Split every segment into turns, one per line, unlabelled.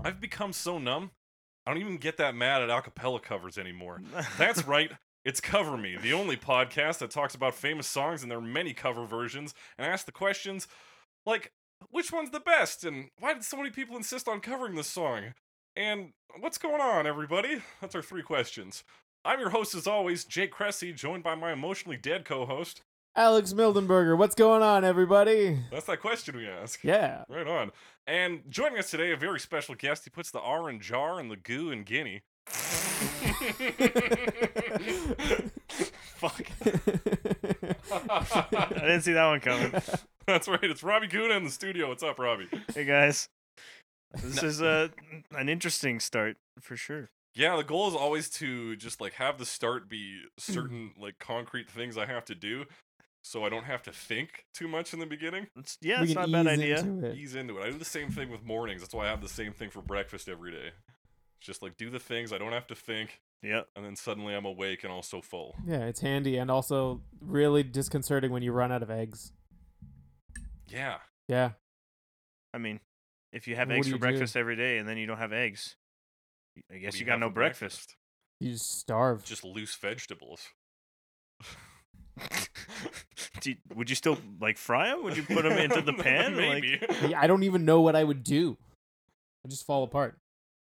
I've become so numb. I don't even get that mad at acapella covers anymore. That's right. It's Cover Me, the only podcast that talks about famous songs and their many cover versions and asks the questions like, which one's the best? And why did so many people insist on covering this song? And what's going on, everybody? That's our three questions. I'm your host, as always, Jake Cressy, joined by my emotionally dead co host.
Alex Mildenberger, what's going on, everybody?
That's that question we ask.
Yeah.
Right on. And joining us today, a very special guest. He puts the R in jar and the goo in guinea. Fuck.
I didn't see that one coming.
That's right. It's Robbie Guna in the studio. What's up, Robbie?
Hey guys, this is a an interesting start for sure.
Yeah, the goal is always to just like have the start be certain like concrete things I have to do so I don't have to think too much in the beginning.
It's, yeah,
We
it's not
can
a bad idea.
ease into it.
Ease into it. I do the same thing with mornings. That's why I have the same thing for breakfast every day. It's just like do the things I don't have to think
Yep.
and then suddenly I'm awake and also full.
Yeah, it's handy and also really disconcerting when you run out of eggs.
Yeah.
Yeah.
I mean, if you have
What
eggs
do
for
you do?
breakfast every day and then you don't have eggs, I
What
guess
do
you, got
have
no
for
breakfast.
You just starve.
Just loose vegetables.
Do you- would you still like fry them? Would you put them into the pan? Like,
Maybe.
Yeah, I don't even know what I would do. I just fall apart.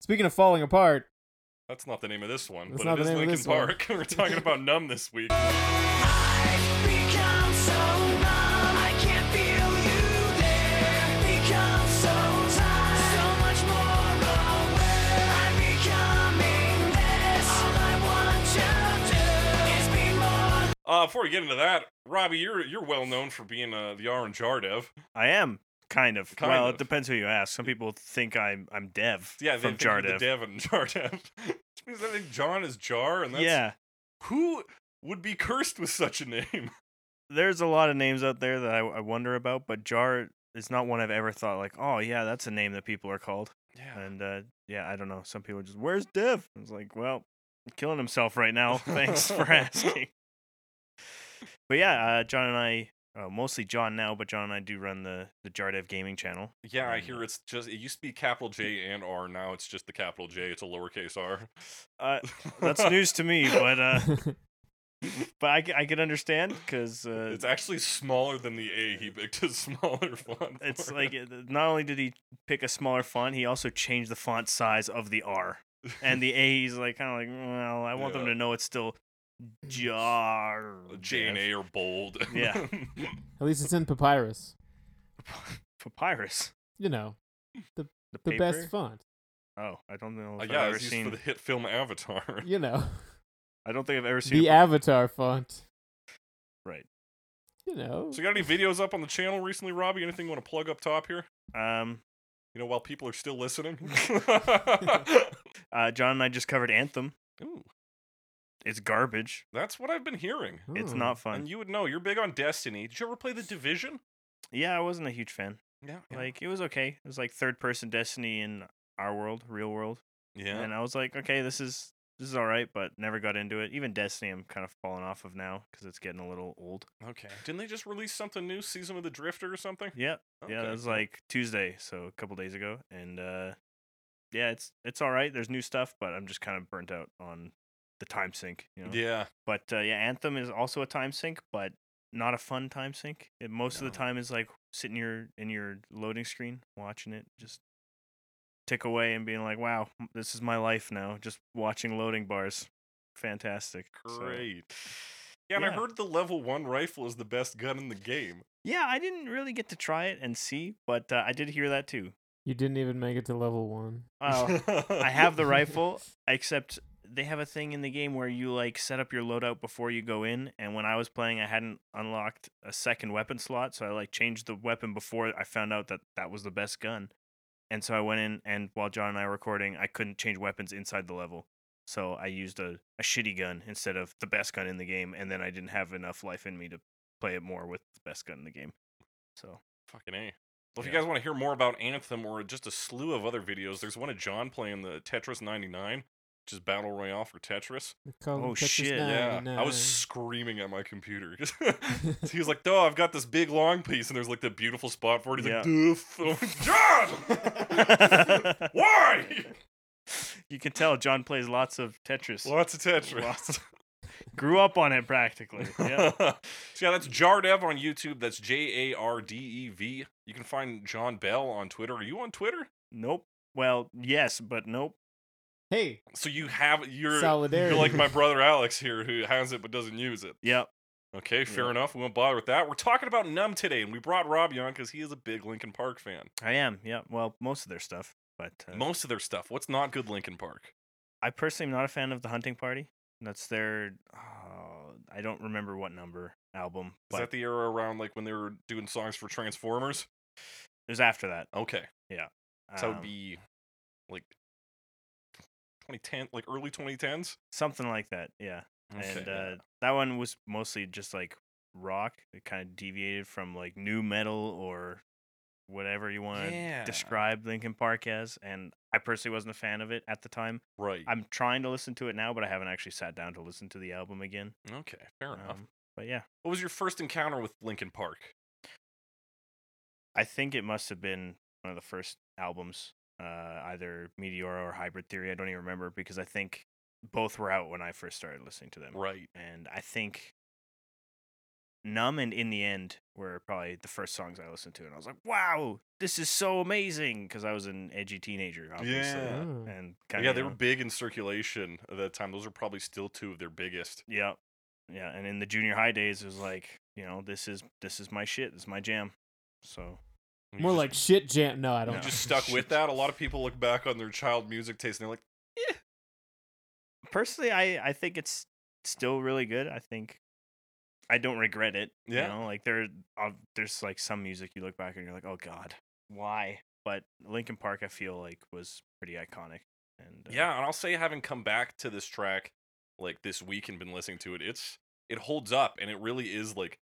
Speaking of falling apart,
That's not the name of this one,
That's
but
not
it
the
is
name of
Lincoln
this one.
Park. We're talking about numb this week.
I've become so numb, I can't feel you there. Become so tired, so much more aware. I'm becoming this. All I want to do is be more.
Uh, before we get into that, Robbie, you're you're well known for being uh, the R and Jar dev.
I am kind of.
Kind
well,
of.
it depends who you ask. Some people think I'm I'm Dev.
Yeah, they
from
think you're the
Jardev.
dev and Jar dev. Which means I think John is Jar, and that's
Yeah,
who would be cursed with such a name.
there's a lot of names out there that I, I wonder about, but Jar is not one I've ever thought like, oh yeah, that's a name that people are called.
Yeah,
And uh, yeah, I don't know. Some people are just, where's Dev? I was like, well, killing himself right now. Thanks for asking. But yeah, uh, John and I, uh, mostly John now, but John and I do run the the Jardev Gaming channel.
yeah. I
and,
hear
uh,
it's just it used to be capital J and R. Now it's just the capital J. It's a lowercase R.
Uh, that's news to me, but uh, but I, c- I can understand because uh,
it's actually smaller than the A. He picked a smaller font.
it's
for
like
it.
uh, not only did he pick a smaller font, he also changed the font size of the R and the A. He's like kind of like, well, I want them
Yeah.
to know it's still Jar
J and
Dev."
A are bold.
Yeah.
at least it's in papyrus.
Papyrus.
You know, the best
paper?
font.
Oh, I don't know.
Uh,
If
yeah,
I've ever
it's used
seen.
for the hit film Avatar.
You know,
I don't think I've ever seen.
the
it
avatar font.
Right.
You know,
So, you got any videos up on the channel recently, Robbie? Anything you want to plug up top here?
Um,
You know, while people are still listening.
uh, John and I just covered Anthem.
Ooh,
It's garbage.
that's what I've been hearing.
It's
Ooh.
not fun.
And you would know. You're big on Destiny. Did you ever play The Division?
yeah, I wasn't a huge fan.
Yeah.
Like it was okay. It was like third person Destiny in our world, real world,
yeah.
and I was like, okay, this is this is all right, but never got into it. Even Destiny, I'm kind of falling off of now because it's getting a little old.
okay. Didn't they just release something new, Season of the Drifter or something?
Yeah, yeah,
Okay.
that was like Tuesday, so a couple days ago, and uh, yeah, it's it's all right. There's new stuff, but I'm just kind of burnt out on the time sink. You know?
Yeah.
But uh, yeah, Anthem is also a time sink, but not a fun time sink. It, most of
No.
the time is like sitting your in your loading screen, watching it just tick away and being like, "Wow, m- this is my life now." Just watching loading bars, fantastic. So-
Great. Yeah, and I
Yeah.
heard the level one rifle is the best gun in the game.
yeah, I didn't really get to try it and see, but uh, I did hear that too.
you didn't even make it to level one.
Oh, I have the rifle, except they have a thing in the game where you like set up your loadout before you go in. And when I was playing, I hadn't unlocked a second weapon slot, so I like changed the weapon before I found out that that was the best gun. And so I went in, and while John and I were recording, I couldn't change weapons inside the level. So I used a, a shitty gun instead of the best gun in the game, and then I didn't have enough life in me to play it more with the best gun in the game. So
Fucking A. Well, if you
Yeah.
guys want to hear more about Anthem or just a slew of other videos, there's one of John playing the Tetris 99. which is Battle Royale for Tetris.
Oh, shit,
Yeah, I was screaming at my computer. 'cause he was like, "Oh, I've got this big long piece," and there's like the beautiful spot for it. He's like, "Doof, oh my god, why?"
you can tell John plays lots of Tetris.
Lots of Tetris.
Lots. Grew up on it practically. Yeah.
so yeah, that's Jardev on YouTube. That's J A R D E V. You can find John Bell on Twitter. Are you on Twitter?
nope. Well, yes, but nope.
hey,
So you have you're
solidarity.
you're like my brother Alex here who has it but doesn't use it.
Yep.
Okay, fair
Yeah.
enough. We won't bother with that. We're talking about Numb today, and we brought Robbie on because he is a big Linkin Park fan.
I am. Yeah. Well, most of their stuff, but uh,
Most of their stuff. What's not good Linkin Park?
I personally am not a fan of the Hunting Party. That's their. Oh, I don't remember what number album.
Is
But
that the era around like when they were doing songs for Transformers?
it was after that.
Okay, so that
um,
would be like 2010, like early 2010s.
something like that. Yeah. and
Okay.
uh, that one was mostly just like rock. It kind of deviated from like new metal or whatever you want to
Yeah.
describe Linkin Park as. And I personally wasn't a fan of it at the time.
right.
I'm trying to listen to it now, but I haven't actually sat down to listen to the album again.
okay, fair enough.
Um, but yeah,
What was your first encounter with Linkin Park?
I think it must have been one of the first albums, uh, either Meteora or Hybrid Theory. I don't even remember because I think both were out when I first started listening to them.
Right.
and I think Numb and In the End were probably the first songs I listened to, and I was like, "Wow, this is so amazing!" Because I was an edgy teenager, obviously,
Yeah.
Oh.
and kind
yeah,
of
they were big in circulation at that time. Those are probably still two of their biggest.
yeah, yeah. And in the junior high days, it was like, you know, this is this is my shit, this is my jam. So
You
more
just-
like shit jam. No, I
you
don't.
just stuck with that. A lot of people look back on their child music taste and they're like,
personally, I I think it's still really good. I think. I don't regret it.
Yeah.
You know, like there, uh, there's like some music you look back and you're like, oh god, why? But Linkin Park, I feel like was pretty iconic. And uh,
yeah. And I'll say, having come back to this track like this week and been listening to it, it's it holds up, and it really is like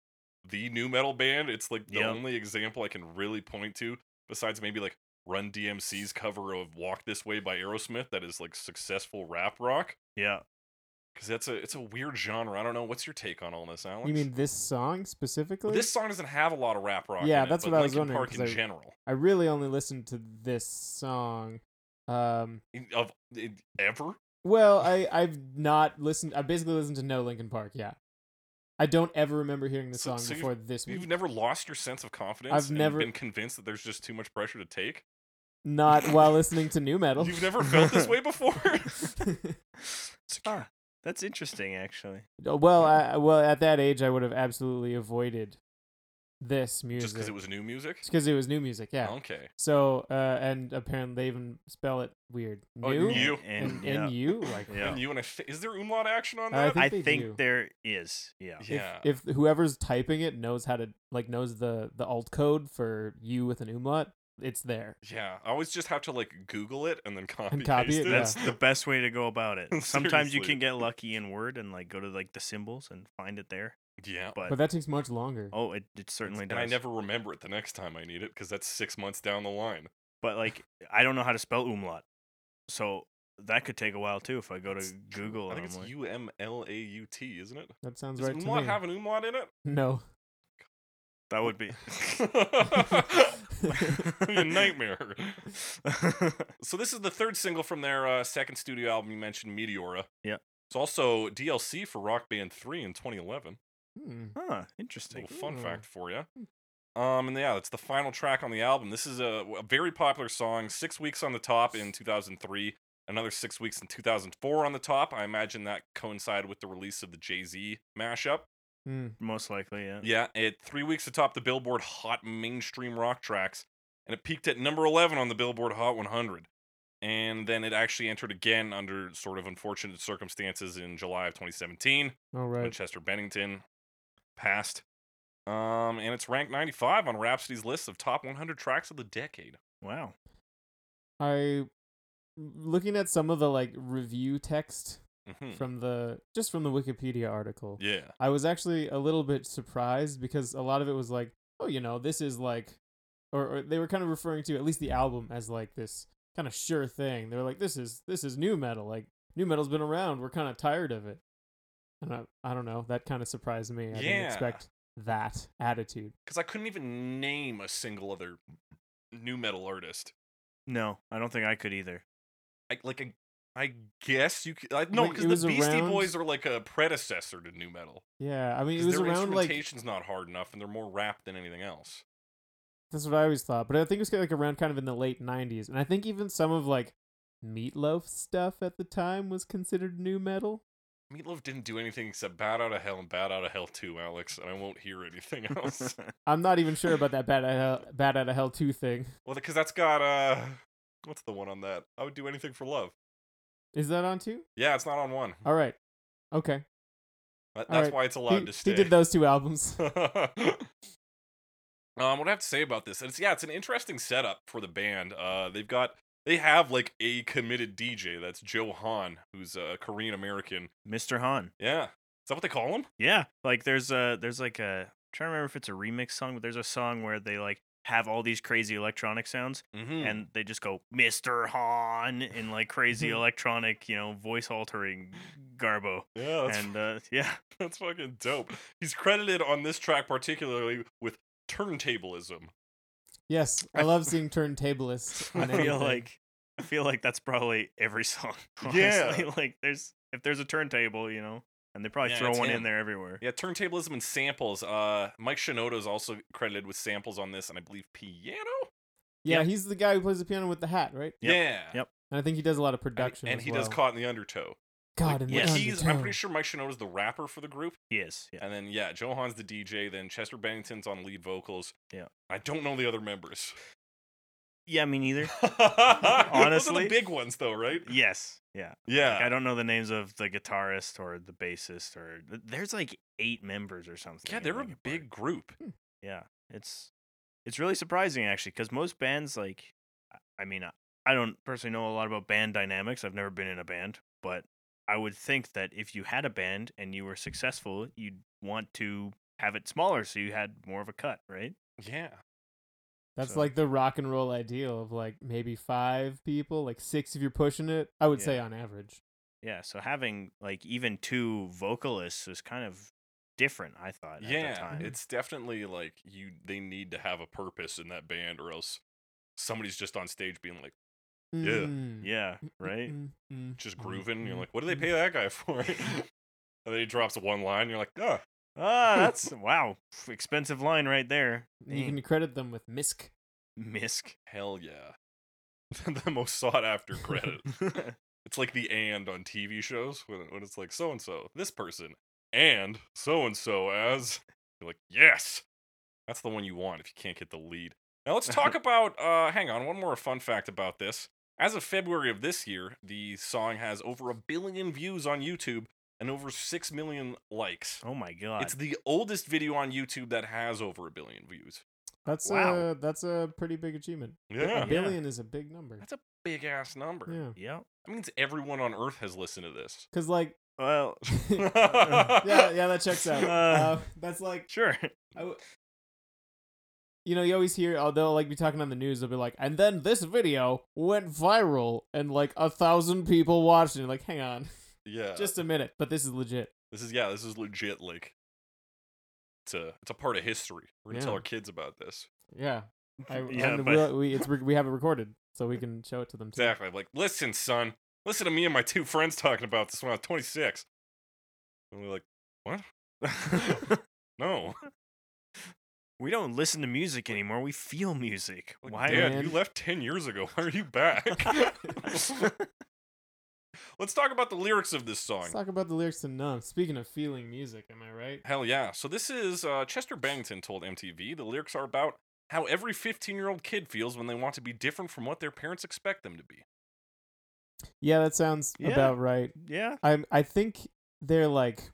the new metal band. It's like the
Yep.
only example I can really point to, besides maybe like Run DMC's cover of "Walk This Way" by Aerosmith, that is like successful rap rock.
yeah,
Because that's a it's a weird genre. I don't know. What's your take on all this, Alex?
You mean this song specifically?
This song doesn't have a lot of rap rock.
Yeah,
in it,
that's
but
what I was
Linkin
wondering,
Park
'cause
in
I-
general,
I really only listened to this song. Um,
In- of in- ever.
well, I I've not listened. I basically listened to no Linkin Park. Yeah, I don't ever remember hearing the
So-
song
so you've-
before this week.
You've never lost your sense of confidence.
I've
and
never-
been convinced that there's just too much pressure to take.
Not while listening to new metal.
You've never felt this way before.
Huh. Ah, That's interesting, actually.
well, I, well, at that age, I would have absolutely avoided this music
just because it was Oh. new music.
because it was new music. Yeah.
Okay.
So, uh, and apparently they even spell it weird.
Oh,
New
you.
and,
and, yeah.
and you like
Yeah.
And you and I. Th- is there umlaut action on
I
that?
think
I
they
think
do.
there is. Yeah.
yeah.
if whoever's typing it knows how to like knows the the alt code for you with an umlaut, it's there.
yeah. I always just have to like Google it and then copy,
copy
paste
it, yeah.
That's the best way to go about it. Sometimes you
Seriously.
can get lucky in Word and like go to like the symbols and find it there.
yeah.
But,
But that takes much longer.
oh, it, it certainly
and
does.
I never remember it the next time I need it because that's six months down the line.
But like, I don't know how to spell umlaut, so that could take a while too. If I go to
It's true.
Google,
I
and
think it's
I'm like,
U M L A U T, isn't it?
That sounds
Does
right to
umlaut
me.
have an umlaut in it?
no.
that would be.
Be a nightmare. So this is the third single from their uh, second studio album. You mentioned Meteora.
Yeah.
It's also DLC for Rock Band 3 in 2011.
Hmm.
huh? Interesting.
Little fun
Ooh.
fact for you. Um, and yeah, that's the final track on the album. This is a, a very popular song. Six weeks on the top in 2003. Another six weeks in 2004 on the top. I imagine that coincided with the release of the Jay Z mashup.
Hmm.
Most likely, yeah.
Yeah, it three weeks atop the Billboard Hot Mainstream Rock Tracks, and it peaked at number 11 on the Billboard Hot 100. And then it actually entered again under sort of unfortunate circumstances in July of 2017
All
when
right.
Chester Bennington passed. Um, and it's ranked 95 on Rhapsody's list of top 100 tracks of the decade.
Wow.
I looking at some of the like review text
Mhm.
from the just from the Wikipedia article.
Yeah.
I was actually a little bit surprised because a lot of it was like, oh, you know, this is like, or, or they were kind of referring to at least the album as like this kind of sure thing. They were like, this is this is new metal, like new metal's been around. We're kind of tired of it. And I, I don't know. That kind of surprised me. I didn't
Yeah.
expect that attitude.
Because I couldn't even name a single other new metal artist.
No, I don't think I could either.
I, like a, I guess you could. I, no,
Like, it
because
was
the Beastie
around-
Boys are like a predecessor to new metal.
Yeah, I mean,
'Cause
it was
their
around like
instrumentation's not hard enough, and they're more rap than anything else.
That's what I always thought. But I think it was like around kind of in the late '90s, and I think even some of like Meatloaf stuff at the time was considered new metal.
Meatloaf didn't do anything except "Bad Out of Hell" and "Bad Out of Hell 2, Alex, and I won't hear anything else.
I'm not even sure about that bad at hell, bad out of hell two thing.
well, because that's got uh, what's the one on that? I would do anything for love.
Is that on two?
Yeah, it's not on one.
All right, okay.
That-
all
That's
right.
why it's allowed
He,
to stay.
he did those two albums.
um, what I have to say about this, it's yeah, it's an interesting setup for the band. Uh, they've got they have like a committed DJ. That's Joe Han, who's a Korean American.
Mr. Han.
Yeah, is that what they call him?
Yeah, like there's a there's like a I'm trying to remember if it's a remix song, but there's a song where they like have all these crazy electronic sounds
Mm-hmm.
and they just go Mr. Han in like
Mm-hmm.
crazy electronic, you know, voice altering garbo.
yeah, that's,
and uh, yeah,
that's fucking dope. He's credited on this track particularly with turntablism.
Yes, I
I-
love seeing turntablists.
I
on
feel
anything.
like I feel like that's probably every song. Honestly.
Yeah.
like there's if there's a turntable, you know, and they probably
Yeah,
throw
it's
one
him.
in there everywhere.
Yeah, turntablism and samples. Uh, Mike Shinoda is also credited with samples on this, and I believe piano.
yeah,
Yep.
he's the guy who plays the piano with the hat, right?
Yep.
Yeah.
Yep.
And I think he does a lot of
And,
production.
and
as
he does
well.
Caught in the Undertow.
God, and
Like,
yes.
he's, I'm pretty sure Mike Shinoda's the rapper for the group.
He is. Yeah.
And then yeah, Johan's the DJ. Then Chester Bennington's on lead vocals.
Yeah.
I don't know the other members.
Yeah, me neither.
those are the
Honestly.
big ones though, right?
yes. Yeah. Like, I
Yeah,
don't know the names of the guitarist or the bassist or th- there's like eight members or something.
yeah,
in
they're a
Linkin Park.
big group.
Yeah, it's it's really surprising actually because most bands like I- I mean I- I don't personally know a lot about band dynamics. I've never been in a band, but I would think that if you had a band and you were successful, you'd want to have it smaller so you had more of a cut, right?
Yeah,
That's
So-
like the rock and roll ideal of like maybe five people, like six if you're pushing it. I would
Yeah.
say on average.
Yeah, so having like even two vocalists was kind of different, I thought at the
yeah.
time.
It's definitely like you. They need to have a purpose in that band, or else somebody's just on stage being like Yeah.
Mm.
yeah,
Mm,
right?
mm, mm,
just
Mm-hmm,
mm,
grooving. and you're
mm,
like, what do they
mm.
pay that guy for? and then he drops one line. And you're like, ah,
Ah, that's wow, expensive line right there.
And Mm-hmm. You can
Dang.
credit them with misc.
Misc.
hell yeah. the most sought after credit. It's like the and on TV shows when, when it's like so and so, this person, and so and so as. You're like, yes, that's the one you want if you can't get the lead. Now let's talk about. Uh, hang on, one more fun fact about this. As of February of this year, the song has over a billion views on YouTube and over six million likes.
oh my god.
It's the oldest video on YouTube that has over a billion views.
That's
Wow.
a that's a pretty big achievement.
Yeah.
A billion is a big number.
That's a big ass number.
Yeah.
Yep.
That means everyone on Earth has listened to this.
Cuz like
Well,
yeah, yeah, that checks out.
Uh.
Uh, that's like
sure.
I w- you know, you always hear, oh, they'll like be talking on the news. They'll be like, and then this video went viral, and like a thousand people watched it. Like, hang on,
Uh.
Yeah.
just a minute. But this is legit.
This is yeah, this is legit like it's a it's a part of history. We're gonna tell
Yeah.
our kids about this.
Yeah, I,
yeah,
and
but
we'll- we it's, we have it recorded, so we can show it to them. Too.
Exactly. I'm like, listen, son, listen to me and my two friends talking about this when I was twenty six. And we're like, No.
we don't listen to music anymore. We feel music.
Like,
Why?
Dad,
man.
you left ten years ago. Why are you back? Let's talk about the lyrics of this song.
Let's talk about the lyrics to "Numb." Speaking of feeling music, am I right?
Hell yeah. So this is uh, Chester Bennington told MTV. The lyrics are about how every 15 year old kid feels when they want to be different from what their parents expect them to be.
Yeah, that sounds
Yeah.
about right.
yeah.
I I think they're like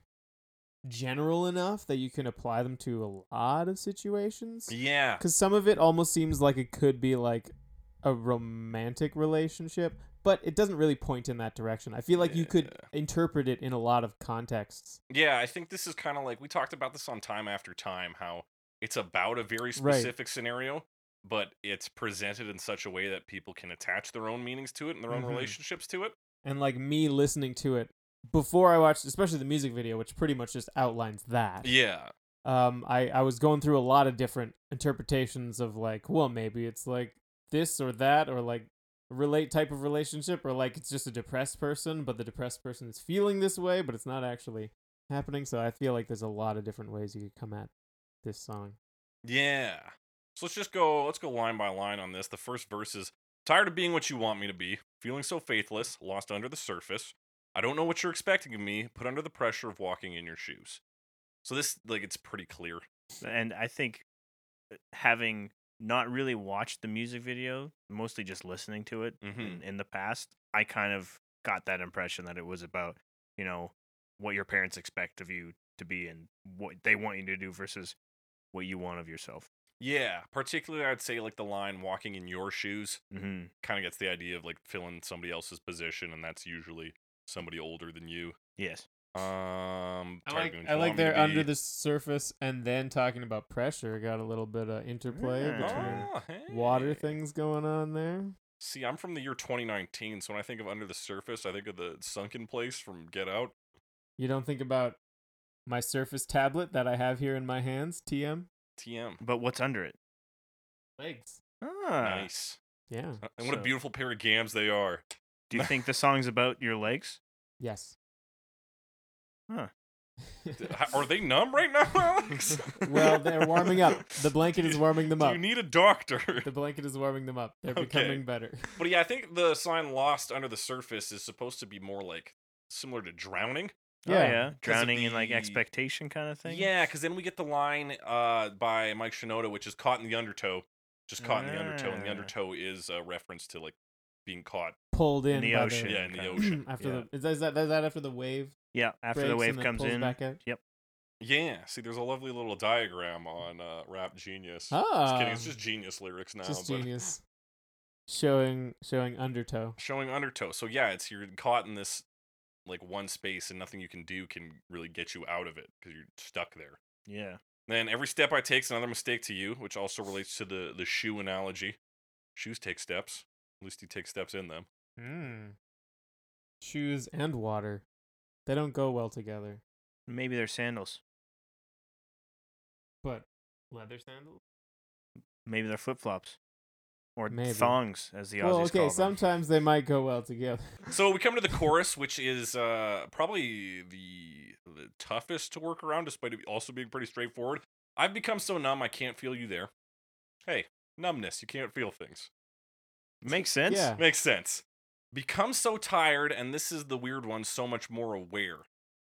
general enough that you can apply them to a lot of situations.
Yeah.
Because some of it almost seems like it could be like a romantic relationship, but it doesn't really point in that direction. I feel like you could interpret it in a lot of contexts.
Yeah, I think this is kind of like we talked about this on Time After Time how it's about a very
Right.
specific scenario, but it's presented in such a way that people can attach their own meanings to it and their own
Mhm.
relationships to it.
and like me listening to it before I watched, especially the music video, which pretty much just outlines that.
Yeah.
Um, I I was going through a lot of different interpretations of like, well, maybe it's like this or that or like relate type of relationship or like it's just a depressed person, but the depressed person is feeling this way, but it's not actually happening. So I feel like there's a lot of different ways you could come at this song.
Yeah. So let's just go let's go line by line on this. The first verse is tired of being what you want me to be, feeling so faithless, lost under the surface. I don't know what you're expecting of me, put under the pressure of walking in your shoes. So this like it's pretty clear.
and I think uh, having not really watched the music video, mostly just listening to it
Mhm.
in, in the past, I kind of got that impression that it was about, you know, what your parents expect of you to be and what they want you to do versus what you want of yourself.
Yeah, particularly I'd say like the line walking in your shoes
Mm-hmm.
kind of gets the idea of like filling somebody else's position and that's usually somebody older than you.
Yes.
Um
I
tired of
like
being what
I
you
like
want me to
they're under
be.
the surface and then talking about pressure. Got a little bit of interplay
Oh,
between
Ah,
water
hey.
things going on there.
See, I'm from the year 2019, so when I think of Under the Surface, I think of the sunken place from Get Out.
You don't think about my Surface tablet that I have here in my hands, TM
TM.
But what's under it?
legs.
Ah.
Nice.
Yeah.
Uh, And what
So-
a beautiful pair of gams they are.
Do you think the song's about your legs?
Yes.
Huh.
D- h- Are they numb right now, Alex?
well, they're warming up. The blanket is warming them
Do
up.
you need a doctor?
The blanket is warming them up. They're
Okay.
becoming better.
but yeah, I think the sign lost under the surface is supposed to be more like similar to drowning.
Oh,
Yeah.
Drowning in like
the-
expectation kind of thing.
Yeah, because then we get the line uh, by Mike Shinoda, which is caught in the undertow. Just caught in the undertow, and the
Ah.
undertow is a reference to like being caught.
Pulled in,
In the
by
ocean.
Yeah, in the
kind of-
ocean.
after
Yeah.
the is that, is that is that after the wave?
Yeah. After
breaks
the
and
wave
then
comes
pulls
in.
back out.
Yeah, see, there's a lovely little diagram on uh, Rap Genius. Just
Ah,
kidding, it's just genius lyrics now,
just
but
genius. Showing showing undertow.
showing undertow. So yeah, it's you're caught in this like one space, and nothing you can do can really get you out of it because you're stuck there.
Yeah.
Then every step I take is another mistake to you, which also relates to the the shoe analogy. Shoes take steps. At least you take steps in them. Hmm.
Mm. Shoes and water, they don't go well together.
Maybe they're sandals.
But leather sandals.
Maybe they're flip flops. Or
Maybe.
thongs, as the Aussies
Well,
call
okay,
them.
sometimes they might go well together.
So we come to the chorus, which is uh, probably the, the toughest to work around, despite it also being pretty straightforward. I've become so numb, I can't feel you there. Hey, numbness, you can't feel things.
Makes sense.
Yeah.
Makes sense. Become so tired, and this is the weird one, so much more aware,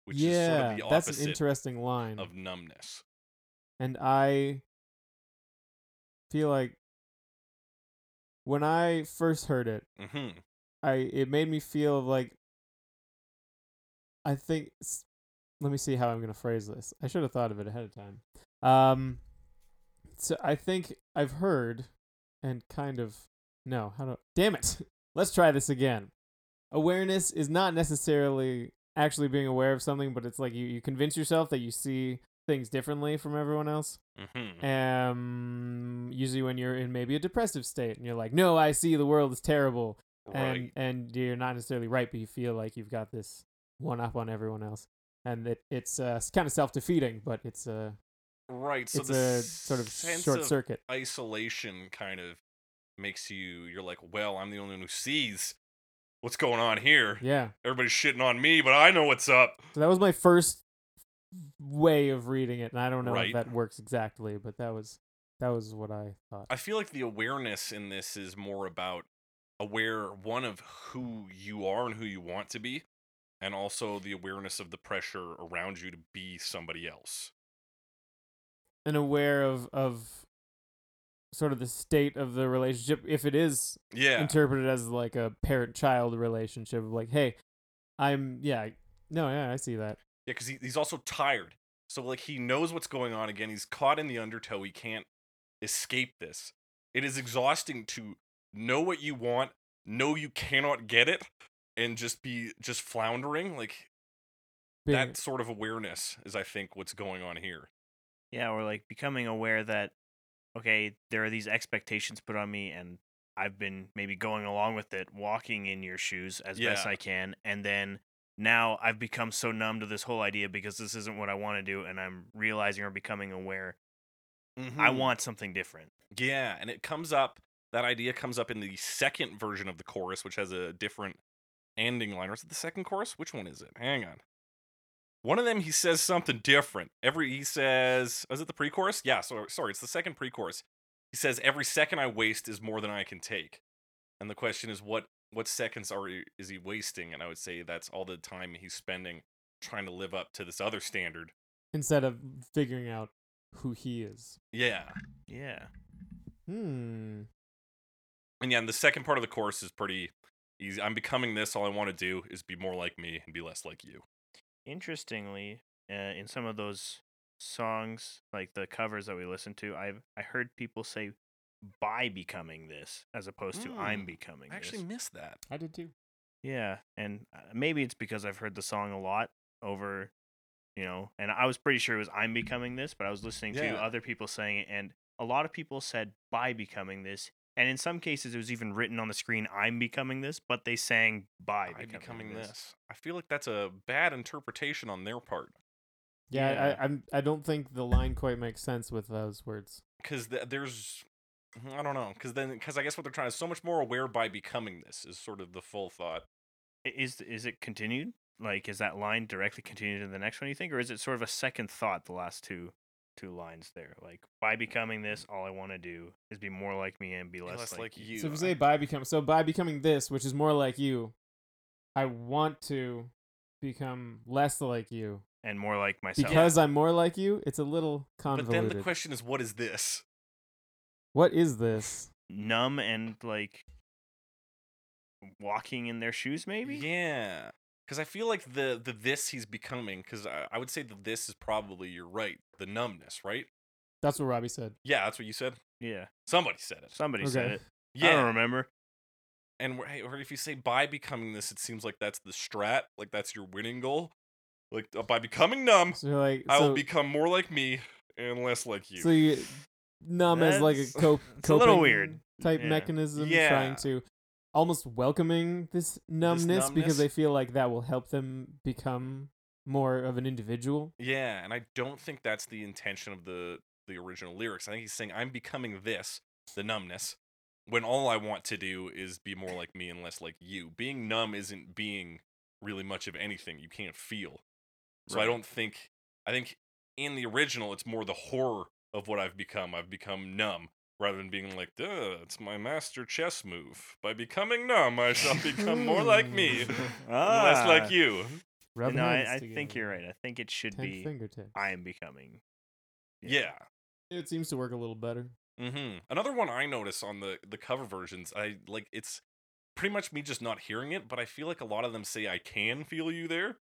which
yeah,
is sort of the
that's an
opposite
interesting line.
of numbness.
and I feel like when I first heard it,
hmm
I it made me feel like I think s- let me see how I'm going to phrase this. I should have thought of it ahead of time. Um so I think I've heard and kind of no, how do Damn it. Let's try this again. Awareness is not necessarily actually being aware of something, but it's like you you convince yourself that you see things differently from everyone else.
hmm
Um usually when you're in maybe a depressive state and you're like, "No, I see the world is terrible."
Right.
and and you're not necessarily right, but you feel like you've got this one up on everyone else, and it, it's uh, kind of self defeating, but it's a
Right. So
it's
the
a sort of
sense
short
of
circuit.
isolation kind of makes you, you're like, well, I'm the only one who sees what's going on here.
Yeah,
everybody's shitting on me, but I know what's up.
so that was my first way of reading it, and I don't know
Right.
if that works exactly, but that was that was what I thought.
I feel like the awareness in this is more about aware one of who you are and who you want to be, and also the awareness of the pressure around you to be somebody else.
And aware of of sort of the state of the relationship, if it is
Yeah.
interpreted as like a parent child relationship, of like, hey, I'm yeah, no, yeah, I see that.
yeah, because he, he's also tired. So like he knows what's going on again. He's caught in the undertow. He can't escape this. It is exhausting to know what you want, know you cannot get it, and just be just floundering. Like
Being-
that sort of awareness is, I think, what's going on here.
Yeah, or like becoming aware that okay, there are these expectations put on me and I've been maybe going along with it, walking in your shoes as best
Yeah.
I can, and then now I've become so numb to this whole idea because this isn't what I want to do, and I'm realizing or becoming aware I
Mhm.
want something different.
Yeah, and it comes up. That idea comes up in the second version of the chorus, which has a different ending line. Or is it the second chorus? Which one is it? Hang on. One of them, he says something different. Every he says, is it the pre-chorus? Yeah. So sorry, it's the second pre-chorus. He says, "Every second I waste is more than I can take," and the question is, what what seconds are he- is he wasting? And I would say that's all the time he's spending trying to live up to this other standard.
instead of figuring out who he is.
Yeah.
Yeah.
Hmm.
And yeah, and the second part of the course is pretty easy. I'm becoming this. All I want to do is be more like me and be less like you.
Interestingly, uh, in some of those songs, like the covers that we listen to, I've I heard people say by becoming this as opposed to I'm
Mm,
becoming
I actually
this.
missed that.
I did too.
Yeah, and uh, maybe it's because I've heard the song a lot over, you know, and I was pretty sure it was I'm becoming this, but I was listening
Yeah.
to other people saying it, and a lot of people said by becoming this, and in some cases it was even written on the screen I'm becoming this, but they sang by
I
becoming,
becoming
this.
this. I feel like that's a bad interpretation on their part
Yeah,
Yeah.
I, I'm. I don't think the line quite makes sense with those words.
because th- there's. mm, I don't know, because then, because I guess what they're trying is so much more aware by becoming this is sort of the full thought.
I- Is is it continued? Like, is that line directly continued in the next one? You think, or is it sort of a second thought? The last two two lines there, like by becoming this, all I want to do is be more like me and be less,
Mm. less like you. uh,
so if
I-
you say by become, so by becoming this, which is more like you, I want to become less like you
and more like myself.
because I'm more like you. It's a little
But
convoluted.
then the question is, what is this?
what is this?
numb and like walking in their shoes maybe
Yeah, because I feel like the the this he's becoming. Because I, I would say the this is probably you're right. The numbness, right?
That's what Robbie said.
Yeah, that's what you said.
yeah
Somebody said it.
somebody said
Okay.
it
Yeah,
i don't remember
and we're- hey, or if you say by becoming this, it seems like that's the strat, like that's your winning goal. Like uh, by becoming numb,
So you're like,
I will
so-
become more like me and less like you.
So you numb as like a
That's-
cope,
it's a little
coping
weird.
type
Yeah.
mechanism,
Yeah.
trying to almost welcoming this numbness,
numbness.
because they feel like that will help them become more of an individual.
yeah, and I don't think that's the intention of the the original lyrics. I think he's saying I'm becoming this, the numbness, when all I want to do is be more like me and less like you. Being numb isn't being really much of anything. You can't feel. So I
Right.
don't think I think in the original it's more the horror of what I've become. I've become numb rather than being like, duh, it's my master chess move. By becoming numb, I shall become more like me. and Less
Ah.
like you.
Rub
no
hands
I, I
together.
think you're right i think it should
Ten
be
fingertips.
i am becoming
Yeah.
It seems to work a little better.
Mm-hmm. Another one I notice on the the cover versions, I like it's pretty much me just not hearing it, but I feel like a lot of them say I can feel you there.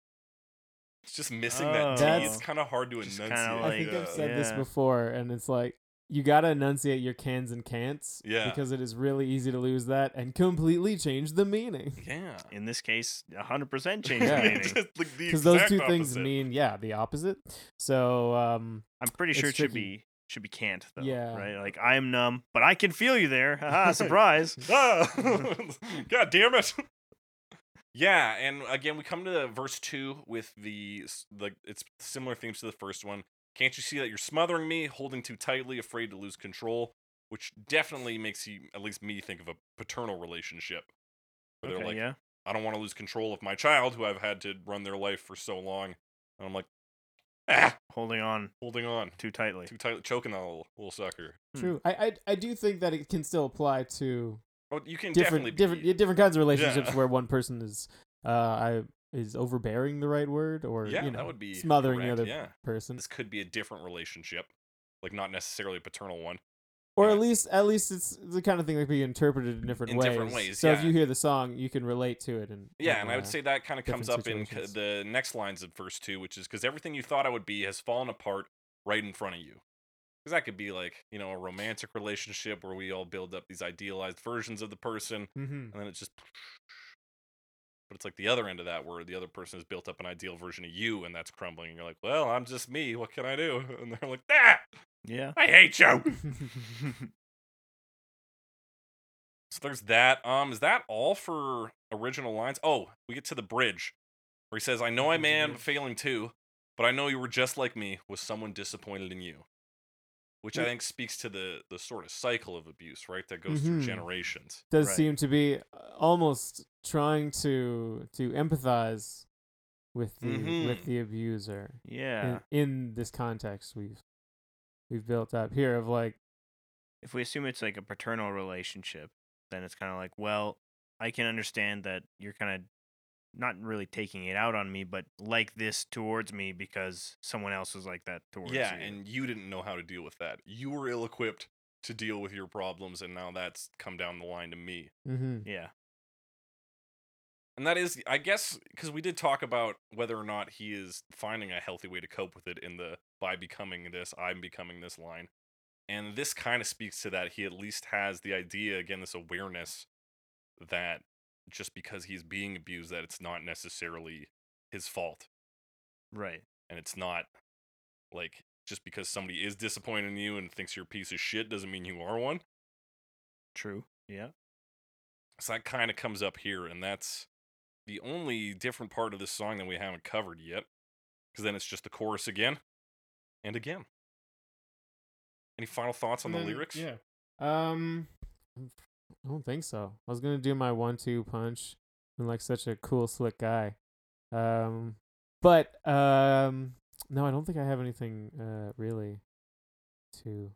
It's just missing that T.
That's-
it's kind of hard to
Just
enunciate.
kinda
Oh. I
like,
think I've
uh,
said this
yeah.
before, and it's like you gotta enunciate your cans and can'ts,
Yeah.
because it is really easy to lose that and completely change the meaning.
yeah.
in this case 100% change
Yeah.
the meaning
Just like the
because those
exact
two things
opposite.
mean yeah the opposite so um
i'm pretty sure it
It's
should
tricky.
be should be can't though
Yeah.
right like i am numb but i can feel you there haha surprise
Ah! God damn it. Yeah, and again, we come to verse two with the s- like it's similar themes to the first one. Can't you see that you're smothering me, holding too tightly, afraid to lose control, which definitely makes you at least me think of a paternal relationship. Where
okay,
they're like,
yeah
I don't want to lose control of my child, who I've had to run their life for so long, and I'm like, ah,
holding on
holding on
too tightly
too tightly, choking that little, little sucker.
Hmm.
true I, I i do think that it can still apply to
Oh, you can definitely
different different
be,
yeah, different kinds of relationships
Yeah.
where one person is uh i is overbearing the right word or
yeah,
you know
that would be
smothering
correct,
the other
yeah.
person
this could be a different relationship like not necessarily a paternal one
or at
yeah.
least at least it's the kind of thing that can be interpreted in different
In
ways
different ways,
so if
yeah.
you hear the song you can relate to it and
yeah and i
uh,
would say that kind of comes
different
up in c-
situations.
the next lines of verse two which is because everything you thought i would be has fallen apart right in front of you because that could be like you know a romantic relationship where we all build up these idealized versions of the person
mhm.
and then it's just but it's like the other end of that where the other person has built up an ideal version of you and that's crumbling and you're like well i'm just me what can i do and they're like ah,
yeah
i hate you So there's that. Um, is that all for original lines? Oh, we get to the bridge where he says, "I know I'm man, but failing too, but I know you were just like me. Was someone disappointed in you?" Which I
Yeah.
think speaks to the the sort of cycle of abuse, right? That goes through
Mhm.
generations.
does
Right.
seem to be uh, almost trying to to empathize with the
Mhm.
with the abuser in-
Yeah.
in, this context we've we've built up here of like
If we assume it's like a paternal relationship, then it's kind of like, well, I can understand that you're kind of not really taking it out on me, but like this towards me because someone else was like that towards
yeah,
you.
and you didn't know how to deal with that. You were ill equipped to deal with your problems, and now that's come down the line to me.
mm-hmm,
yeah.
And that is, I guess, because we did talk about whether or not he is finding a healthy way to cope with it in the by becoming this, I'm becoming this line. And this kind of speaks to that. He at least has the idea, again, this awareness that just because he's being abused, that it's not necessarily his fault.
Right.
And it's not like just because somebody is disappointed in you and thinks you're a piece of shit doesn't mean you are one.
True. Yeah.
So that kind of comes up here, and that's the only different part of this song that we haven't covered yet. Because then it's just the chorus again and again. Any final thoughts on the lyrics?
yeah um i don't think so i was gonna do my one-two punch and like such a cool slick guy um but um no i don't think i have anything uh really to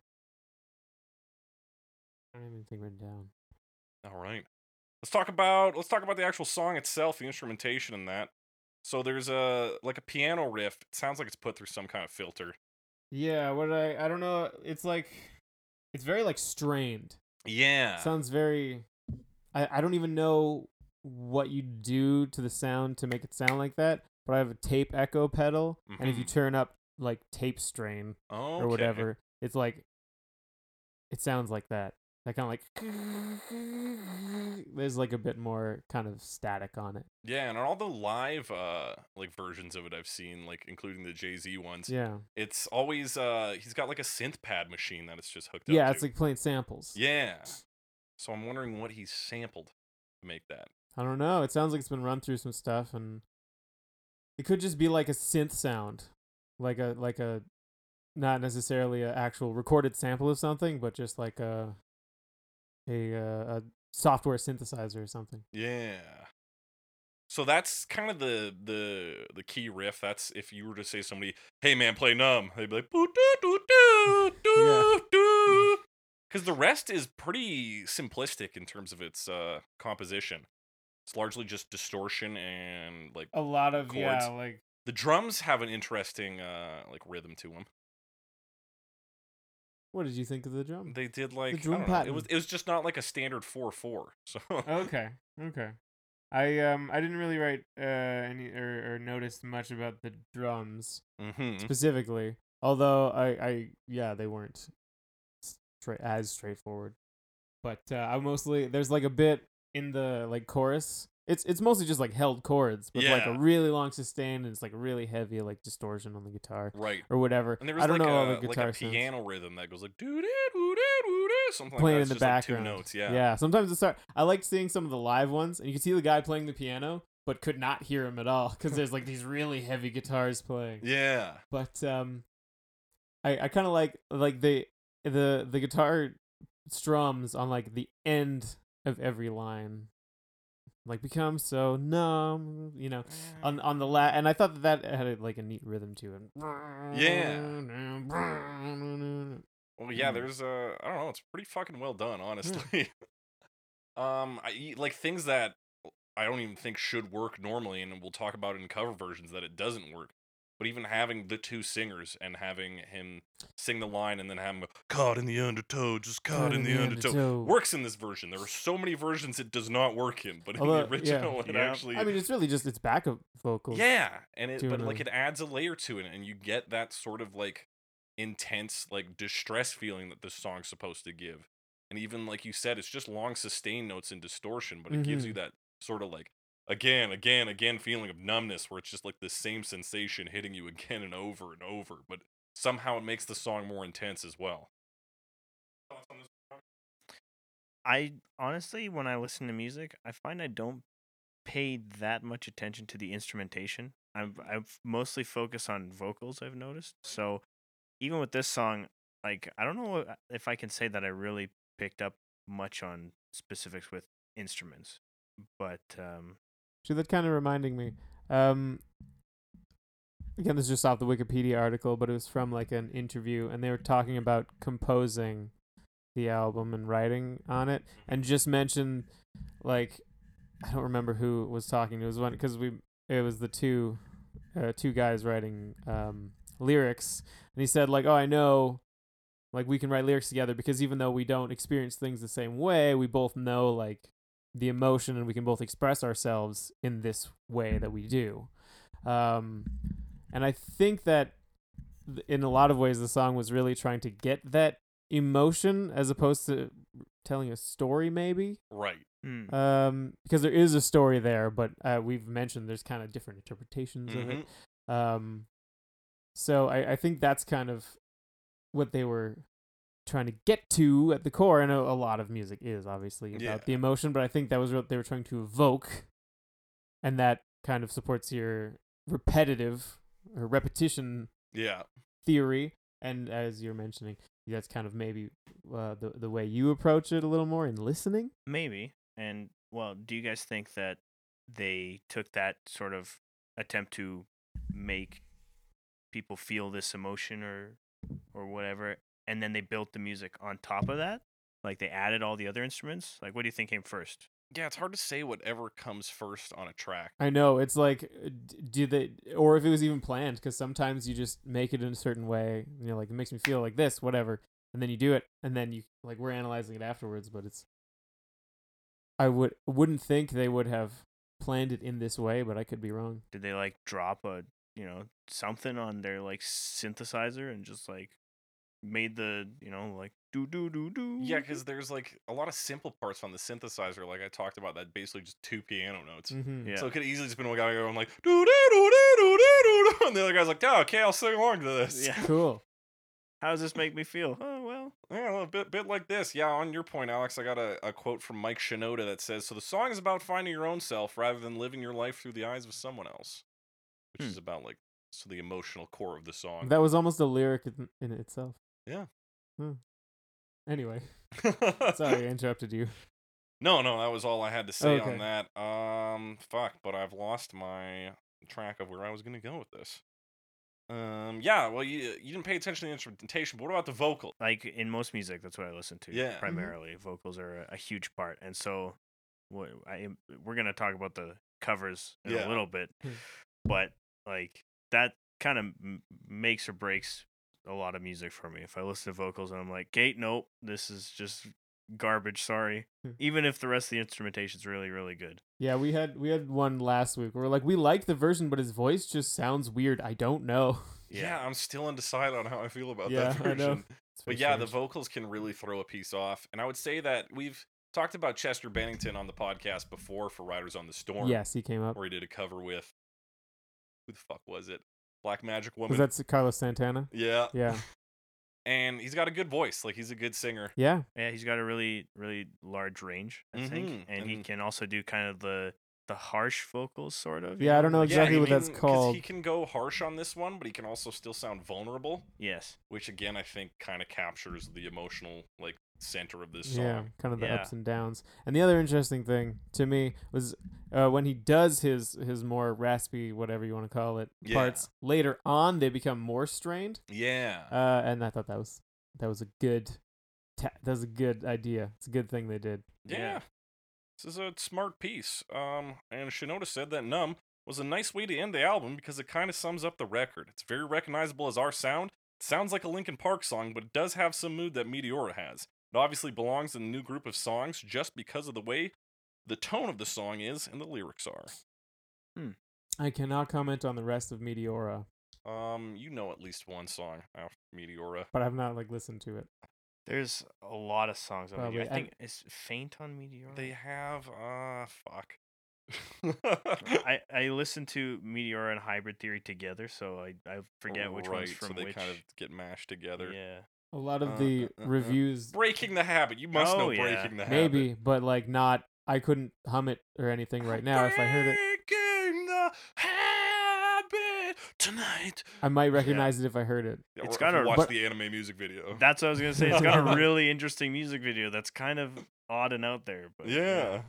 i don't have anything written down
All right. Let's talk about let's talk about the actual song itself, the instrumentation in that. So there's a like a piano riff. It sounds like it's put through some kind of filter.
Yeah, what did I I don't know. It's like it's very like strained.
Yeah.
Sounds very. I I don't even know what you do to the sound to make it sound like that. But I have a tape echo pedal, and if you
Mhm.
turn up like tape strain
oh,
or whatever, it's like it sounds like that. That kind of like there's like a bit more kind of static on it.
Yeah, and on all the live uh like versions of it I've seen, like including the Jay Z ones,
Yeah,
it's always uh he's got like a synth pad machine that it's just hooked up
yeah,
to.
it's like playing samples.
yeah so i'm wondering what he sampled to make that
I don't know. It sounds like it's been run through some stuff, and it could just be like a synth sound, like a like a not necessarily an actual recorded sample of something, but just like a a uh, a software synthesizer or something.
yeah so that's kind of the the the key riff that's if you were to say to somebody hey man play numb they'd be like "Boo, doo, doo, doo,
Yeah. Mm.
doo, doo." because the rest is pretty simplistic in terms of its uh composition it's largely just distortion and like
A lot
of, yeah, Chords.
like
the drums have an interesting uh like rhythm to them
what did you think of the drum?
they did like I
drum
don't know, it was
pattern.
it was just not like a standard four four. So
okay, okay. I um I didn't really write uh any or, or notice much about the drums.
Mhm.
specifically. Although I, I yeah, they weren't straight as straightforward. But uh, I mostly there's like a bit in the like chorus. It's it's mostly just like held chords with like a
Yeah.
really long sustain and it's like really heavy like distortion on the guitar
right.
or whatever.
And there was
I don't
like,
know all
a,
the
like
guitar
a
sounds.
piano rhythm that goes like doo doo doo doo doo doo something
playing
like that.
in the
It's just, like,
background.
two notes, yeah.
yeah. Sometimes it's hard. I like seeing some of the live ones, and you can see the guy playing the piano, but could not hear him at all because there's like these really heavy guitars playing.
Yeah.
but um i i kind of like like the the the guitar strums on like the end of every line like become so numb you know on on the la and i thought that that had like a neat rhythm to it yeah
Well, yeah,
Mm. Hmm.
there's uh I don't know, it's pretty fucking well done, honestly. um I e- like things that I don't even think should work normally and we'll talk about in cover versions that it doesn't work. But even having the two singers and having him sing the line and then have him go, caught in the undertow, just caught, in, the, undertow. works in this version. There are so many versions it does not work in, but in
Although, yeah.
the original it
Yeah.
actually
i mean it's really just it's backup vocals
yeah, and it
to
but like it
another.
adds a layer to it, and you get that sort of like intense like distress feeling that this song's supposed to give. And even like you said, it's just long sustained notes and distortion, but it gives
Mm-hmm.
you that sort of like again, again, again feeling of numbness where it's just like the same sensation hitting you again and over and over, but somehow it makes the song more intense as well.
I honestly, when I listen to music, I find I don't pay that much attention to the instrumentation. I'm I f- mostly focus on vocals. I've noticed. So even with this song, like I don't know wha- if I can say that I really picked up much on specifics with instruments, but um,
See, that kind of reminding me. Um, again, this is just off the Wikipedia article, but it was from like an interview, and they were talking about composing the album and writing on it, and just mentioned like I don't remember who was talking. It was one because we it was the two uh, two guys writing um, lyrics, and he said like, "Oh, I know." Like we can write lyrics together because even though we don't experience things the same way, we both know like the emotion and we can both express ourselves in this way that we do um and i think that th- in a lot of ways the song was really trying to get that emotion as opposed to telling a story maybe
Right.
mm,
um because there is a story there but uh, we've mentioned there's kind of different interpretations of it
Mhm.
um, so I, I think that's kind of what they were trying to get to at the core. And a, a lot of music is obviously about
Yeah.
the emotion, but I think that was what they were trying to evoke, and that kind of supports your repetitive or repetition
Yeah.
theory. And as you're mentioning, that's kind of maybe uh, the the way you approach it a little more in listening.
maybe. And well, do you guys think that they took that sort of attempt to make people feel this emotion or or whatever, and then they built the music on top of that? Like they added all the other instruments? Like what do you think came first?
Yeah, it's hard to say whatever comes first on a track.
I know it's like, uh, d- do they, or if it was even planned? Because sometimes you just make it in a certain way. You know, like it makes me feel like this, whatever, and then you do it, and then you like we're analyzing it afterwards. But it's, I would wouldn't think they would have planned it in this way, but I could be wrong.
Did they like drop a, you know, something on their like synthesizer and just like made the, you know, like do do do do.
Yeah, because there's like a lot of simple parts on the synthesizer, like I talked about, that basically just two piano notes.
Mm-hmm.
yeah.
So it could easily just been one guy going like do do do do do do do, and the other guy's like, oh, okay, I'll sing along to this.
yeah.
Cool.
How does this make me feel? Oh well.
Yeah, a bit, bit like this. Yeah, on your point, Alex, I got a, a quote from Mike Shinoda that says So the song is about finding your own self rather than living your life through the eyes of someone else, which
Hmm.
is about like so the emotional core of the song.
That was almost a lyric in, in itself.
Yeah.
Hmm. Anyway, sorry I interrupted you.
no, no, that was all I had to say
Okay.
on that. Um, fuck, but I've lost my track of where I was going to go with this. Um, yeah, well, you, you didn't pay attention to the instrumentation, but what about the vocal?
Like in most music, that's what I listen to.
Yeah. Mhm.
Primarily, vocals are a, a huge part, and so what I am- we're gonna talk about the covers in
Yeah.
a little bit,
Hmm.
but like that kind of m- makes or breaks a lot of music for me. If I listen to vocals and I'm like, "Kate, nope, this is just garbage." Sorry,
Hmm.
even if the rest of the instrumentation's really, really good.
Yeah, we had we had one last week. where like, we like the version, but his voice just sounds weird. I don't know.
Yeah, I'm still undecided on how I feel about
Yeah,
that
I know.
version.
It's
But
very
yeah, the
strange.
vocals can really throw a piece off. And I would say that we've talked about Chester Bennington on the podcast before for Riders on the Storm.
Yes, he came up.
Where he did a cover with who the fuck was it? Black Magic Woman.
Was that S- Carlos Santana?
yeah.
Yeah.
And he's got a good voice. Like he's a good singer.
Yeah.
Yeah, he's got a really, really large range, I think,
Mhm,
and he
and-
can also do kind of the the harsh vocals, sort of. you
Yeah, I don't know
like-
Yeah,
exactly
I
what that's
mean, 'cause
called.
He can go harsh on this one, but he can also still sound vulnerable,
Yes.
which again I think kind of captures the emotional like center of this song.
Yeah. Kind of the
Yeah.
ups and downs. And the other interesting thing to me was uh, when he does his his more raspy, whatever you want to call it,
Yeah.
parts later on, they become more strained.
Yeah.
Uh, and I thought that was that was a good ta- that was a good idea. It's a good thing they did.
Yeah.
Yeah.
This is a smart piece. Um, and Shinoda said that Numb was a nice way to end the album because it kind of sums up the record. It's very recognizable as our sound. It sounds like a Linkin Park song, but it does have some mood that Meteora has. It obviously belongs in a new group of songs just because of the way the tone of the song is and the lyrics are.
I cannot comment on the rest of Meteora,
Um, you know at least one song after Meteora.
but I've not like listened to it.
There's a lot of songs on Meteor.
Probably,
I
and-
think it's Faint on Meteor.
They have uh fuck.
I, I listened to Meteor and Hybrid Theory together, so I, I forget which one's
Right,
from
so they
which.
kind of get mashed together.
Yeah.
a lot
Uh,
of the
uh, uh, uh.
reviews
Breaking the habit. You must know
Oh, yeah.
breaking the habit.
maybe, but like not. I couldn't hum it or anything right now. If I heard it,
Breaking the habit tonight.
I might recognize it if I heard it.
Yeah, or
It's
if
gotta-
you watch
but-
the anime music video.
That's what I was gonna say. It's got a really interesting music video that's kind of odd and out there. But
yeah.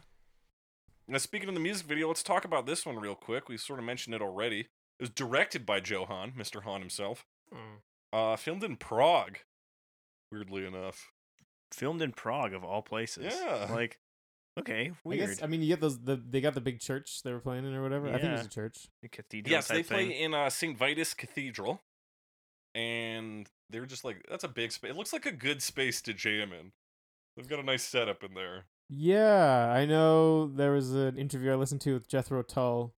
Now speaking of the music video, let's talk about this one real quick. We sort of mentioned it already. It was directed by Johan, Mr. Han himself.
Hmm.
Uh, filmed in Prague. Weirdly enough.
filmed in Prague of all places.
Yeah.
Like, okay,
I
weird.
guess I mean you get those. The, they got the big church they were playing in or whatever. I think it was
Yeah.
a church.
A cathedral
Yes,
type
they play
thing.
in uh, St. Vitus Cathedral, and they're just like that's a big space. It looks like a good space to jam in. They've got a nice setup in there.
Yeah, I know there was an interview I listened to with Jethro Tull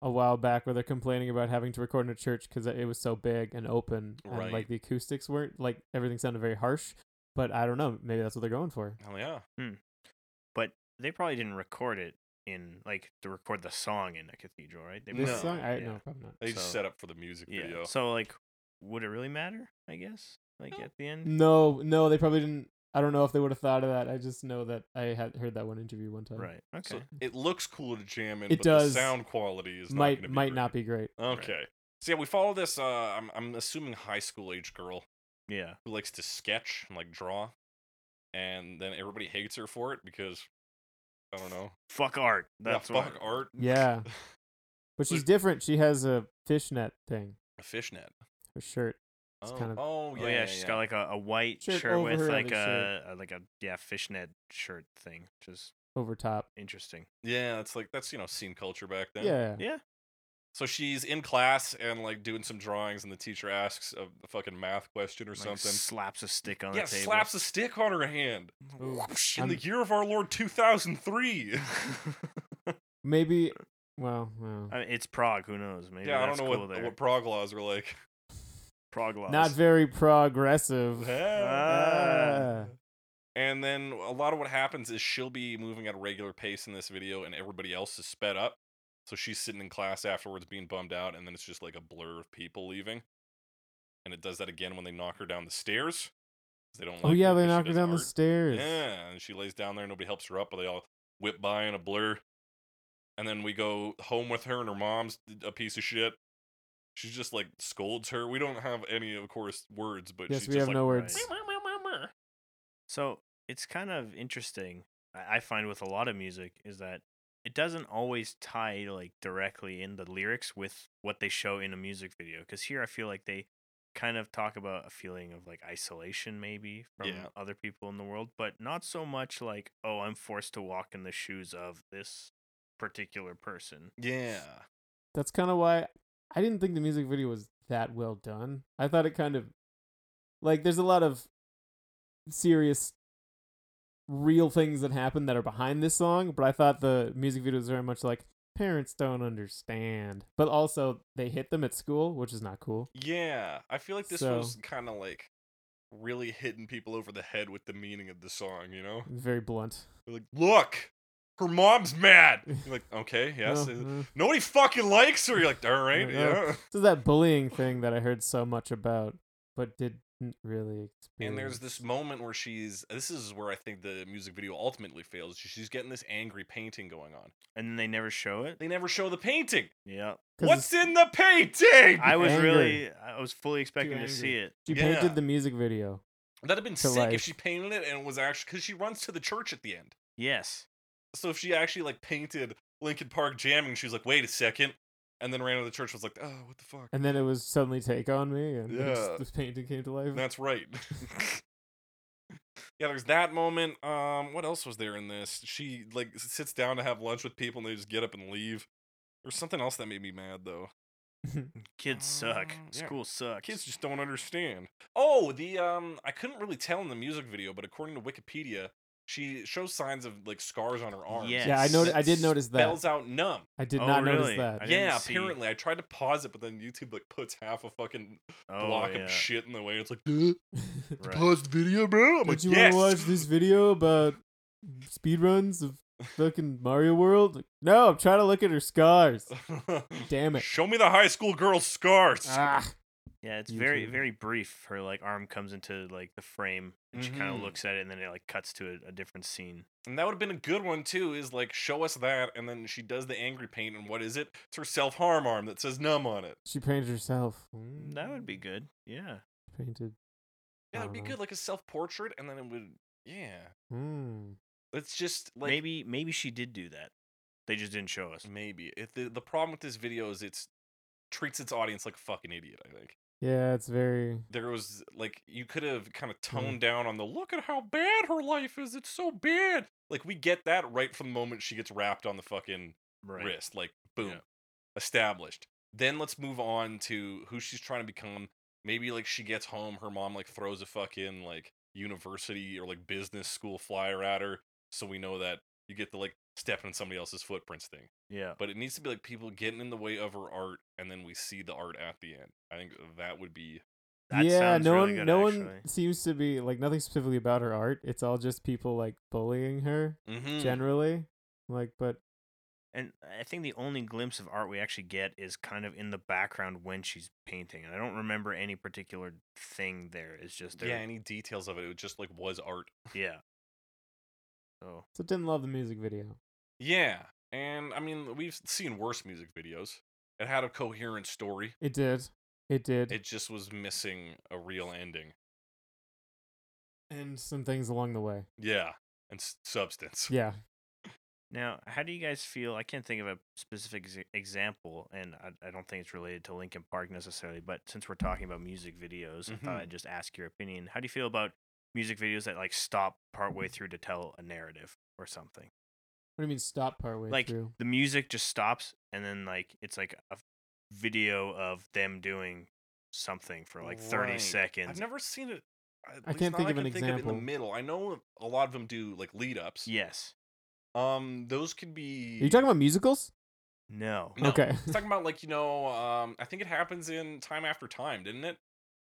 a while back where they're complaining about having to record in a church because it was so big and open and
Right.
like the acoustics weren't like everything sounded very harsh. But I don't know. Maybe that's what they're going for.
Hell yeah!
But they probably didn't record it in like to record the song in a cathedral, right? They
This
No,
probably-
song, I
yeah.
no, probably not.
They just
So-
set up for the music
Yeah.
video.
So like, would it really matter? I guess. Like
No.
at the end.
No, no, they probably didn't. I don't know if they would have thought of that. I just know that I had heard that one interview one time.
Right. Okay.
So it looks cool to jam in,
It
but
does.
the sound quality is
might
not
might not be great.
great. Uh, okay. So yeah, we follow this. Uh, I'm I'm assuming high school age girl
yeah.
who likes to sketch and like draw, and then everybody hates her for it because I don't know.
Fuck art.
Yeah,
That's what.
fuck oh, art.
Yeah, but
So-
she's different. She has a fishnet thing,
A fishnet.
her shirt. It's
oh,
kind of-
oh
Oh
yeah,
yeah, she's got like a, a white
Shirt
shirt,
over
with
her
like
other
a,
shirt.
a like a yeah fishnet shirt thing, which is
over top.
interesting.
Yeah, it's like that's you know scene culture back then.
Yeah.
Yeah.
So she's in class and like doing some drawings, and the teacher asks a a fucking math question or
Like,
something.
Slaps a stick on
yeah,
the table.
slaps a stick on her hand.
Ooh.
Whoosh, in
I'm-
the year of our Lord two thousand three.
Maybe. Well, well.
I mean, it's Prague. Who knows? Maybe
yeah, I don't
that's
know
cool
what
there.
what Prague laws were like.
Prague laws.
not very progressive. Ah.
And then a lot of what happens is she'll be moving at a regular pace in this video, and everybody else is sped up. So she's sitting in class afterwards, being bummed out, and then it's just like a blur of people leaving. And it does that again when they knock her down the stairs. 'cause They don't.
Oh
like
yeah, they
because she
knocked her
does
down the
art.
stairs.
Yeah, and she lays down there. Nobody helps her up, but they all whip by in a blur. And then we go home with her, and her mom's a piece of shit. She just like scolds her. We don't have any, of course, words, but
yes,
she's
we
just
have
like,
no words.
Right. So it's kind of interesting. I I find with a lot of music is that it doesn't always tie like directly in the lyrics with what they show in a music video. Because here I feel like they kind of talk about a feeling of like isolation maybe from
Yeah.
other people in the world, but not so much like oh I'm forced to walk in the shoes of this particular person.
Yeah.
That's kind of why I didn't think the music video was that well done. I thought it kind of like there's a lot of serious real things that happen that are behind this song, but I thought the music video was very much like parents don't understand. But also they hit them at school, which is not cool.
Yeah, I feel like this
So-
was kind of like really hitting people over the head with the meaning of the song. You know,
Very blunt.
They're like, look, her mom's mad. You're like, okay, yes.
No,
uh,
no.
Nobody fucking likes her. You're like, all right,
Yeah, no.
yeah.
This is that bullying thing that I heard so much about, but didn't really experience.
And there's this moment where she's. This is where I think the music video ultimately fails. She's getting this angry painting going on.
And then they never show it.
They never show the painting.
Yeah.
'Cause
What's in the painting?
I was
Angry.
really I was fully expecting to
angry.
see it.
she
Yeah.
painted the music video.
That'd have been
to
sick
like-
if she painted it and it was actually because she runs to the church at the end.
Yes.
so if she actually like painted Lincoln Park jamming, she was like, wait a second, and then ran to the church. Was like, oh, what the fuck?
And then it was suddenly take on me, and this,
Yeah.
this painting came to life.
That's right. yeah, there's that moment. Um, what else was there in this? She like s- sits down to have lunch with people, and they just get up and leave. There's something else that made me mad though.
Kids suck.
Um, yeah.
School sucks.
Kids just don't understand. Oh, the um, I couldn't really tell in the music video, but according to Wikipedia, she shows signs of like scars on her arms.
Yeah,
yeah, I
noti-
know. I did notice that.
Spells out numb.
I did
Oh,
not
really?
notice that.
I didn't
yeah,
see-
apparently. I tried to pause it, but then YouTube like puts half a fucking
Oh,
block
yeah.
of shit in the way. It's like, "Duh,
Right.
pause the video, bro. I'm
Did
like,
you
yes.
want to watch this video about speedruns of fucking Mario World? Like, No, I'm trying to look at her scars. Damn it!
Show me the high school girl's scars.
Ah,
Yeah, it's
You
very
too.
very brief. Her like arm comes into like the frame, and she kind
Mhm.
of looks at it, and then it like cuts to a, a different scene.
And that would have been a good one too. Is like show us that, and then she does the angry paint, and what is it? It's her self harm arm that says numb on it.
She painted herself.
That would be
Mm,
good. Yeah.
painted.
Yeah, it'd be
Uh-huh.
good, like a self portrait, and then it would. Yeah,
Mm.
it's just like
maybe maybe she did do that. They just didn't show us.
maybe. If the the problem with this video is it's treats its audience like a fucking idiot. I think
Yeah, it's very.
there was like you could have kind of toned down on the look at how bad her life is. It's so bad. Like we get that right from the moment she gets wrapped on the fucking
Right.
wrist. Like, boom, established. Then let's move on to who she's trying to become. Maybe like she gets home, her mom like throws a fucking like university or like business school flyer at her, so we know that you get the like stepping in somebody else's footprints thing.
Yeah.
But it needs to be like people getting in the way of her art, and then we see the art at the end. I think that would be
That
yeah,
sounds
no
really
one,
good,
no one
actually.
seems to be like nothing specifically about her art. It's all just people like bullying her
Hmm.
mm-hmm.
generally. Like, but
And I think the only glimpse of art we actually get is kind of in the background when she's painting. And I don't remember any particular thing there. It's just there.
yeah. Any details of it? It just like was art.
yeah. So
so didn't love the music video.
Yeah, and I mean we've seen worse music videos. It had a coherent story.
It did, it did,
It just was missing a real ending.
and some things along the way.
Yeah, and s- substance.
Yeah,
now, how do you guys feel? I can't think of a specific ex- example, and I, I don't think it's related to Linkin Park necessarily. But since we're talking about music videos, I thought
Mhm.
I'd just ask your opinion. How do you feel about music videos that like stop
Mm-hmm.
partway through to tell a narrative or something?
what do you mean stop partway
like
through?
the music just stops and then like it's like a video of them doing something for like 30
Right.
seconds
I've never seen it. uh, at
I
least
can't
not
think
I
of an
can Think of in
example.
the middle, I know a lot of them do like lead ups.
yes
Um, those could
Are
be.
you talking about musicals?
no
No.
Okay.
It's talking about like you know, um, I think it happens in Time After Time, didn't it?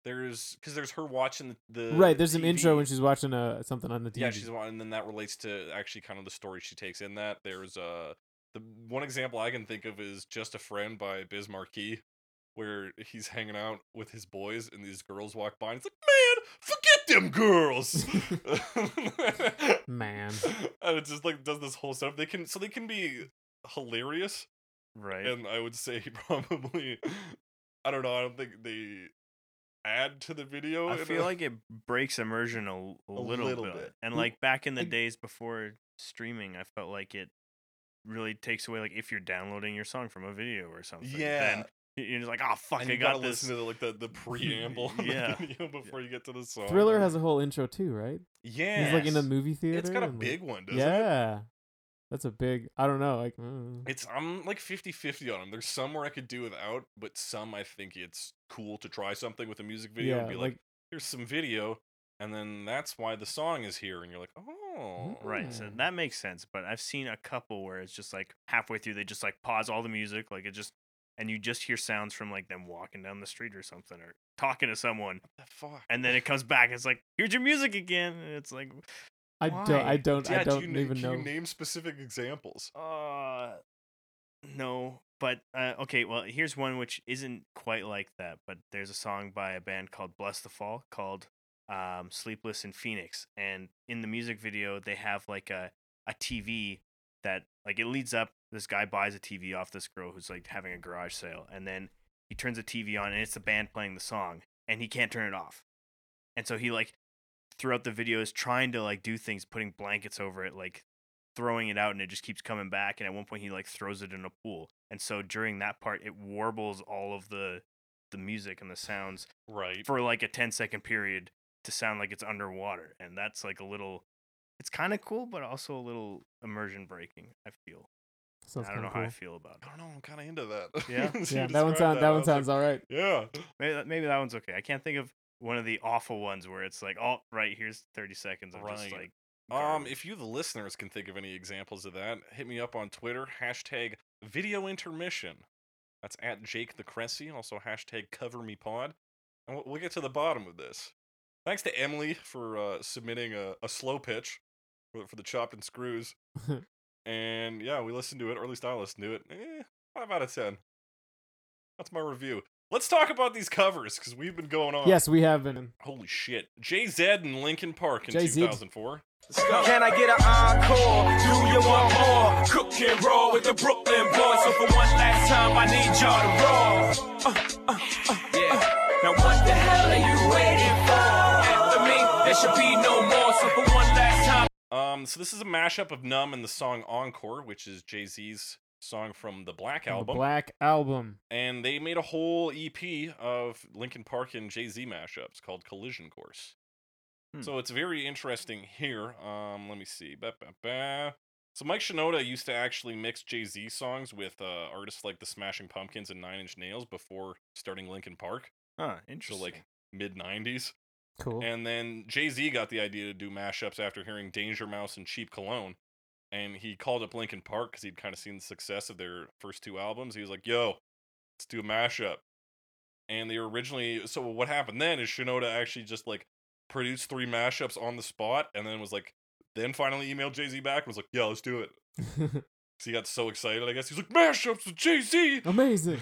There's because there's her watching the, the
right, there's an intro
TV.
when she's watching uh something on the TV.
Yeah, she's wa- and then that relates to actually kind of the story she takes in that. There's uh the one example I can think of is Just a Friend by Biz Marquee, where he's hanging out with his boys and these girls walk by and it's like, Man, forget them girls
Man,
And it just like does this whole stuff. They can so they can be hilarious
right
and I would say probably I don't know, I don't think they add to the video.
i
in
feel
a-
like it breaks immersion a, l- a little,
little
bit.
bit.
and
Mm,
like back in the
I-
days before streaming i felt like it really takes away like if you're downloading your song from a video or something
Yeah.
then y- you're just like oh fuck
and
i
you
got
gotta
this
listen to the, like the, the preamble on the
Yeah.
video before you get to the song.
Thriller has a whole intro too, right?
yeah,
He's like in a
Yes.
movie theater.
it's got a
and, like-
big one, doesn't it?
yeah, that's a big. I don't know. Like, mm.
It's I'm like 50-50 on them. There's some where I could do without, but some I think it's cool to try something with a music video and be like, here's some video, and then that's why the song is here, and you're like, oh,
Right, so
Mm.
that makes sense. But I've seen a couple where it's just like halfway through they just like pause all the music, like it just and you just hear sounds from like them walking down the street or something or talking to someone,
the fuck.
and then it comes back. And it's like here's your music again, and it's like,
I don't. I
Why?
don't.
yeah,
I
do
don't
you na-
even
can
know.
You name specific examples.
uh, no. But uh, okay, well here's one which isn't quite like that. But there's a song by a band called Bless the Fall called um, "Sleepless in Phoenix," and in the music video they have like a a TV that like it leads up this guy buys a TV off this girl who's like having a garage sale and then he turns the TV on and it's the band playing the song and he can't turn it off. And so he like throughout the video is trying to like do things putting blankets over it like throwing it out and it just keeps coming back and at one point he like throws it in a pool. And so during that part it warbles all of the the music and the sounds
Right.
for like a 10 second period to sound like it's underwater and that's like a little it's kind of cool but also a little immersion breaking i feel
Sounds
i don't know
kinda
how i
cool.
feel about
I
it
don't know. I'm kind of into that.
Yeah.
As you
Yeah, that one
described
sounds. That
I
one
was like,
sounds all right.
yeah.
maybe that, uh, maybe that one's okay i can't think of one of the awful ones where it's like oh right here's 30 seconds of just
Right.
like
Um,
garbage."
if you, the listeners, can think of any examples of that, hit me up on Twitter, hashtag video intermission. That's at Jake the Cressy, also hashtag cover me pod. And we'll, we'll get to the bottom of this. Thanks to Emily for uh, submitting a, a slow pitch for, for the chopped and screws. and yeah, we listened to it, or at least I listened to it. Eh, 5 out of 10. That's my review. Let's talk about these covers because we've been going on.
Yes, we have been.
Holy shit. Jay Z and Lincoln Park in
Jay-Z.
2004.
Can I get an encore? Do you want more? Cook and roll with the Brooklyn boys. So for one last time, I need y'all to roll. Uh, uh, uh, uh. Now what the hell are you waiting for? After me, there should be no more. So for one last time.
Um, so this is a mashup of Numb and the song Encore, which is Jay Z's song from the Black
on the
album.
Black album.
and they made a whole EP of Linkin Park and Jay Z mashups called Collision Course.
Hmm.
So it's very interesting here. Um, let me see. Ba, ba, ba. So Mike Shinoda used to actually mix Jay Z songs with uh, artists like the Smashing Pumpkins and Nine Inch Nails before starting Linkin Park.
Huh,
So
interesting.
like mid '90s,
Cool.
and then Jay Z got the idea to do mashups after hearing Danger Mouse and Cheap Cologne. And he called up Linkin Park because he'd kind of seen the success of their first two albums. He was like, yo, let's do a mashup. And they were originally. So what happened then is Shinoda actually just like produced three mashups on the spot and then was like, then finally emailed Jay Z back and was like, yo, let's do it. So he got so excited, I guess. He's like, mashups with Jay Z.
Amazing.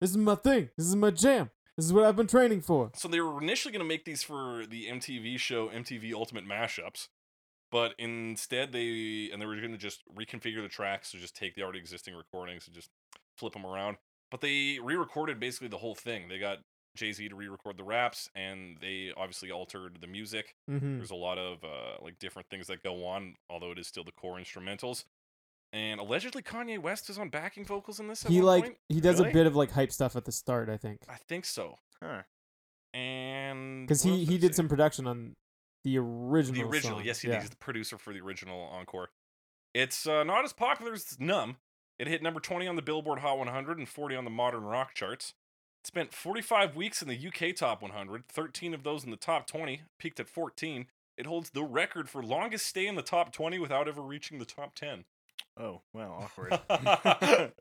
This is my thing. This is my jam. This is what I've been training for.
So they were initially going to make these for the MTV show MTV Ultimate Mashups, but instead they and they were going to just reconfigure the tracks, so just take the already existing recordings and just flip them around. But they re-recorded basically the whole thing. They got Jay Z to re-record the raps, and they obviously altered the music.
Mm-hmm.
There's a lot of uh, like different things that go on, although it is still the core instrumentals. And allegedly Kanye West is on backing vocals in this. At
He
one
like
point?
he does
Really?
a bit of like hype stuff at the start, I think,
I think so.
Huh.
And
because
what
he
else
he
I
did
see?
some production on the original.
the original.
song.
Yes, he,
yeah.
he's the producer for the original Encore. It's uh, not as popular as Numb. It hit number 20 on the Billboard Hot 100 and 40 on the modern rock charts. It spent 45 weeks in the UK Top 100, 13 of those in the top 20, peaked at 14. It holds the record for longest stay in the top 20 without ever reaching the top 10.
Oh, well, awkward.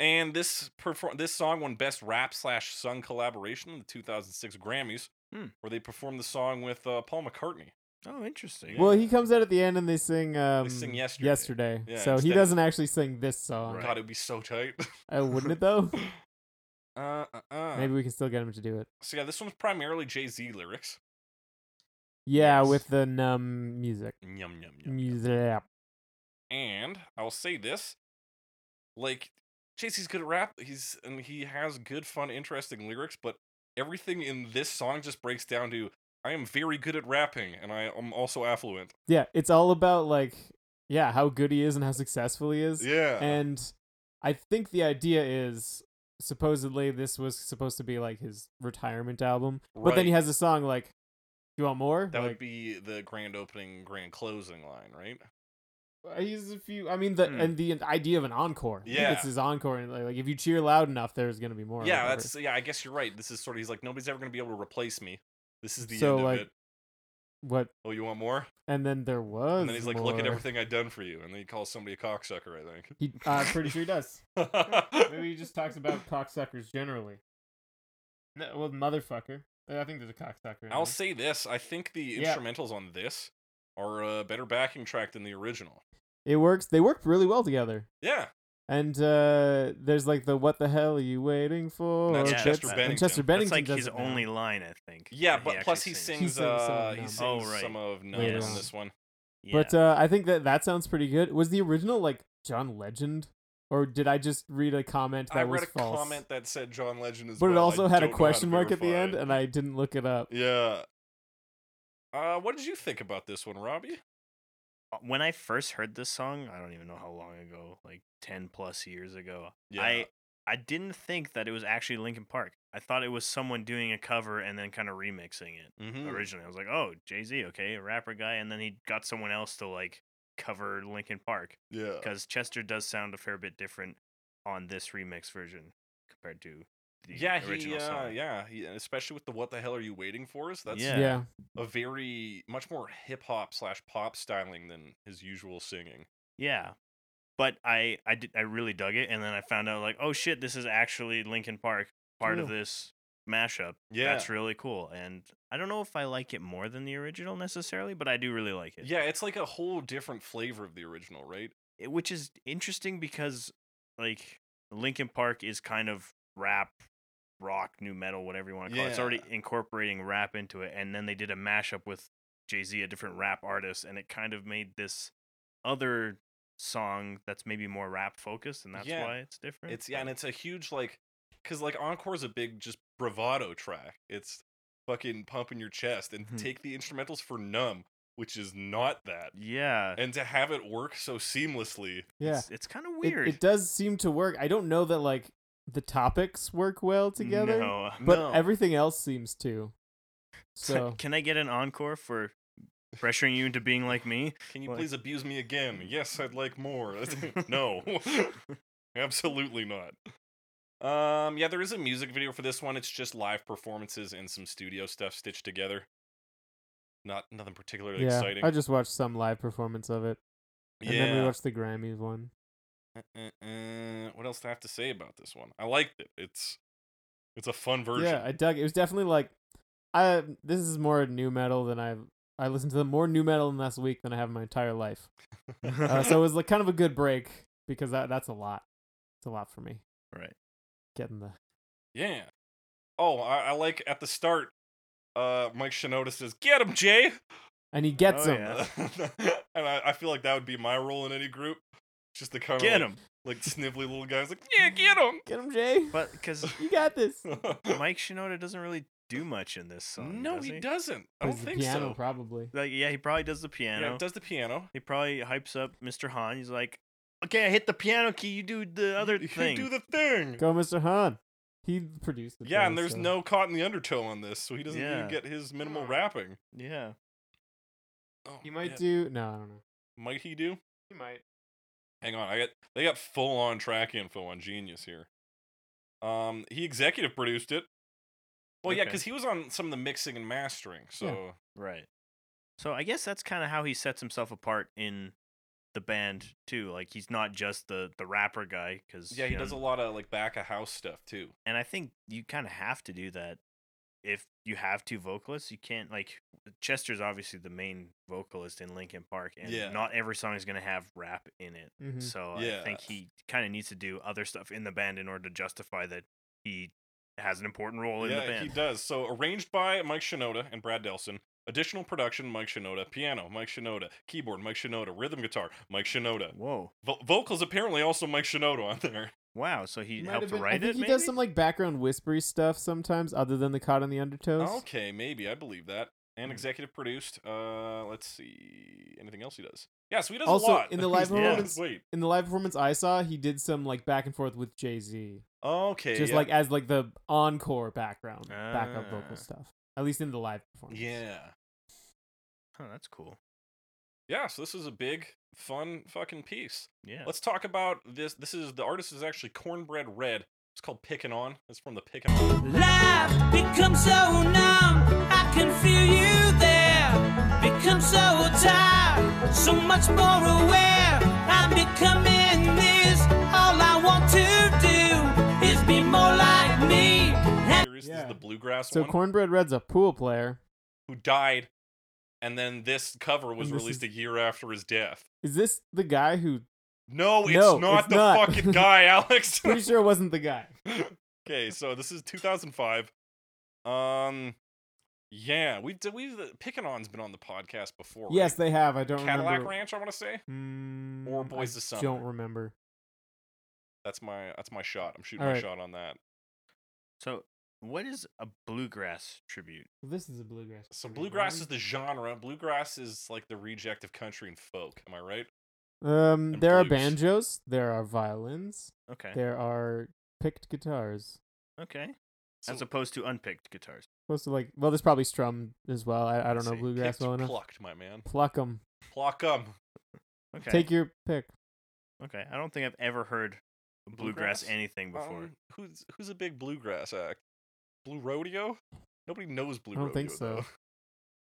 and this perform this song won best rap slash sung collaboration in the 2006 Grammys,
Hmm.
where they performed the song with uh, Paul McCartney.
oh, interesting.
Well, he comes out at the end and they sing. Um,
sing Yesterday.
Yesterday.
Yeah,
so he
instead of-
doesn't actually sing this song.
God, it'd be so tight.
Uh, wouldn't it though?
Uh, uh, uh.
Maybe we can still get him to do it.
So yeah, this one's primarily Jay Z lyrics.
Yeah,
Yes.
with the numb music.
Yum yum yum.
Music.
And I'll say this, like Jay Z's good at rap. He's and he has good, fun, interesting lyrics. But everything in this song just breaks down to I am very good at rapping, and I am also affluent.
Yeah, it's all about like yeah how good he is and how successful he is.
Yeah.
And I think the idea is supposedly this was supposed to be like his retirement album, but then he
Right.
has a song like "You Want More."
that would
Like,
be the grand opening, grand closing line, right?
uh, he's a few. I mean, the
Hmm.
and the idea of an encore. I think
Yeah.
it's his encore, and like, like, if you cheer loud enough, there's gonna be more. or
yeah,
whatever.
that's yeah. I guess you're right. This is sort of he's like nobody's ever gonna be able to replace me. This is the
So,
end of
like,
it.
what.
Oh, you want more?
And then there was.
And then he's like, "Look at
more.
everything I've done for you," and then he calls somebody a cocksucker. I think.
He, uh, I'm pretty sure he does. Maybe he just talks about cocksuckers generally. No, well, motherfucker. I think there's a cocksucker. in
I'll
there.
say this: I think the
Yeah.
instrumentals on this are a better backing track than the original.
It works. They work really well together.
Yeah,
And uh, there's like the "What the hell are you waiting for?"
that's
Ch-
Chester
that's-
and
Bennington.
Chester
That's
Bennington
like
does
his
it now.
only line, I think.
yeah,
that
but plus he
actually
sings,
He sings some
uh,
of
he
Numb.
sings
Oh, right.
some of Numb
Later
on
on.
this one.
But
Yeah.
uh, I think that that sounds pretty good. Was the original like John Legend, or did I just read a comment that
I
was
read a
false?
comment that said John Legend is.
but it also had a question mark at the end, and I didn't look it up.
yeah. Uh, what did you think about this one, Robbie?
Uh, when I first heard this song, I don't even know how long ago, like 10 plus years ago, I I didn't think that it was actually Linkin Park. I thought it was someone doing a cover and then kind of remixing it
Mhm.
originally. I was like, "Oh, Jay-Z, okay, a rapper guy." And then he got someone else to like cover Linkin Park
yeah.
cuz Chester does sound a fair bit different on this remix version compared to the
Yeah, he,
original
uh,
song.
yeah, he, and especially with the "What the hell are you waiting for?" So that's
Yeah.
yeah.
a very much more hip hop slash pop styling than his usual singing.
Yeah. But I I did I really dug it and then I found out like, "Oh shit, this is actually Linkin Park part of
Cool.
this mashup."
Yeah,
That's really cool. And I don't know if I like it more than the original necessarily, but I do really like it.
yeah, it's like a whole different flavor of the original, right?
It- Which is interesting because like Linkin Park is kind of rap rock, new metal, whatever you want to call it. It's
Yeah.
already incorporating rap into it. And then they did a mashup with Jay Z, a different rap artist, and it kind of made this other song that's maybe more rap focused, and that's
Yeah.
why it's different.
It's yeah, and
but-
it's a huge like, cause like Encore's a big just bravado track. It's fucking pumping your chest and
Mhm.
take the instrumentals for numb, which is not that.
yeah,
And to have it work so seamlessly,
Yeah.
it's, it's kind of
It-
weird.
It, does seem to work. I don't know that like the topics work well together,
No.
but
No.
everything else seems to. So
can I get an encore for pressuring you into being like me?
can you
Like-
please abuse me again? Yes, I'd like more. no, absolutely not. Um, yeah, there is a music video for this one. It's just live performances and some studio stuff stitched together. Not nothing particularly
yeah,
exciting.
I just watched some live performance of it, and then we
Yeah.
watched the Grammys one.
Uh, uh, uh, what else do I have to say about this one? I liked it. It's it's a fun version.
Yeah, I dug. It It was definitely like, I this is more new metal than I've. I listened to more new metal in last week than I have in my entire life. Uh, so it was like kind of a good break because that, that's a lot. It's a lot for me
Right.
getting the
yeah. Oh, I, I like at the start. Uh, Mike Shinoda says, "Get him, Jay,"
and he gets
Oh,
them.
yeah.
and I, I feel like that would be my role in any group. Just the kind of
Get
like,
him.
like snivelly little guys, like, "Yeah, get him."
Get him, Jay.
But because
You got this.
Mike Shinoda doesn't really do much in this song.
no,
does
he, doesn't. I don't
Plays the
think
piano
so.
probably.
Like, yeah, he probably does the piano.
Yeah, does the piano.
He probably hypes up Mr. Han. He's like, okay, I hit the piano key. You do the other
You- you
thing.
do the thing.
Go, Mr. Han. He produced the
yeah, and
show,
there's
so-
no caught in the undertow on this, so he doesn't
Yeah.
even get his minimal rapping.
yeah.
Oh,
He might
yeah.
do. No, I don't know.
Might he do?
He might.
Hang on, I got they got full on track info on Genius here. Um, he executive produced it. Well, yeah,
Okay.
because he was on some of the mixing and mastering. So
Right. So I guess that's kind of how he sets himself apart in the band too. Like he's not just the the rapper guy because
yeah, he does a lot of like back of house stuff too.
And I think you kind of have to do that if you have two vocalists. You can't like Chester's obviously the main vocalist in Linkin Park, and
Yeah.
not every song is gonna have rap in it.
Mhm.
So I
Yeah.
think he kind of needs to do other stuff in the band in order to justify that he has an important role in the
yeah,
band.
he does. So arranged by Mike Shinoda and Brad Delson. Additional production: Mike Shinoda, piano, Mike Shinoda, keyboard, Mike Shinoda, rhythm guitar, Mike Shinoda.
Whoa!
Vo- vocals apparently also Mike Shinoda on there.
Wow! So he
Might
helped
have been-
write
I think
it.
he
maybe?
does some like background whispery stuff sometimes, other than the caught on the undertows.
Okay, maybe I believe that. And
Hmm.
executive produced. Uh, let's see anything else he does. Yeah, so he does
Also,
a lot
in the live
He's-
performance-
Wait.
In the live performance I saw, he did some like back and forth with Jay Z,
Okay.
just
yeah.
like as like the encore background, backup
Ah.
vocal stuff. At least in the live performance.
Yeah.
Oh, that's cool.
Yeah. So this is a big, fun, fucking piece.
Yeah.
Let's talk about this. This is the artist is actually Cornbread Red. It's called Pickin' On. It's from the Pickin' On.
Life becomes so numb, I can feel you there. Become so tired, so much more aware. I'm becoming this. All I want to do is be more like me.
Here is- This is
Yeah.
the bluegrass
So
one
Cornbread Red's a pool player.
who died, and then this cover was
And this
released
is-
a year after his death.
Is this the guy who?
No, it's
No,
not
it's
the
not.
fucking guy, Alex.
Pretty sure it wasn't the guy.
okay, so this is 2005. Um, yeah, we've we've Pickin' On's been on the podcast before.
Yes,
right?
they have. I don't
Cadillac
remember.
Ranch, I want to say.
Mm,
Or
I
Boys of Summer.
Don't remember.
That's my that's my shot. I'm shooting
All
my
right.
shot on that.
So, what is a bluegrass tribute?
This is a bluegrass.
So bluegrass is the genre. Bluegrass is like the reject of country and folk. Am I right?
Um,
and
there are
blues.
banjos. There are violins.
Okay.
There are picked guitars.
Okay. As
So
opposed to unpicked guitars.
Supposed to like, well, there's probably strum as well. I, I don't know
see.
bluegrass
picked,
well enough.
plucked, my man.
Pluck 'em.
Pluck 'em.
Okay.
Take your pick.
okay. I don't think I've ever heard bluegrass,
Bluegrass?
anything before.
Um, who's who's a big bluegrass act? Blue Rodeo? Nobody knows Blue
I don't
Rodeo.
think so.
though.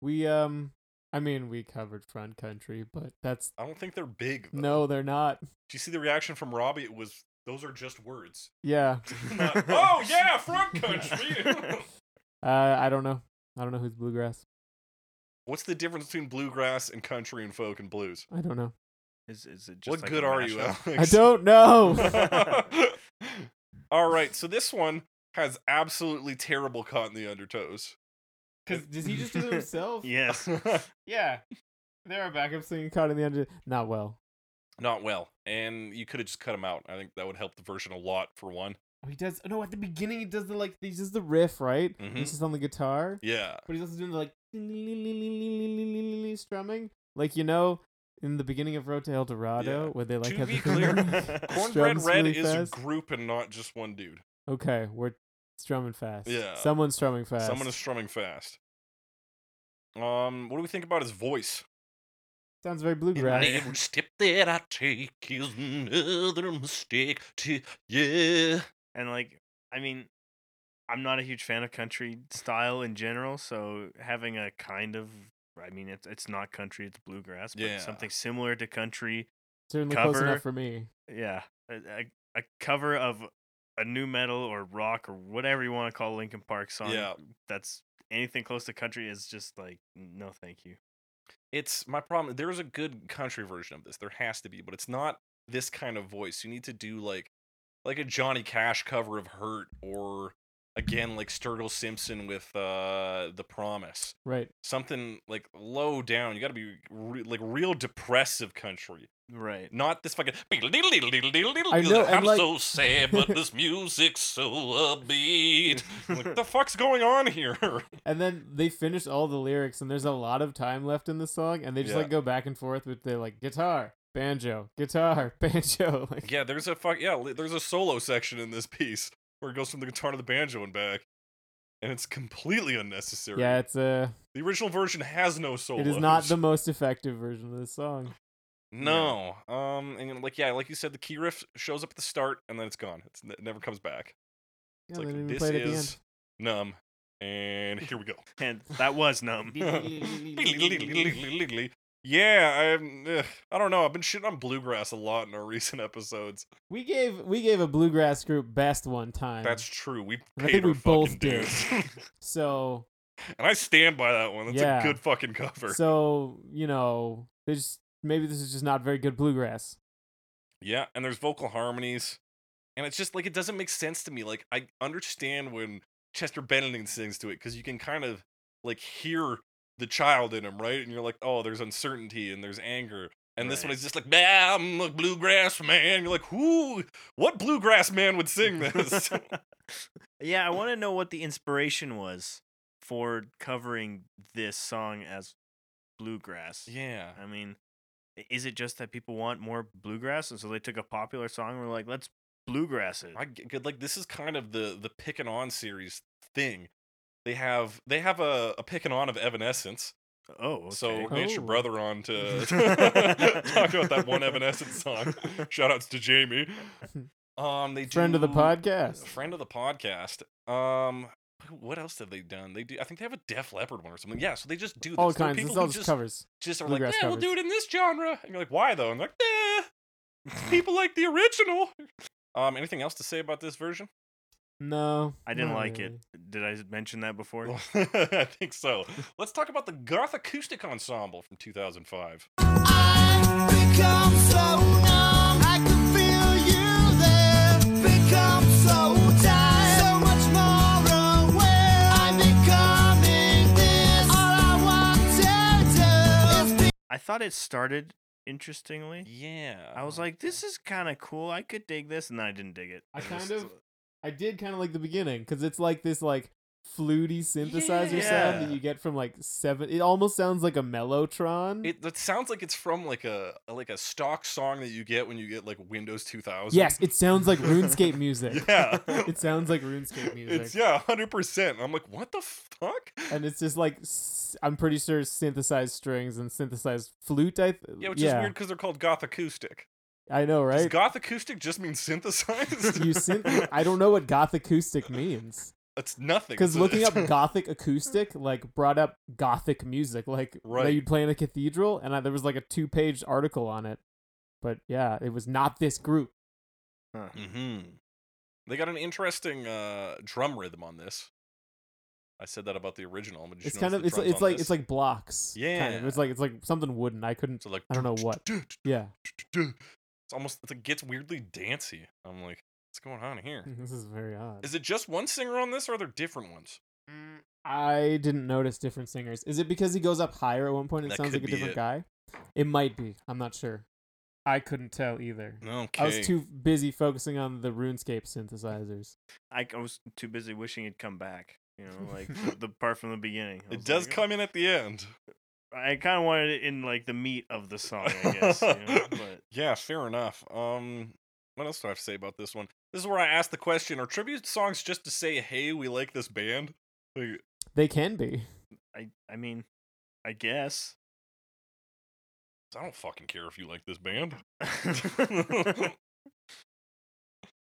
We um, I mean, we covered front country, but that's
I don't think they're big. Though.
no, they're not.
Do you see the reaction from Robbie? It was those are just words.
Yeah.
Not, oh yeah, front country.
Uh, I don't know. I don't know who's bluegrass.
What's the difference between bluegrass and country and folk and blues?
I don't know.
is, is it just
what
like a
good are you,
mashup?
Alex?
I don't know.
All right, so this one has absolutely terrible caught in the undertoes.
Because does he just do it himself?
Yes.
Yeah. There are backup singing caught in the under. Not well.
Not well. And you could have just cut him out. I think that would help the version a lot for one.
Oh, he does. No, at the beginning he does the like. He does the riff, right?
Mhm.
He's just on the guitar,
Yeah.
but he's also doing the like strumming, like you know, in the beginning of Road to El Dorado,
Yeah.
where they like
To
have
be
the-
clear, Cornbread
strums
Red
really
is
fast.
a group and not just one dude.
Okay, we're strumming fast.
Yeah.
Someone's strumming fast.
Someone is strumming fast. Um, what do we think about his voice?
Sounds very bluegrass.
Every step that I take is another mistake. To yeah,
and like, I mean, I'm not a huge fan of country style in general, so having a kind of I mean, it's it's not country, it's bluegrass, but
Yeah.
something similar to country.
Certainly close
cover.
enough for me.
Yeah, a, a, a cover of a new metal or rock or whatever you want to call Linkin Park song.
yeah.
that's anything close to country is just like no, thank you.
It's my problem. There is a good country version of this. There has to be, but it's not this kind of voice. You need to do like, like a Johnny Cash cover of "Hurt" or again like Sturgill Simpson with uh "The Promise."
Right.
Something like low down. You got to be re- like real depressive country.
Right.
Not this fucking.
I
I
know, and
I'm
like-
so sad, but this music's so upbeat. Like, the fuck's going on here?
And then they finish all the lyrics, and there's a lot of time left in the song, and they just
Yeah.
like go back and forth with the like guitar, banjo, guitar, banjo. Like,
yeah, there's a fuck. Yeah, li- there's a solo section in this piece where it goes from the guitar to the banjo and back, and it's completely unnecessary.
yeah, it's a.
The original version has no solo.
It is not the most effective version of the song.
No. Um, and then, like yeah, like you said, the key riff shows up at the start and then it's gone. It's, it never comes back.
Yeah,
It's
they
like
didn't even
this
play it at
is numb, and here we go.
And that was numb.
the end.
yeah, I'm. Ugh, I don't know. I've been shitting on bluegrass a lot in our recent episodes.
we gave we gave a bluegrass group best one time.
That's true. We
I
paid
think
our
we both
fucking
did.
dues.
so
and I stand by that one. That's
Yeah.
a good fucking cover.
so you know there's maybe this is just not very good bluegrass.
yeah, and there's vocal harmonies, and it's just like it doesn't make sense to me. Like I understand when Chester Bennington sings to it because you can kind of like hear the child in him, right? And you're like, oh, there's uncertainty and there's anger. And this one
Right.
is just like, "Bah, I'm a bluegrass man. You're like, who? What bluegrass man would sing this?
yeah, I want to know what the inspiration was for covering this song as bluegrass.
yeah.
I mean, i- is it just that people want more bluegrass, and so they took a popular song and were like, "Let's bluegrass it."
I g- good like this is kind of the the pick and on series thing. They have they have a, a pick and on of Evanescence.
oh,
So
okay.
we're gonna get your
Oh.
brother on to talk about that one Evanescence song. Shoutouts to Jamie. Um they
Friend of the
do-
podcast.
Friend of the podcast. Um who- what else have they done? They do I think they have a Def Leppard one or something. Yeah, so they just do this.
All
There are
kinds. It's
People
all
who
just
just,
covers.
just are like, yeah,
bluegrass
we'll do it
covers.
in this genre. And you're like, why though? And they're like, nah, people like the original. Um, anything else to say about this version?
No,
I didn't
not
like
really.
it. Did I mention that before?
I think so. Let's talk about the Garth Acoustic Ensemble from 2005.
I thought it started interestingly.
Yeah.
I was like, "This is kind of cool. I could dig this," and then I didn't dig it.
I
It was
kind of- I did kind of like the beginning because it's like this like fluty synthesizer sound that
Yeah.
you get from like seven. It almost sounds like a mellotron.
it that sounds like it's from like a like a stock song that you get when you get like Windows 2000.
yes, it sounds like RuneScape music.
Yeah.
It sounds like RuneScape music,
It's yeah, 100%. I'm like, "What the fuck?"
and it's just like s- I'm pretty sure synthesized strings and synthesized flute. I th-
yeah, which is weird cuz they're called Goth Acoustic.
I know,
'Cause
right?
Goth Acoustic just means synthesized.
you synth- I don't know what gothic acoustic means
it's nothing.
because
It's a-
looking up
it's-
gothic acoustic like brought up gothic music like that
Right.
you'd play in a cathedral and I, there was like a two-page article on it but yeah it was not this group
Huh.
Mhm. They got an interesting uh drum rhythm on this. I said that about the original, but did you
it's
notice
kind
the
of it's
drums
it's
on
like
this?
it's like blocks kind of.
Yeah.
it's like it's like something wooden i couldn't
So like
I don't know what. yeah
It's almost it's like gets weirdly dancey. I'm like, it's What's going on here?
this is very odd.
Is it just one singer on this, or are there different ones?
I didn't notice different singers. Is it because he goes up higher at one point and
That
sounds
could
like a
be
different
it.
guy? It might be. I'm not sure. I couldn't tell either.
Okay.
I was too busy focusing on the RuneScape synthesizers.
I, I was too busy wishing it'd come back. You know, like the, the part from the beginning. I
It
was
does
like, "Oh,
come in at the end.
I kind of wanted it in like the meat of the song, I guess. you know, but
Yeah, fair enough. Um, what else do I have to say about this one? This is where I asked the question: Are tribute songs just to say, "Hey, we like this band"? Like,
They can be.
I, I mean, I guess.
I don't fucking care if you like this band.
I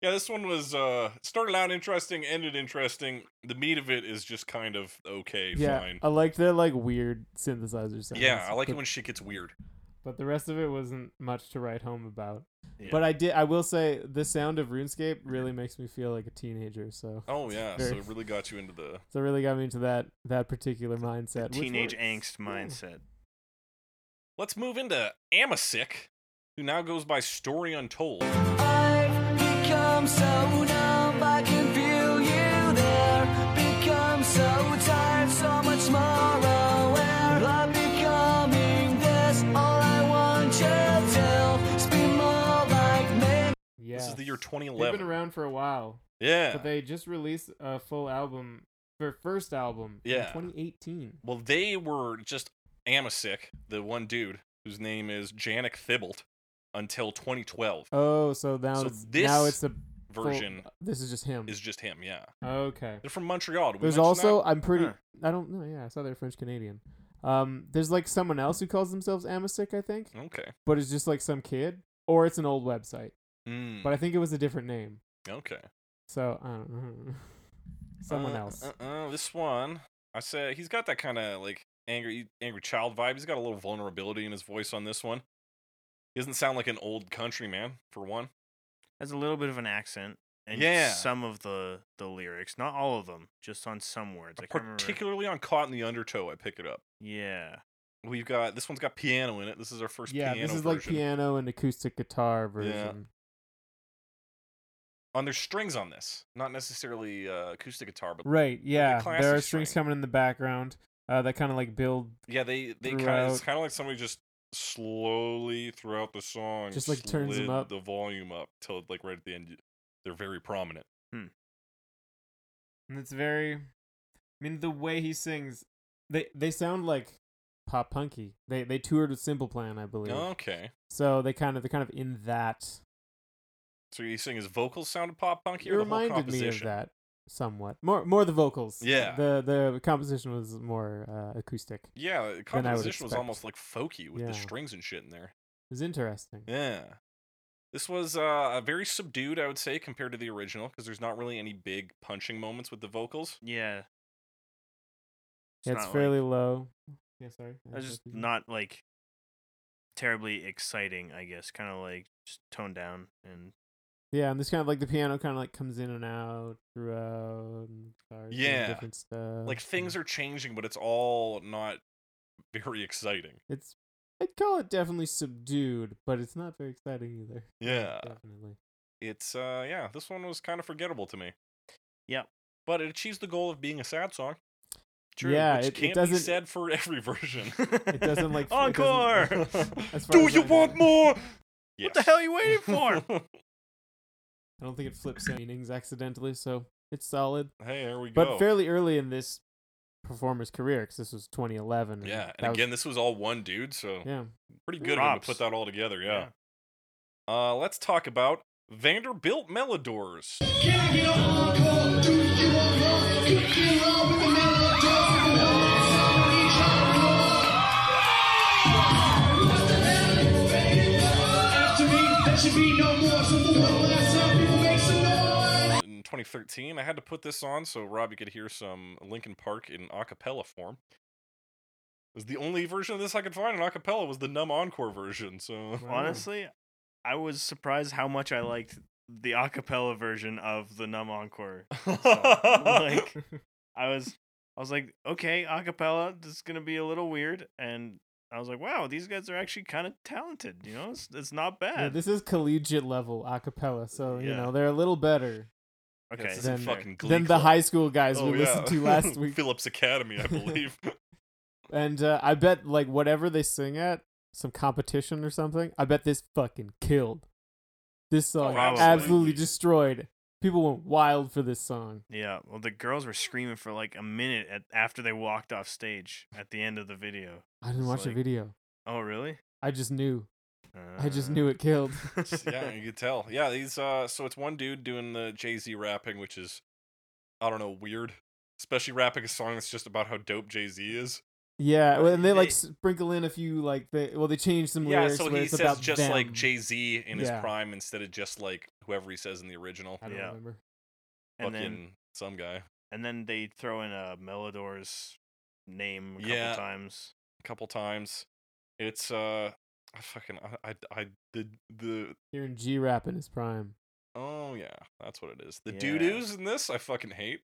Yeah, this one was uh started out interesting, ended interesting. The meat of it is just kind of okay,
yeah, Oh,
fine.
I liked their like weird synthesizer sounds.
yeah, I like
but,
it when shit gets weird.
But the rest of it wasn't much to write home about.
Yeah.
But I did. I will say the sound of RuneScape really makes me feel like a teenager. So.
Oh yeah,
Very-
so it really got you into the
So it really got me into that that particular mindset. which
teenage
works.
angst
Yeah.
mindset.
Let's move into Amasick, who now goes by Story Untold.
I've become so numb, I can feel you there. Become so tired, so much more aware. I'm becoming this, all I want you to do is be more like me.
Yeah.
This is the year
They've been
2011.
around for a while,
yeah.
but they just released a full album, their first album, in
Yeah.
2018.
well, they were just Amasick, the one dude whose name is Janik Thibault, until 2012
Oh, so now
So
it's now
this
it's the full-
version
this is just him.
is just him. Yeah,
okay.
they're from Montreal. Did we
There's
mention
also uh,
that?
I'm pretty.
Huh.
I don't know. Yeah, I saw they're French Canadian. Um, there's like someone else who calls themselves Amasic, I think,
okay.
but it's just like some kid, or it's an old website.
Mm,
But I think it was a different name.
okay.
So I don't know. Someone
Uh,
else.
Uh, uh, this one, I said he's got that kind of like angry, angry child vibe. He's got a little vulnerability in his voice on this one. He doesn't sound like an old country man, for one.
Has a little bit of an accent. And
Yeah.
some of the the lyrics, not all of them, just on some words. I can't remember.
Particularly on Caught in the Undertow, I pick it up.
Yeah.
We've got this one's got piano in it. This is our first
yeah,
piano
this is like
version.
piano and acoustic guitar version.
On there's strings on this, not necessarily uh, acoustic guitar, but
Right. Yeah. There are
classic
strings
string.
coming in the background uh, that kind of like build,
yeah, they they kind of it's
Throughout.
kind of like somebody just slowly throughout the song
Just, like, turns 'em
slid
up.
the volume up till like right at the end. They're very prominent.
and it's very. I mean, the way he sings, they they sound like pop punky. They they toured with Simple Plan, I believe.
Okay.
So they kind of they're kind of in that.
So you saying his vocals sounded pop punky?
It
Or the whole
reminded me of
composition?
that somewhat. More more the vocals.
Yeah.
The the composition was more uh, acoustic. It
Yeah, the
than I would
composition was
expect.
almost like folky with the
Yeah.
strings and shit in there.
was interesting.
Yeah. This was uh, a very subdued, I would say, compared to the original, because there's not really any big punching moments with the vocals.
Yeah. It's,
It's,
not, like-
fairly low. Yeah, sorry. I
That's just not like terribly exciting, I guess. Kind of like just toned down and
Yeah, and this kind of like the piano kind of like comes in and out throughout. And starts doing
Yeah.
different stuff.
Like things are changing, but it's all not very exciting.
It's I'd call it definitely subdued, but it's not very exciting either.
Yeah.
definitely.
It's uh yeah, this one was kind of forgettable to me.
Yep.
But it achieves the goal of being a sad song.
True. Yeah,
which
it- it
can't be
doesn't-
said for every version.
It doesn't like it doesn't-
encore.
as far
Do
as
you
I know,
want more?
What the hell are you waiting for?
I don't think it flips any meanings accidentally, so it's solid.
Hey, there we
But
go.
fairly early in this performer's career, because this was 2011.
yeah,
that
and
was-
again, this was all one dude, so
yeah,
pretty good of him to
Props.
put that all together. Yeah. Uh, let's talk about Vanderbilt Melodors. In 2013, I had to put this on so Robbie could hear some Linkin Park in a cappella form. It was the only version of this I could find in a cappella was the Numb Encore version. So
Wow.
Honestly, I was surprised how much
Mm.
I liked the a cappella version of the Numb Encore. like, I was I was like, okay, a cappella, this is gonna be a little weird, and I was like, wow, these guys are actually kind of talented. You know, it's, it's not
Yeah,
bad.
this is collegiate level a cappella, so you
Yeah.
know they're a little better
okay,
This is
then-
fucking Glee
than the
Club.
high school guys
Oh,
we
yeah.
listened to last week.
Phillips Academy, I believe.
And uh, I bet like whatever they sing at some competition or something, I bet this fucking killed. This song
absolutely.
absolutely destroyed. People went wild for this song.
Yeah, well, the girls were screaming for like a minute at, after they walked off stage at the end of the video.
I didn't
It's
watch the
like-
video.
Oh, really?
I just knew. I just
Uh,
knew it killed.
yeah, you could tell. Yeah, these. Uh, so it's one dude doing the Jay Z rapping, which is, I don't know, weird. Especially rapping a song that's just about how dope Jay Z is.
Yeah, well, and they like
They-
sprinkle in a few like they well they changed some
yeah,
lyrics
so
where
he
it's
says
about
just
them.
like Jay Z in
Yeah.
his prime instead of just like whoever he says in the original.
I don't
Yeah.
remember.
and
Fucking
then,
some guy.
and then they throw in a Melidor's name a couple
Yeah.
times.
A couple times. It's uh, I fucking I I, I did the
Hearing G rap in his prime.
oh yeah, that's what it is. The
Yeah.
doo doos in this I fucking hate.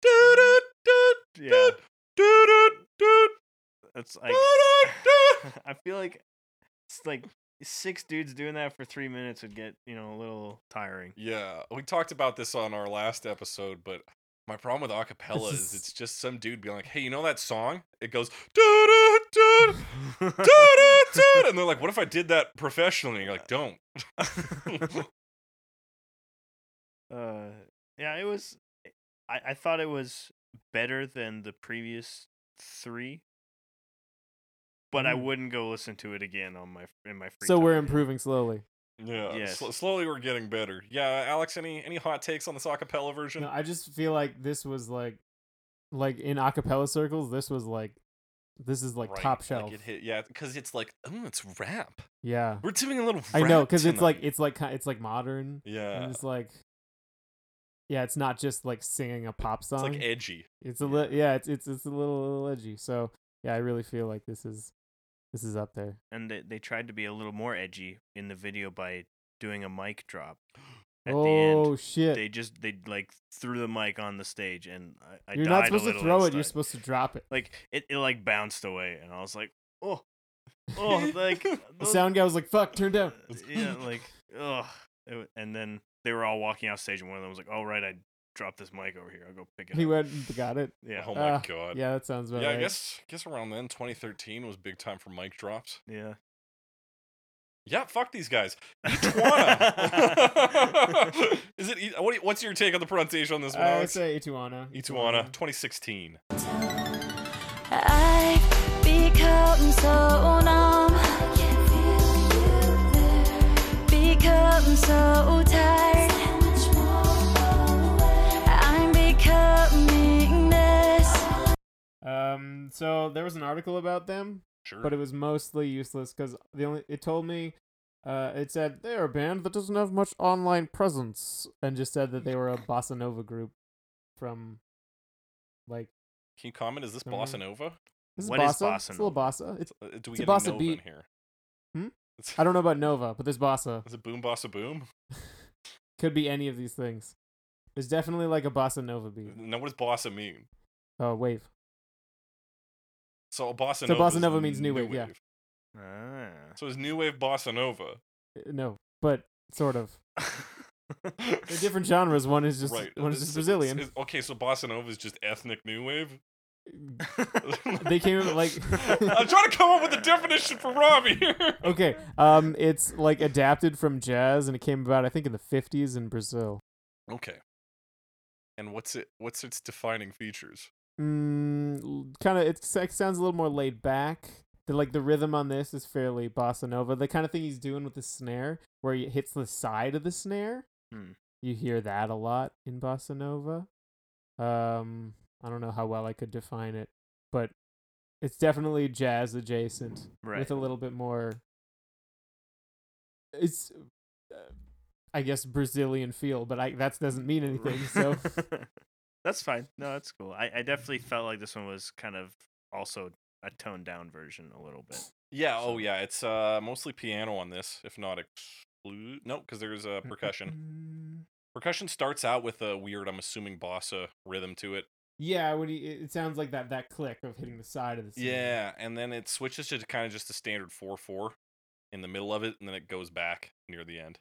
Doo doo doo
Yeah,
doo doo doo
it's like
doo doo.
I feel like it's like six dudes doing that for three minutes would get you know a little tiring.
Yeah, we talked about this on our last episode, but my problem with acapella is
This is-
it's just some dude being like, "Hey, you know that song?" It goes doo doo doo doo doo doo, and they're like, "What if I did that professionally?" And you're like, "Don't."
Uh, yeah, it was. I, I thought it was better than the previous three, but I
Mm.
wouldn't go listen to it again on my in my free.
So we're
time.
improving slowly.
yeah,
Yes.
sl- slowly we're getting better. Yeah, Alex, any any hot takes on this acapella version?
No, I just feel like this was like, like in acapella circles, this was like, this is like
Right,
top shelf.
it hit, yeah, because it's like, oh, it's rap.
yeah,
We're doing a little.
I know,
because
because it's like it's like ki- it's like modern,
yeah,
and
it's
it's like, yeah, it's not just like singing a pop song.
like edgy.
It's a little yeah, it's it's it's a little, little edgy. So yeah, I really feel like this is this is up there.
and they, they tried to be a little more edgy in the video by doing a mic drop at the
oh
end.
shit!
They just they like threw the mic on the stage, and I, I
you're not
died a
supposed to
little
throw it. You're
inside.
supposed to drop it.
like it, it like bounced away, and I was like, oh, oh, like
The
those- Uh,
sound guy was like, "Fuck, turn down."
yeah, like, ugh. It wa- and then they were all walking off stage, and one of them was like, "All right, I dropped this mic over here. I'll go pick it
He
up."
went and got it.
yeah,
Oh my
Uh,
god.
Yeah, that sounds about
Yeah,
right.
I guess guess around then, 2013 was big time for mic drops.
yeah.
Yeah, fuck these guys. Ituana. Is it? E- What do you- what's your take on the pronunciation on this one?
Uh, I would
Alex?
say Ituana.
Ituana, 2016.
I've become so numb. Become so tired. I'm becoming this.
Um, so there was an article about them,
Sure.
but it was mostly useless because the only it told me, uh, it said they're a band that doesn't have much online presence, and just said that they were a bossa nova group from, like,
Can you comment? Is this
Don't know.
bossa nova?
this
What is
is bossa? It's a little bossa. It's
Uh, Do we
Mm-hmm. It's a
get any
bossa
nova in
beat.
here?
Hmm?
It's-
I don't know about nova, but there's bossa.
Is it boom bossa boom?
Could be any of these things. There's definitely like a bossa nova beat.
No, what does bossa mean?
Oh, wave.
So a bossa
So
nova.
bossa
is
nova means new wave, yeah.
Ah.
So is new wave bossa nova?
Uh, No, but sort of. They're different genres. One is just
right.
one is
This-
just Brazilian.
it's- okay, so bossa nova is just ethnic new wave.
they came up like
Ah.
I'm trying to come up with a definition for Robbie here.
okay um it's like adapted from jazz and it came about i think in the 50s in brazil
Okay. And what's it? What's its defining features?
mm, kind of it sounds a little more laid back the, like the rhythm on this is fairly bossa nova the kind of thing he's doing with the snare where he hits the side of the snare
Hmm.
you hear that a lot in bossa nova um i don't know how well i could define it but it's definitely jazz adjacent
right.
with a little bit more it's uh, i guess brazilian feel but i that doesn't mean anything so
that's fine. No, that's cool. I, I definitely felt like this one was kind of also a toned down version a little bit.
Yeah. Oh, yeah. It's uh mostly piano on this, if not exclude. No, because there's uh, percussion. percussion starts out with a weird, I'm assuming, bossa rhythm to it,
Yeah, when he, it it sounds like that that click of hitting the side of the ceiling.
Yeah, and then it switches to kind of just the standard four four in the middle of it, and then it goes back near the end.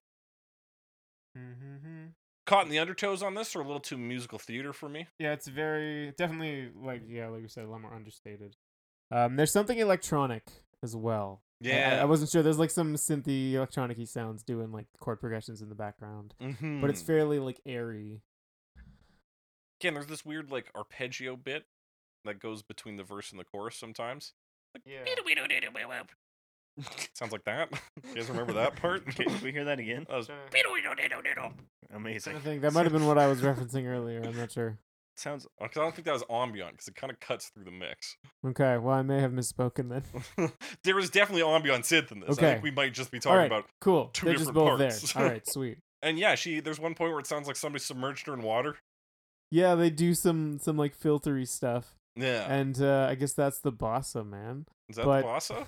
Mm-hmm.
Caught in the undertows on this, or a little too musical theater for me.
Yeah, it's very definitely like yeah, like you said, a lot more understated. Um, there's something electronic as well. I- I- I, wasn't sure. There's like some synthy electronic sounds doing like chord progressions in the background,
mm-hmm.
but it's fairly like airy.
again. There's this weird like arpeggio bit that goes between the verse and the chorus sometimes.
Yeah.
Sounds like that. you guys remember that part?
Okay, can we hear that again?
That was-
Amazing.
I think that might have been what I was referencing earlier. I'm not sure.
Sounds
'cause I don't think that was ambient because it kind of cuts through the mix.
Okay, well I may have misspoken then.
there is definitely ambient synth in this. I
Okay.
think we might just be
All
talking
right,
about.
cool.
two
They're just both
different parts.
there. All right, sweet.
And yeah, she. There's one point where it sounds like somebody submerged her in water.
Yeah, they do some some like filtery stuff,
Yeah.
and uh, I guess that's the bossa man.
Is that
but-
the bossa?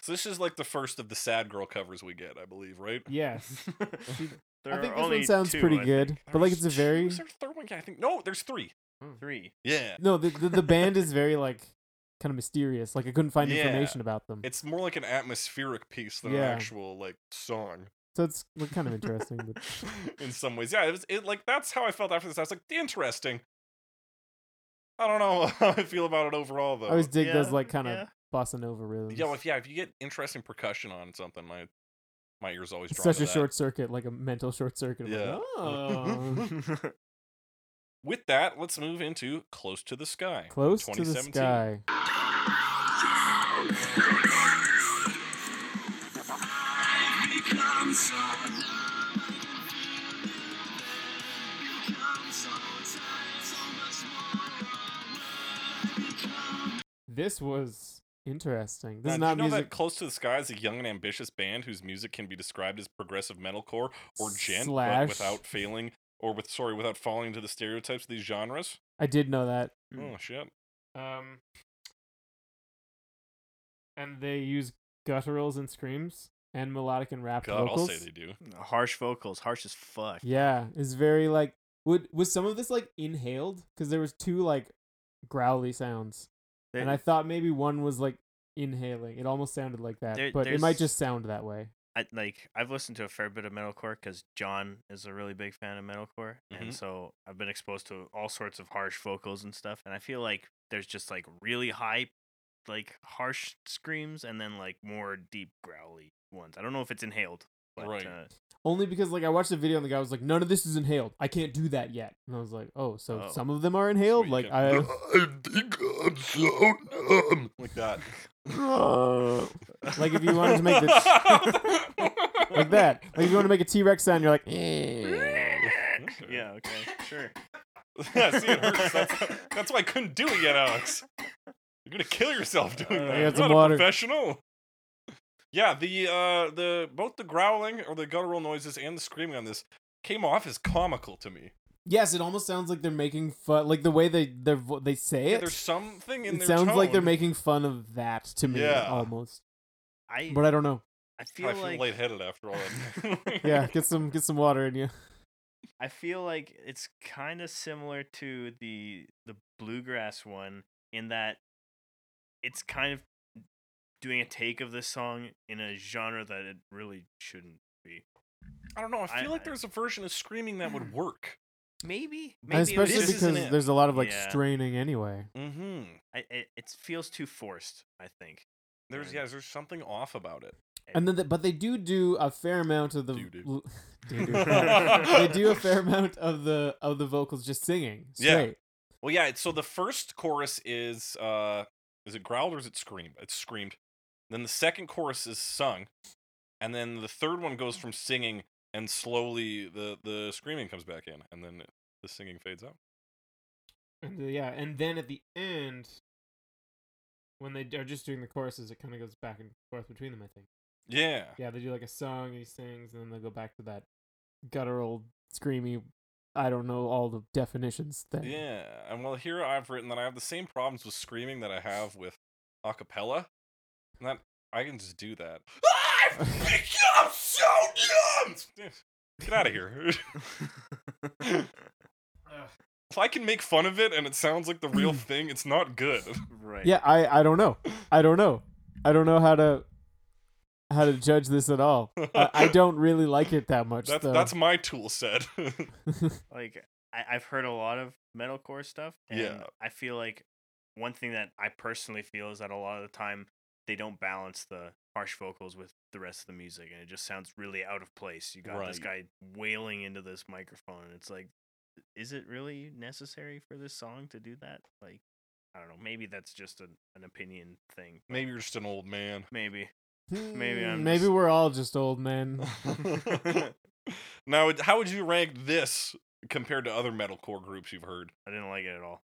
so this is like the first of the sad girl covers we get, I believe, right?
Yes,
there
I think
are
this one
only
sounds
two,
pretty
I
good,
think.
but like
There's
it's a
two-
very
Is there a third one? Yeah, I think no. There's three.
Three.
Yeah.
no. The the, the band is very like kind of mysterious. Like I couldn't find
Yeah.
information about them,
It's more like an atmospheric piece than
Yeah.
an actual like song.
so it's like, kind of interesting. But
in some ways, yeah. It was it like that's how I felt after this. I was like, interesting. I don't know how I feel about it overall though.
I always dig those
Yeah,
like kind of
yeah.
bossa nova rhythms.
yeah, well, if, yeah. If you get interesting percussion on something, my my ears always
It's
drawn
such
to
a
that.
short circuit, like a mental short circuit. I'm like,
Yeah.
"Oh."
With that, let's move into close to the sky.
close to the
2017.
sky. This was interesting. This
Now,
is
do
not
you know
music
that Close to the Sky is a young and ambitious band whose music can be described as progressive metalcore or gent, but
Slash.
without failing or with sorry, without falling into the stereotypes of these genres.
I did know that.
Oh shit!
Um, and they use gutturals and screams and melodic and rap
God,
vocals.
I'll say they do.
Harsh vocals, harsh as fuck.
Yeah, it's very like. Would was some of this like inhaled? Because there was two like growly sounds,
They-
and I thought maybe one was like inhaling. It almost sounded like that,
There-
but it might
there's-
just sound that way.
I like I've listened to a fair bit of metalcore because John is a really big fan of metalcore,
Mhm.
and so I've been exposed to all sorts of harsh vocals and stuff. And I feel like there's just like really high, like harsh screams, and then like more deep growly ones. I don't know if it's inhaled, but
Right.
uh,
Only because like I watched the video and the guy was like, "None of this is inhaled. I can't do that yet." And I was like, "Oh, so
Oh.
some of them are inhaled."
you
Like
can-
I.
think I'm so numb. Like that.
Like, if you wanted to make
the
Like that. Like if you want to make a T Rex sound, you're like, "Eh."
yeah, okay, sure.
yeah, see, it hurts. That's, that's why I couldn't do it yet, Alex. You're gonna kill yourself doing
Uh,
that.
I got
You're
some
not
water.
a professional. Yeah, the uh, the both the growling or the guttural noises and the screaming on this came off as comical to me.
Yes, it almost sounds like they're making fun. Like the way they their vo- they say
Yeah,
it,
there's something in
it
their
sounds like they're
tone.
making fun of that to me
Yeah.
almost.
I
But I don't know.
I
I
feel
feel
like
lightheaded after all that.
Yeah, get some get some water in you.
I feel like it's kind of similar to the the bluegrass one in that it's kind of doing a take of this song in a genre that it really shouldn't be.
I don't know. I
I-
feel like
I- Mm.
there's a version of screaming that would work.
Maybe, maybe
And especially
this
this
isn't
because
it.
there's a lot of like
Yeah.
straining anyway.
Mm-hmm.
I, it, it feels too forced. I think.
There's
Right.
yeah, there's something off about it.
And then, the, but they do do a fair amount of the
Do-do.
l- do-do. they do a fair amount of the of the vocals just singing.
Yeah.
Straight.
Well, yeah. it's- So the first chorus is uh, is it growled or is it screamed? It's screamed. Then the second chorus is sung, and then the third one goes from singing and slowly the the screaming comes back in, and then the singing fades out.
And the- yeah, and then at the end, when they are just doing the choruses, it kind of goes back and forth between them. I think.
Yeah.
Yeah, they do like a song and he sings, and then they go back to that guttural, screamy, I don't know all the definitions thing.
Yeah. And well, here I've written that I have the same problems with screaming that I have with acapella, and that I can just do that. I'm so numb. Get out of here.
Ugh.
If I can make fun of it and it sounds like the real thing, it's not good.
Right.
Yeah, I I don't know. I don't know. I don't know how to how to judge this at all. I, I don't really like it that much
That's
though.
that's my tool set.
Like I, I've heard a lot of metalcore stuff. And
Yeah.
I feel like one thing that I personally feel is that a lot of the time they don't balance the harsh vocals with the rest of the music, and it just sounds really out of place. You got this guy wailing into this microphone, and it's like, is it really necessary for this song to do that? Like, I don't know. Maybe that's just an, an opinion thing. but
Maybe you're just an old man.
Maybe.
maybe
maybe I'm
maybe
just-
we're all just old men.
now, how would you rank this compared to other metalcore groups you've heard?
I didn't like it at all.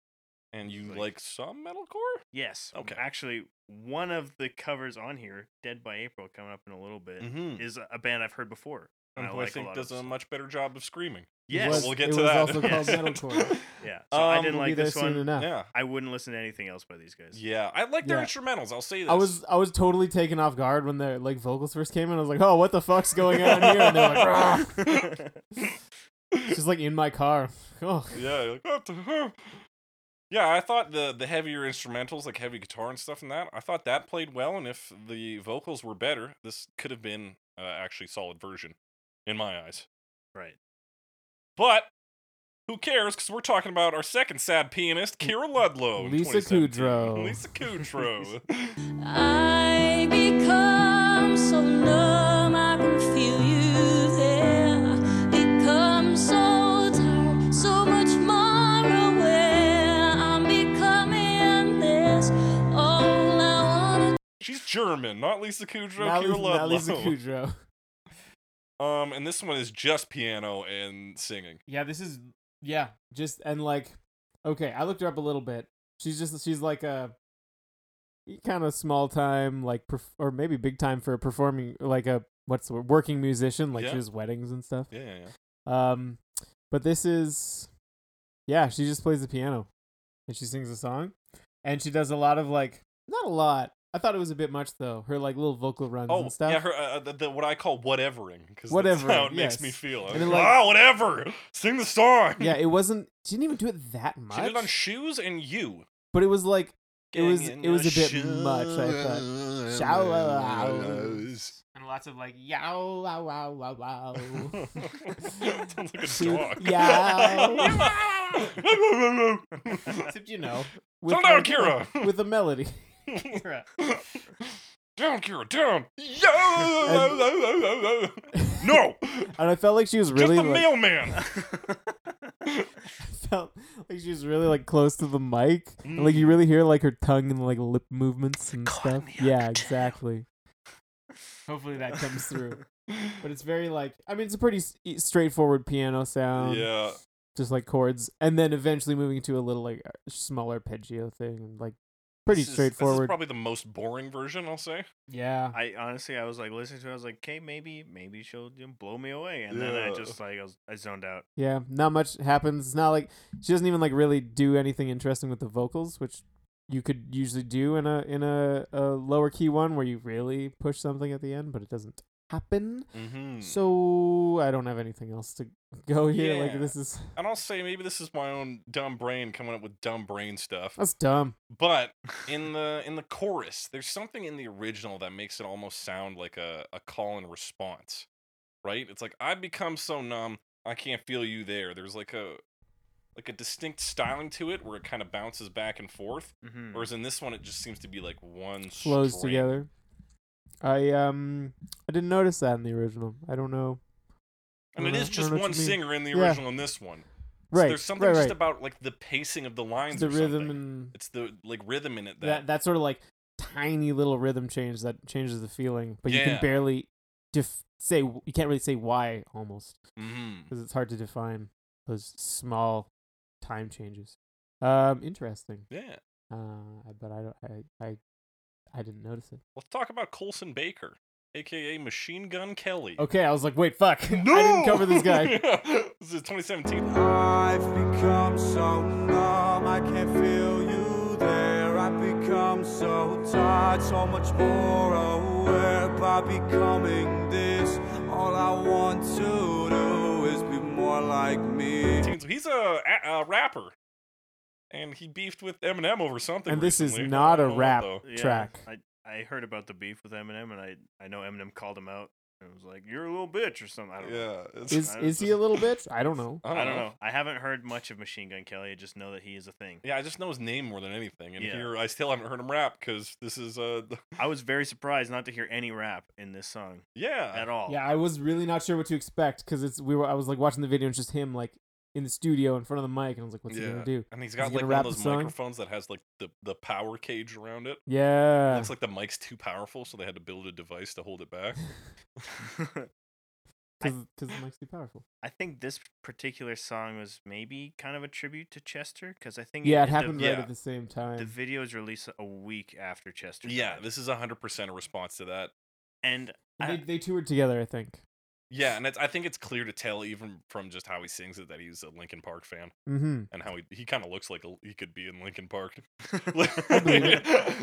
And you
Like-
like some metalcore?
Yes.
Okay.
Actually, one of the covers on here, Dead by April, coming up in a little bit,
Mm-hmm.
is a- a band I've heard before.
And
and
who I,
like a
think
lot
does
of
a
stuff.
much better job of screaming.
It
Yes.
But
was-
we'll get
it
to
was
that.
also called
Yes.
metalcore.
yeah. So I
Um,
didn't
We'll be
like
there
this
soon
one.
enough.
yeah.
I wouldn't listen to anything else by these guys.
Yeah. I like their
Yeah.
instrumentals. I'll say this.
I was I was totally taken off guard when their like vocals first came in. I was like, "Oh, what the fuck's going on here?" And they're like, "Rah." "She's like in my car." Oh,
Yeah, you're like what the hell? Yeah, I thought the the heavier instrumentals, like heavy guitar and stuff, and that I thought that played well. And if the vocals were better, this could have been uh, actually solid version, in my eyes.
Right.
But who cares? Because we're talking about our second sad pianist, Kira Ludlow, in
Lisa
2017.
Kudrow.
Lisa Kudrow.
I become so numb, I can feel you there. Become so tired, so much more aware. I'm becoming this. All I wanna
She's German, not Lisa Kudrow.
now
Kira
Lisa, now
Ludlow.
Lisa Kudrow.
Um, and this one is just piano and singing.
Yeah, this is yeah. Just and like okay, I looked her up a little bit. She's just she's like a kind of small time like perf- or maybe big time for a performing like a what's the word, working musician like
Yeah.
she does weddings and stuff.
Yeah, yeah, yeah.
Um but this is yeah, she just plays the piano and she sings a song and she does a lot of like not a lot. I thought it was a bit much though. Her like little vocal runs
Oh,
and stuff.
yeah, her, uh, the, the, what I call whatevering, because that's
Whatevering,
how it makes me
yes.
feel.
And
I'm
then,
like,
like-
ah, whatever, sing the song.
yeah, it wasn't she didn't even do it that much.
she did it on shoes and you.
but it was like It was-
Getting
it was a bit
your
much, I thought.
shoes.
Shoes. and lots of like yow wow wow wow wow.
Sounds like a
Shoes.
dog.
Except you know,
Calm down, Kira.
with a melody.
down, Kira, down. Yo. no,
And I felt like she was
just
really
the
like,
mailman.
felt like she was really like close to the mic. And,
Mm.
like you really hear like her tongue and like lip movements and
Caught in
stuff.
the
Yeah,
undertow.
exactly. Hopefully that comes through. But it's very like I mean it's a pretty s- e- straightforward piano sound.
yeah,
just like chords, and then eventually moving to a little like small arpeggio thing, and like pretty
This is- This is
straightforward.
probably the most boring version, I'll say.
yeah,
I honestly, I was like listening to it. I was like, okay, maybe, maybe she'll you know, blow me away. And then I
Yeah.
just like, I, was, I zoned out.
yeah. Not much happens. It's not like she doesn't even like really do anything interesting with the vocals, which you could usually do in a in a, a lower key one where you really push something at the end, but it doesn't happen.
Mm-hmm.
So I don't have anything else to go here.
Yeah.
Like this is
and I'll say maybe this is my own dumb brain coming up with dumb brain stuff.
that's dumb.
But in the in the chorus, there's something in the original that makes it almost sound like a, a call and response. Right? It's like I become so numb, I can't feel you there. There's like a like a distinct styling to it where it kind of bounces back and forth.
Mhm.
Whereas in this one it just seems to be like one
Mm. Flows
string.
together. I um I didn't notice that in the original. I don't know.
And it
Uh-huh.
is
I
just
know what
one
you mean.
singer in the
Yeah.
original in this one. So
Right.
there's something
right,
just
right.
about like the pacing of the lines
the
or
rhythm
something.
and
it's the like rhythm in it
that, that sort of like tiny little rhythm change that changes the feeling, but you
Yeah.
can barely def- say you can't really say why almost
Mhm.
because it's hard to define those small time changes. Um, interesting.
Yeah.
Uh, I- but I don't. I I, I didn't notice it.
Let's talk about Colson Baker, aka Machine Gun Kelly.
Okay, I was like, wait, fuck. I didn't cover this guy.
this is 2017.
I've become so numb, I can't feel you there. I've become so tired, so much more aware by becoming this. All I want to do is be more like me.
So he's a, a, a rapper and he beefed with Eminem over something.
And this is
recently. I
not
don't
a
know what,
rap.
though.
Yeah,
Track.
I, I heard about the beef with Eminem, and I, I know Eminem called him out and was like, "You're a little bitch" or something. I don't know.
Yeah, it's,
Is
I don't-
is he a little bitch? I don't know.
I don't know. I haven't heard much of Machine Gun Kelly. I just know that he is a thing.
Yeah, I just know his name more than anything, and
Yeah.
here I still haven't heard him rap because this is uh,
I was very surprised not to hear any rap in this song
yeah,
at all.
Uh, Yeah, I was really not sure what to expect because it's we were I was like watching the video and it's just him like in the studio in front of the mic and I was like, what's he
Yeah.
gonna do?
and he's
Is
got
he
like
gonna
one
rap
of
the
those
song?
microphones that has like the the power cage around it.
Yeah,
Looks like the mic's too powerful, so they had to build a device to hold it back.
because the mic's too powerful.
I think this particular song was maybe kind of a tribute to Chester because I think
Yeah, it
the-
happened right
yeah.
at the same
The
time.
video is released a week after Chester.
yeah,
died.
this is hundred percent a response to that.
and
And
I,
they, they toured together, I think.
Yeah, and it's, I think it's clear to tell even from just how he sings it that he's a Linkin Park fan
Mm-hmm.
and how he, he kind of looks like a, he could be in Linkin Park.
believe
yeah,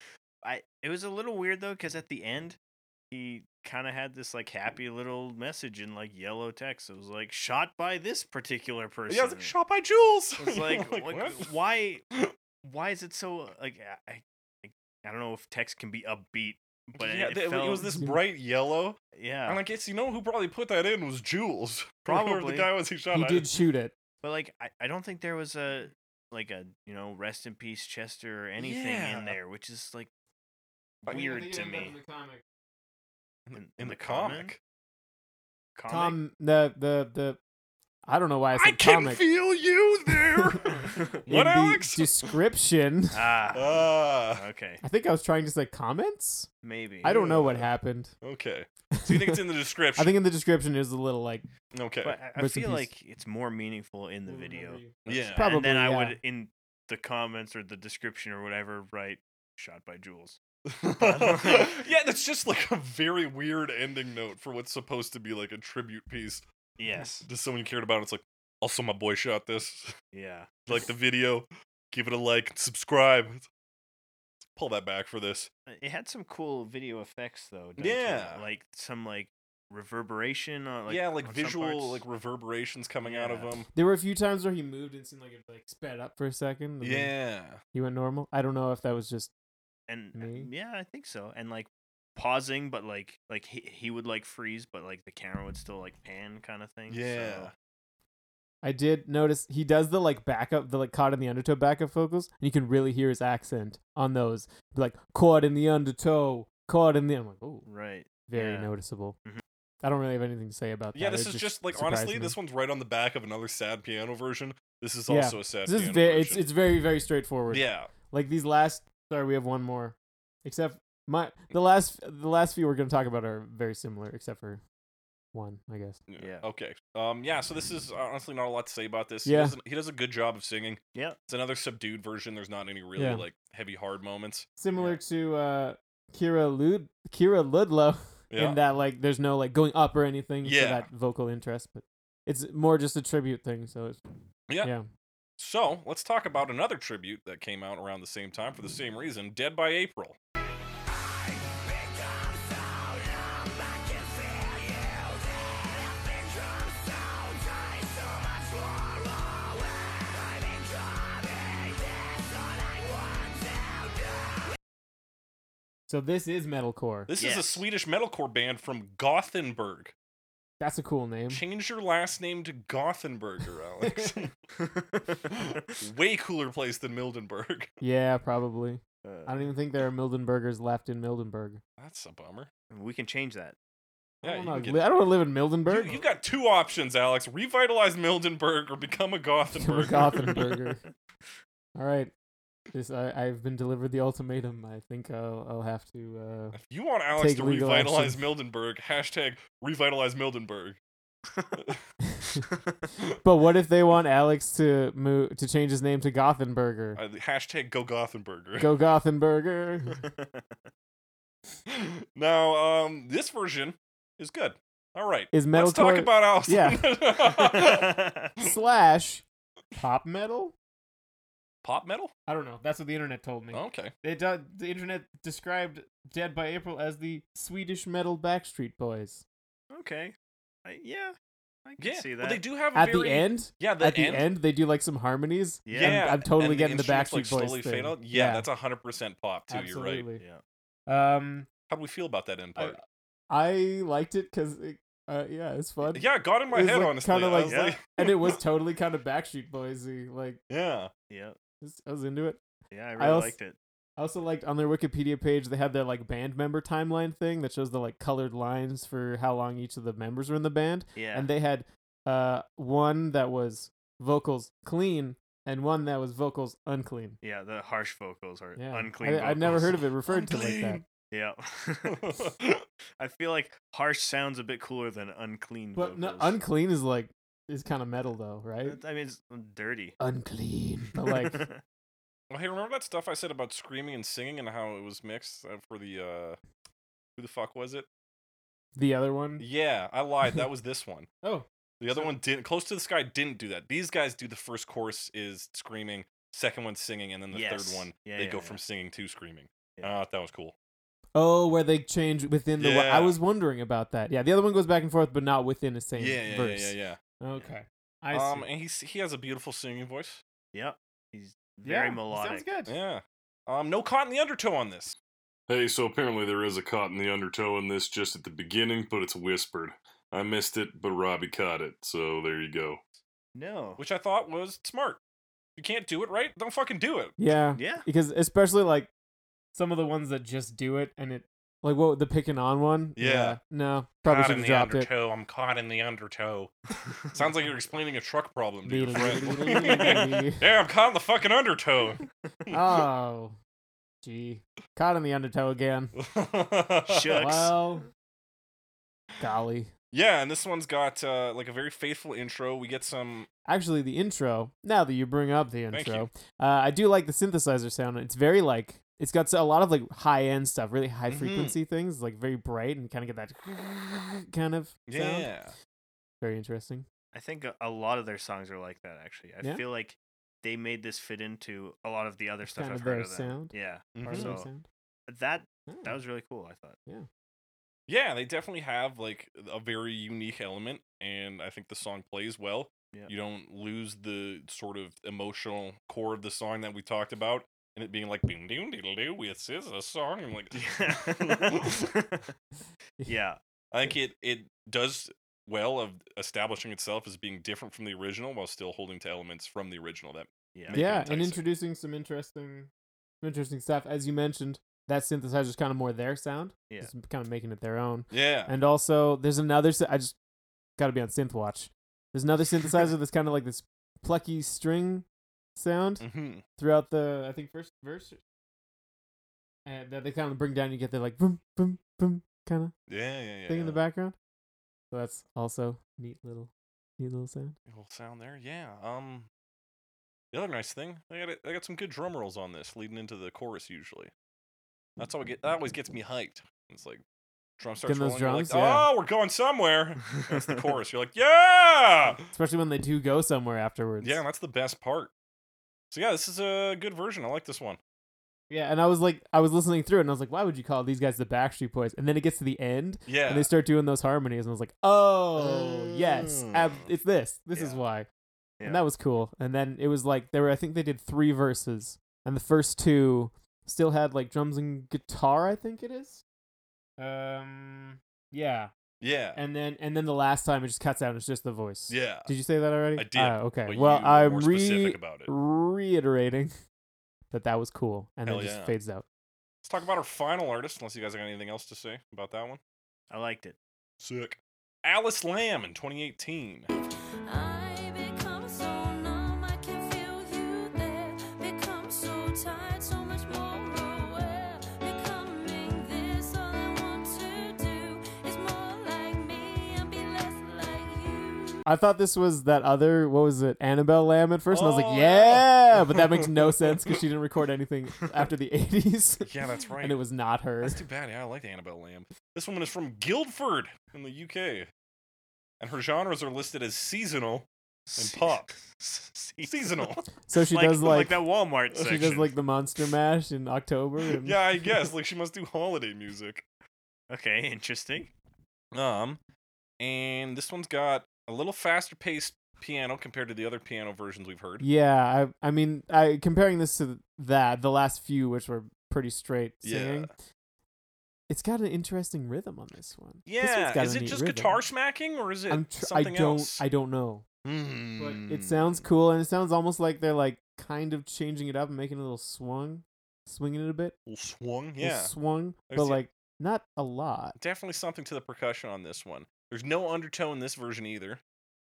I it was a little weird though because at the end he kind of had this like happy little message in like yellow text. It was like shot by this particular person.
I was like shot by Jules.
It's like,
Like,
like,
what?
why why is it so like I, I like, I don't know if text can be upbeat, but
yeah,
it,
th-
felt,
it was this
Yeah.
bright yellow.
yeah.
And I guess you know who probably put that in was Jules. Whoever
Probably.
the guy was he shot.
He
I-
did shoot it.
But like I, I don't think there was a like a you know rest in peace Chester or anything
Yeah.
in there, which is like
I mean, I
weird to me.
in, the-
in
in
the
the
comment?
comic.
Comic?
Com the the the I don't know why I said
I can
comic.
feel you there.
In
what,
the
Alex?
description.
ah
Ah,
okay
I think I was trying to say comments.
maybe
I don't know what
Yeah.
happened.
okay. So you think it's in the description?
I think in the description is a little like
Okay.
but I, I
Rest in
feel
peace.
like it's more meaningful in the video.
yeah.
Probably,
and then I
yeah.
would in the comments or the description or whatever write shot by Jules.
yeah, that's just like a very weird ending note for what's supposed to be like a tribute piece
Yes.
to someone you cared about. It's like, also my boy shot this.
Yeah.
like the video, give it a like, and subscribe. Pull that back for this.
Uh, It had some cool video effects though. done to it,
Yeah.
Like some like reverberation on like
yeah, like
on some
visual,
parts.
like reverberations coming out of
Yeah.
them.
There were a few times where he moved and seemed like it like sped up for a second. and then
Yeah,
he went normal. I don't know if that was just
and uh,
Me?
yeah, I think so. And like pausing, but like like he he would like freeze, but like the camera would still like pan kind of thing.
yeah.
So,
I did notice he does the like backup, the like caught in the undertow backup vocals, and you can really hear his accent on those. Be like caught in the undertow, caught in the. I'm like, oh,
right.
very
Yeah.
noticeable.
Mhm.
I don't really have anything to say about that.
Mm-hmm. Yeah, this
It
is just, like
surprised
honestly,
me.
this one's right on the back of another sad piano version. This is
Yeah,
also a sad
This is
piano
very, it's
version.
it's very very straightforward.
yeah,
Like these last. Sorry, we have one more. Except my the last the last few we're gonna talk about are very similar, except for one, I guess.
yeah.
Yeah.
Okay. Um. Yeah. So this is honestly not a lot to say about this.
Yeah.
He does, he does a good job of singing.
Yeah.
It's another subdued version. There's not any really
Yeah.
like heavy hard moments.
similar
Yeah.
to uh, Kira Lud Kira Ludlow
Yeah.
in that like there's no like going up or anything for
Yeah.
that vocal interest, but it's more just a tribute thing. So it's
Yeah.
yeah.
So let's talk about another tribute that came out around the same time for the same reason. Dead by April.
So this is metalcore.
This is a
Yes.
Swedish metalcore band from Gothenburg.
That's a cool name.
Change your last name to Gothenburger, Alex.
Uh,
Way cooler place than Mildenburg.
Yeah, probably. I
Uh,
don't even think there are Mildenburgers left in Mildenburg.
That's a bummer.
we can change that.
Yeah,
I don't,
you
know,
can
li-
get-
I don't want to live in
you,
Mildenburg.
have got two options, Alex. Revitalize Mildenburg or become
Oh
a
Become a
Gothenburg.
Gothenburger. All right. This I, I've been delivered the ultimatum. I think I'll, I'll have to. Uh,
if you want Alex
Take
to
legal
revitalize
action.
Mildenburg, hashtag revitalize Mildenburg.
but what if they want Alex to move to change his name to Gothenburger?
Uh, hashtag go Gothenburger.
Go Gothenburger.
now, um, this version is good. All right.
Is
Let's talk
metalcore-
about Alex.
slash pop metal?
Pop metal?
I don't know. That's what the internet told me.
Okay.
It do- the internet described Dead by April as the Swedish metal Backstreet Boys.
okay. I, yeah. I can
Yeah,
see that.
well, they do have a
At the
very-
end,
Yeah, the
at the
end.
end, they do like some harmonies.
Yeah.
I'm- I'm, totally
and
getting the,
instruments,
Backstreet
like,
Boys
slowly
thing.
fade out. Yeah, that's a hundred percent pop too. You're right.
absolutely.
Yeah.
Um,
How do we feel about that end
I-
part?
I liked it because, it, uh, yeah, it's fun.
yeah, it got in my
it was,
head
like,
honestly.
kinda
I
like-
was
Yeah.
like-
and it was totally kind of Backstreet Boysy. Like,
yeah,
Yeah.
just- I was into it.
Yeah. I really
als-
liked it.
I also liked on their Wikipedia page they had their like band member timeline thing that shows the like colored lines for how long each of the members were in the band,
Yeah.
and they had uh one that was vocals clean and one that was vocals unclean.
yeah. The harsh vocals are
Yeah,
unclean.
I, I'd never
vocals.
heard of it referred to like that.
Unclean.
Yeah. I feel like harsh sounds a bit cooler than unclean
But no,
vocals. Uh,
unclean is like is kind of metal though, right?
I mean, it's dirty.
unclean, but like
Well, hey, remember that stuff I said about screaming and singing and how it was mixed uh, for the uh who the fuck was it?
the other one.
Yeah, I lied. That was this one.
Oh,
The other one didn't. Close to the sky didn't do that. These guys do the first chorus is screaming, second one singing, and then the
Yes.
third one
Yeah,
they
yeah,
go
yeah.
from singing to screaming.
Yeah.
I thought that was cool.
oh, where they change within the. I
Yeah.
was wondering about that. Yeah, the other one goes back and forth, but not within the same
Yeah, yeah, yeah,
verse.
yeah, yeah.
Okay, I see.
um, and he's he has a beautiful singing voice.
yep. He's very melodic.
Sounds good.
Yeah. Um, no caught in the undertow on this. Hey, so apparently there is a caught in the undertow in this just at the beginning, but it's whispered. I missed it, but Robbie caught it, so there you go.
No.
Which I thought was smart. You can't do it right, don't fucking do it.
Yeah.
yeah.
Because especially like some of the ones that just do it and it like what the picking on one.
Yeah.
no, probably should have dropped it.
I'm caught in the undertow. Sounds like you're explaining a truck problem to your friend. yeah, I'm caught in the fucking undertow.
oh, gee, caught in the undertow again.
Shucks.
Well, golly.
Yeah, and this one's got uh, like a very faithful intro. We get some.
Actually, the intro. Now that you bring up the
Thank
intro, uh, I do like the synthesizer sound. It's very like it's got a lot of like high end stuff, really high
Mhm.
frequency things, like very bright and kind of get that kind of sound.
Yeah.
Very interesting.
I think a, a lot of their songs are like that. Actually, I
Yeah?
feel like they made this fit into a lot of the other stuff
Kind
I've
of
heard
their
of them.
sound.
Yeah.
Part of
Mhm.
their
So-
sound.
That
Oh.
that was really cool. I thought.
Yeah, they definitely have like a very unique element, and I think the song plays well.
Yeah.
You don't lose the sort of emotional core of the song that we talked about, and it being like boom doom diddle doo. This is a song. I'm like,
Yeah. yeah.
I think it it does well of establishing itself as being different from the original while still holding to elements from the original. That
Yeah.
Make
yeah,
it
and
enticing.
introducing some interesting, some interesting stuff. As you mentioned, that synthesizer's kind of more their sound.
Yeah.
Just kind of making it their own.
yeah,
And also, there's another. sy- I just got to be on synth watch. There's another synthesizer that's kind of like this plucky string sound
Mm.
hmm
throughout the I think first verse, and that they kind of bring down. You get the like boom, boom, boom kind of
yeah, yeah, yeah.
thing in the
yeah.
background. So that's also neat little, neat little sound.
little sound there. Yeah. Um. The other nice thing, I got I got some good drum rolls on this leading into the chorus usually. That's all get. That always gets me hyped. It's like drum starts
Getting
rolling.
those
you're
drums,
like,
yeah.
Oh, we're going somewhere. That's the chorus. You're like, yeah,
Especially when they do go somewhere afterwards.
yeah. That's the best part. So yeah, this is a good version. I like this one.
Yeah, and I was like, I was listening through it, and I was like, why would you call these guys the Backstreet Boys? And then it gets to the end,
Yeah.
and they start doing those harmonies, and I was like, oh yes, ab-
Mm.
it's this. This is
Yeah.
why.
Yeah.
And that was cool. And then it was like there were, I think they did three verses, and the first two still had like drums and guitar. I think it is. Um. Yeah.
yeah.
And then and then the last time it just cuts out. and It's just the voice.
yeah.
Did you say that already?
I did,
Ah, okay.
But
well,
you were
I'm
more
re-
specific about it.
reiterating that that was cool, and
Hell
then it just
yeah.
fades out.
Let's talk about our final artist. Unless you guys got anything else to say about that one.
I liked it.
Sick. Alice Lamb in 2018.
I become so numb, I can feel you there. Become so tired, so much more aware. Becoming this, all I want to do is more like me and be less like you.
I thought this was that other what was it Annabelle Lamb at first, and I was
Oh,
like,
yeah.
yeah, but that makes no sense because she didn't record anything after the '80s,
Yeah, that's right.
and it was not her.
That's too bad. Yeah, I like Annabelle Lamb. This woman is from Guildford in the UK. And her genres are listed as seasonal.
Se-
pop.
Seasonal.
Seasonal.
So she
like,
does
like
like,
that Walmart section.
she does like the Monster Mash in October. And
yeah, I guess. Like she must do holiday music.
Okay, interesting.
Um and this one's got a little faster paced piano compared to the other piano versions we've heard.
Yeah, I I mean, I comparing this to that the last few, which were pretty straight
Yeah.
singing. It's got an interesting rhythm on this one. This one's
Yeah,
got
is
a
it
neat
just
rhythm.
guitar smacking or is it
I'm tr- I
something
don't
else?
I don't know, but it
Mm.
sounds cool and it sounds almost like they're like kind of changing it up and making a little swung, swinging it a bit,
Little swung.
little
Yeah,
swung,
There's
but
the-
like not a lot.
definitely something to the percussion on this one. There's no undertone in this version either.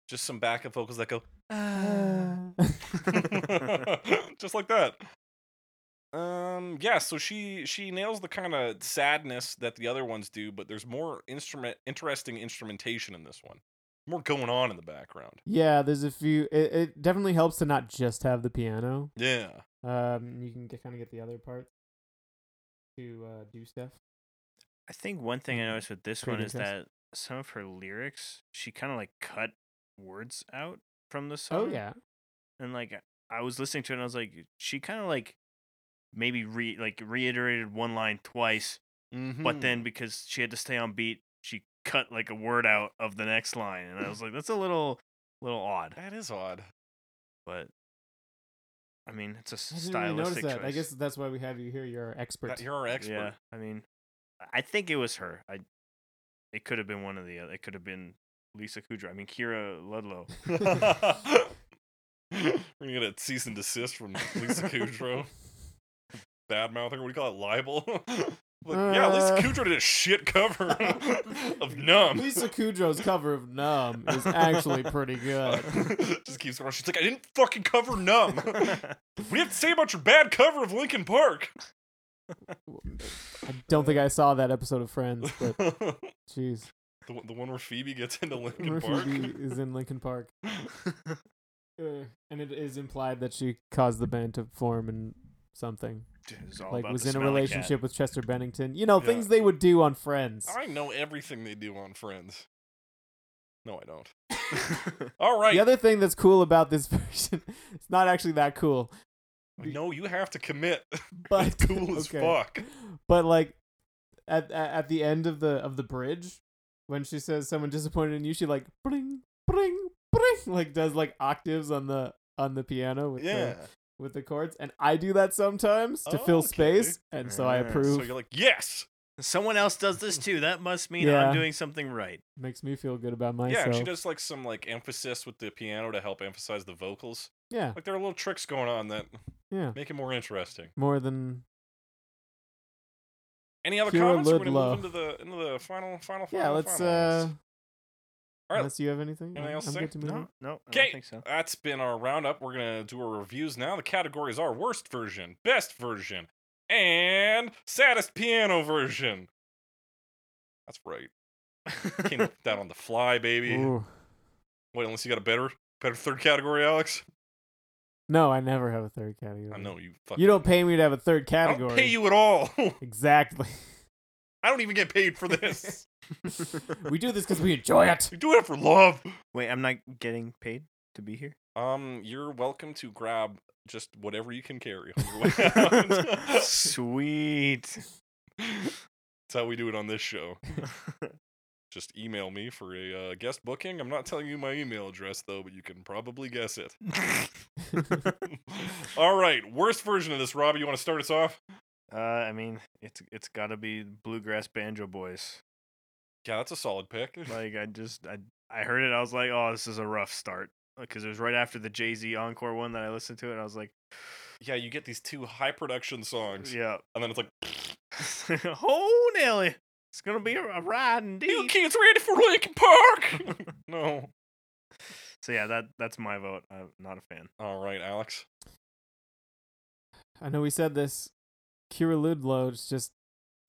Just some backup vocals that go "Ah." just like that. Um yeah, so she she nails the kind of sadness that the other ones do, but there's more instrument interesting instrumentation in this one. More going on in the background.
yeah, there's a few. It, it definitely helps to not just have the piano.
Yeah.
Um, you can get, kind of get the other parts to uh, do stuff.
I think one thing I
Mm-hmm.
noticed with this one
Pretty
is that
interesting.
some of her lyrics, she kind of like cut words out from the song.
Oh yeah,
and like I was listening to it and I was like, she kind of like maybe re like reiterated one line twice, but
Hmm.
then because she had to stay on beat, she cut like a word out of the next line, and I was like, that's a little little odd,
that is odd.
but I mean, it's a s-
I didn't really notice
stylistic
that.
choice.
I guess that's why we have you here. You're our expert.
That you're our expert.
Yeah, I mean, I think it was her. I it could have been one of the other. It could have been Lisa Kudrow. I mean, Kira Ludlow.
We're gonna get a cease and desist from Lisa Kudrow. Bad mouthing. What do you call it? Libel. like, yeah, Lisa
Uh.
Kudrow did a shit cover of Numb.
Lisa Kudrow's cover of Numb is actually pretty good.
Just keeps going. She's like, I didn't fucking cover Numb. what do you have to say about your bad cover of Linkin Park?
I don't think I saw that episode of Friends, but
the,
jeez,
one- the one where Phoebe gets into Linkin Park.
Murphy is in Lincoln Park, Uh, and it is implied that she caused the band to form and something
It's all
like
about
was
the
in a
smelly cat.
relationship with Chester Bennington. You know
Yeah.
things they would do on Friends.
I know everything they do on Friends. No, I don't. All right.
The other thing that's cool about this version, it's not actually that cool,
No, you have to commit.
but
cool as
okay.
fuck.
But like at, at at the end of the of the bridge, when she says someone disappointed in you, she like bring bring bring like does like octaves on the on the piano with
Yeah.
the with the chords, and I do that sometimes to
Okay.
fill space, and so I
Yeah. So
approve.
So you're like, yes.
Someone else does this too. That must mean
Yeah.
I'm doing something right.
Makes me feel good about
yeah,
myself.
and she does like some like emphasis with the piano to help emphasize the vocals.
yeah,
Like there are little tricks going on that
yeah.
make it more interesting.
More than
Any other
Kira
comments? We're gonna
Ludlow.
move into the into the final final final.
yeah. Let's
final
uh.
ones. All right.
Unless you have anything,
Anything
I'm-
else to
I'm
say?
good to move on.
No, no, I
Okay.
don't think so.
That's been our roundup. We're gonna do our reviews now. The categories are worst version, best version, and saddest piano version. That's right. Came up with that on the fly, baby.
Ooh.
Wait, unless you got a better better third category, Alex.
No, I never have a third category.
I know you. Fucking
You don't pay me to have a third
I
category.
don't pay you at all.
Exactly.
I don't even get paid for this.
we do this because we enjoy it.
You're doing it for love.
Wait, I'm not getting paid to be here.
Um, you're welcome to grab just whatever you can carry on your way out. That's
Sweet.
how we do it on this show. Just email me for a uh, guest booking. I'm not telling you my email address though, but you can probably guess it. All right, worst version of this, Robbie. You want to start us off?
uh, I mean, it's it's got to be Bluegrass Banjo Boys.
Yeah, that's a solid pick.
Like I just I I heard it. I was like, oh, this is a rough start because it was right after the Jay Z encore one that I listened to, and I was like,
yeah, you get these two high production songs,
yeah,
and then it's like,
oh Nelly, it's gonna be a, a ride
you
indeed.
kids ready for Linkin Park? no.
So yeah, that that's my vote. I'm not a fan.
All right, Alex.
I know we said this. Kira Ludlow is just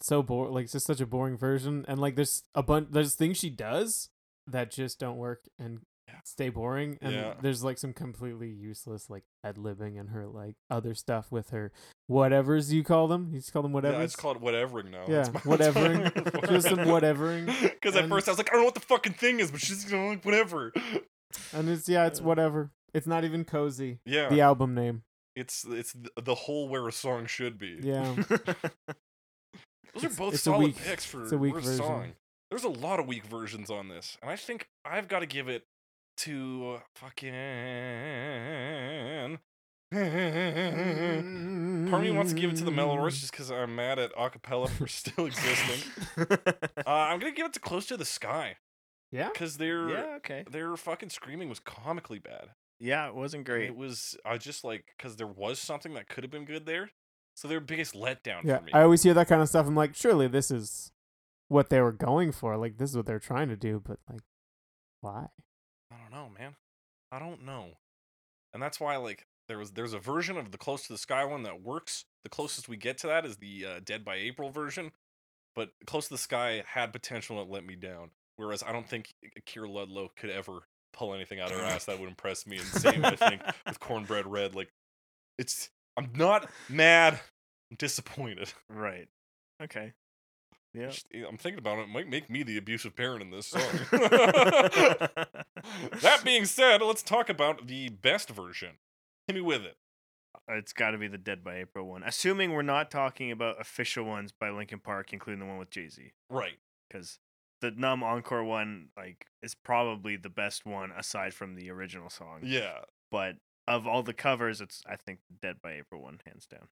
so boring. Like, it's just such a boring version. And like, there's a bunch. There's things she does that just don't work and stay boring. And
Yeah.
there's like some completely useless like ad libbing and her like other stuff with her whatever's you call them. You just call them
Yeah,
whatever.
it's called whatevering now.
yeah,
That's my- that's my
whatevering.
word for
just some
it.
whatevering.
Because at
And-
first I was like, I don't know what the fucking thing is, but she's gonna like whatever.
And it's yeah, it's whatever. It's not even cozy.
Yeah,
The album name.
it's it's th- the whole where a song should be.
Yeah.
those are
it's-
both
it's a
solid
weak-
picks for
it's a weak
worst
version.
song. There's a lot of weak versions on this, and I think I've got to give it to fucking. Part of me wants to give it to the Melorus just because I'm mad at acapella for still existing. Uh, I'm gonna give it to Close to the Sky
Yeah.
because their
yeah, okay.
their fucking screaming was comically bad.
Yeah, it
And
wasn't great.
It was I just like because there was something that could have been good there. So their biggest letdown
Yeah.
for me.
I always hear that kind of stuff. I'm like, surely this is what they were going for. Like this is what they're trying to do, but like why?
I don't know, man. I don't know. And that's why like there was there's a version of the Close to the Sky one that works. The closest we get to that is the uh, Dead by April version, but Close to the Sky had potential and it let me down. Whereas I don't think Kira Ludlow could ever pull anything out of her ass that would impress me. And same I think with Cornbread Red, like it's I'm not mad, I'm disappointed.
Right. Okay. Yeah.
Just- I'm thinking about it. It might make me the abusive parent in this song. that being said, let's talk about the best version. Hit me with it.
it's got to be the Dead by April one. Assuming we're not talking about official ones by Linkin Park, including the one with Jay Z,
Right.
because the Numb Encore one, like, is probably the best one aside from the original song.
Yeah.
But of all the covers, it's I think the Dead by April one, hands down,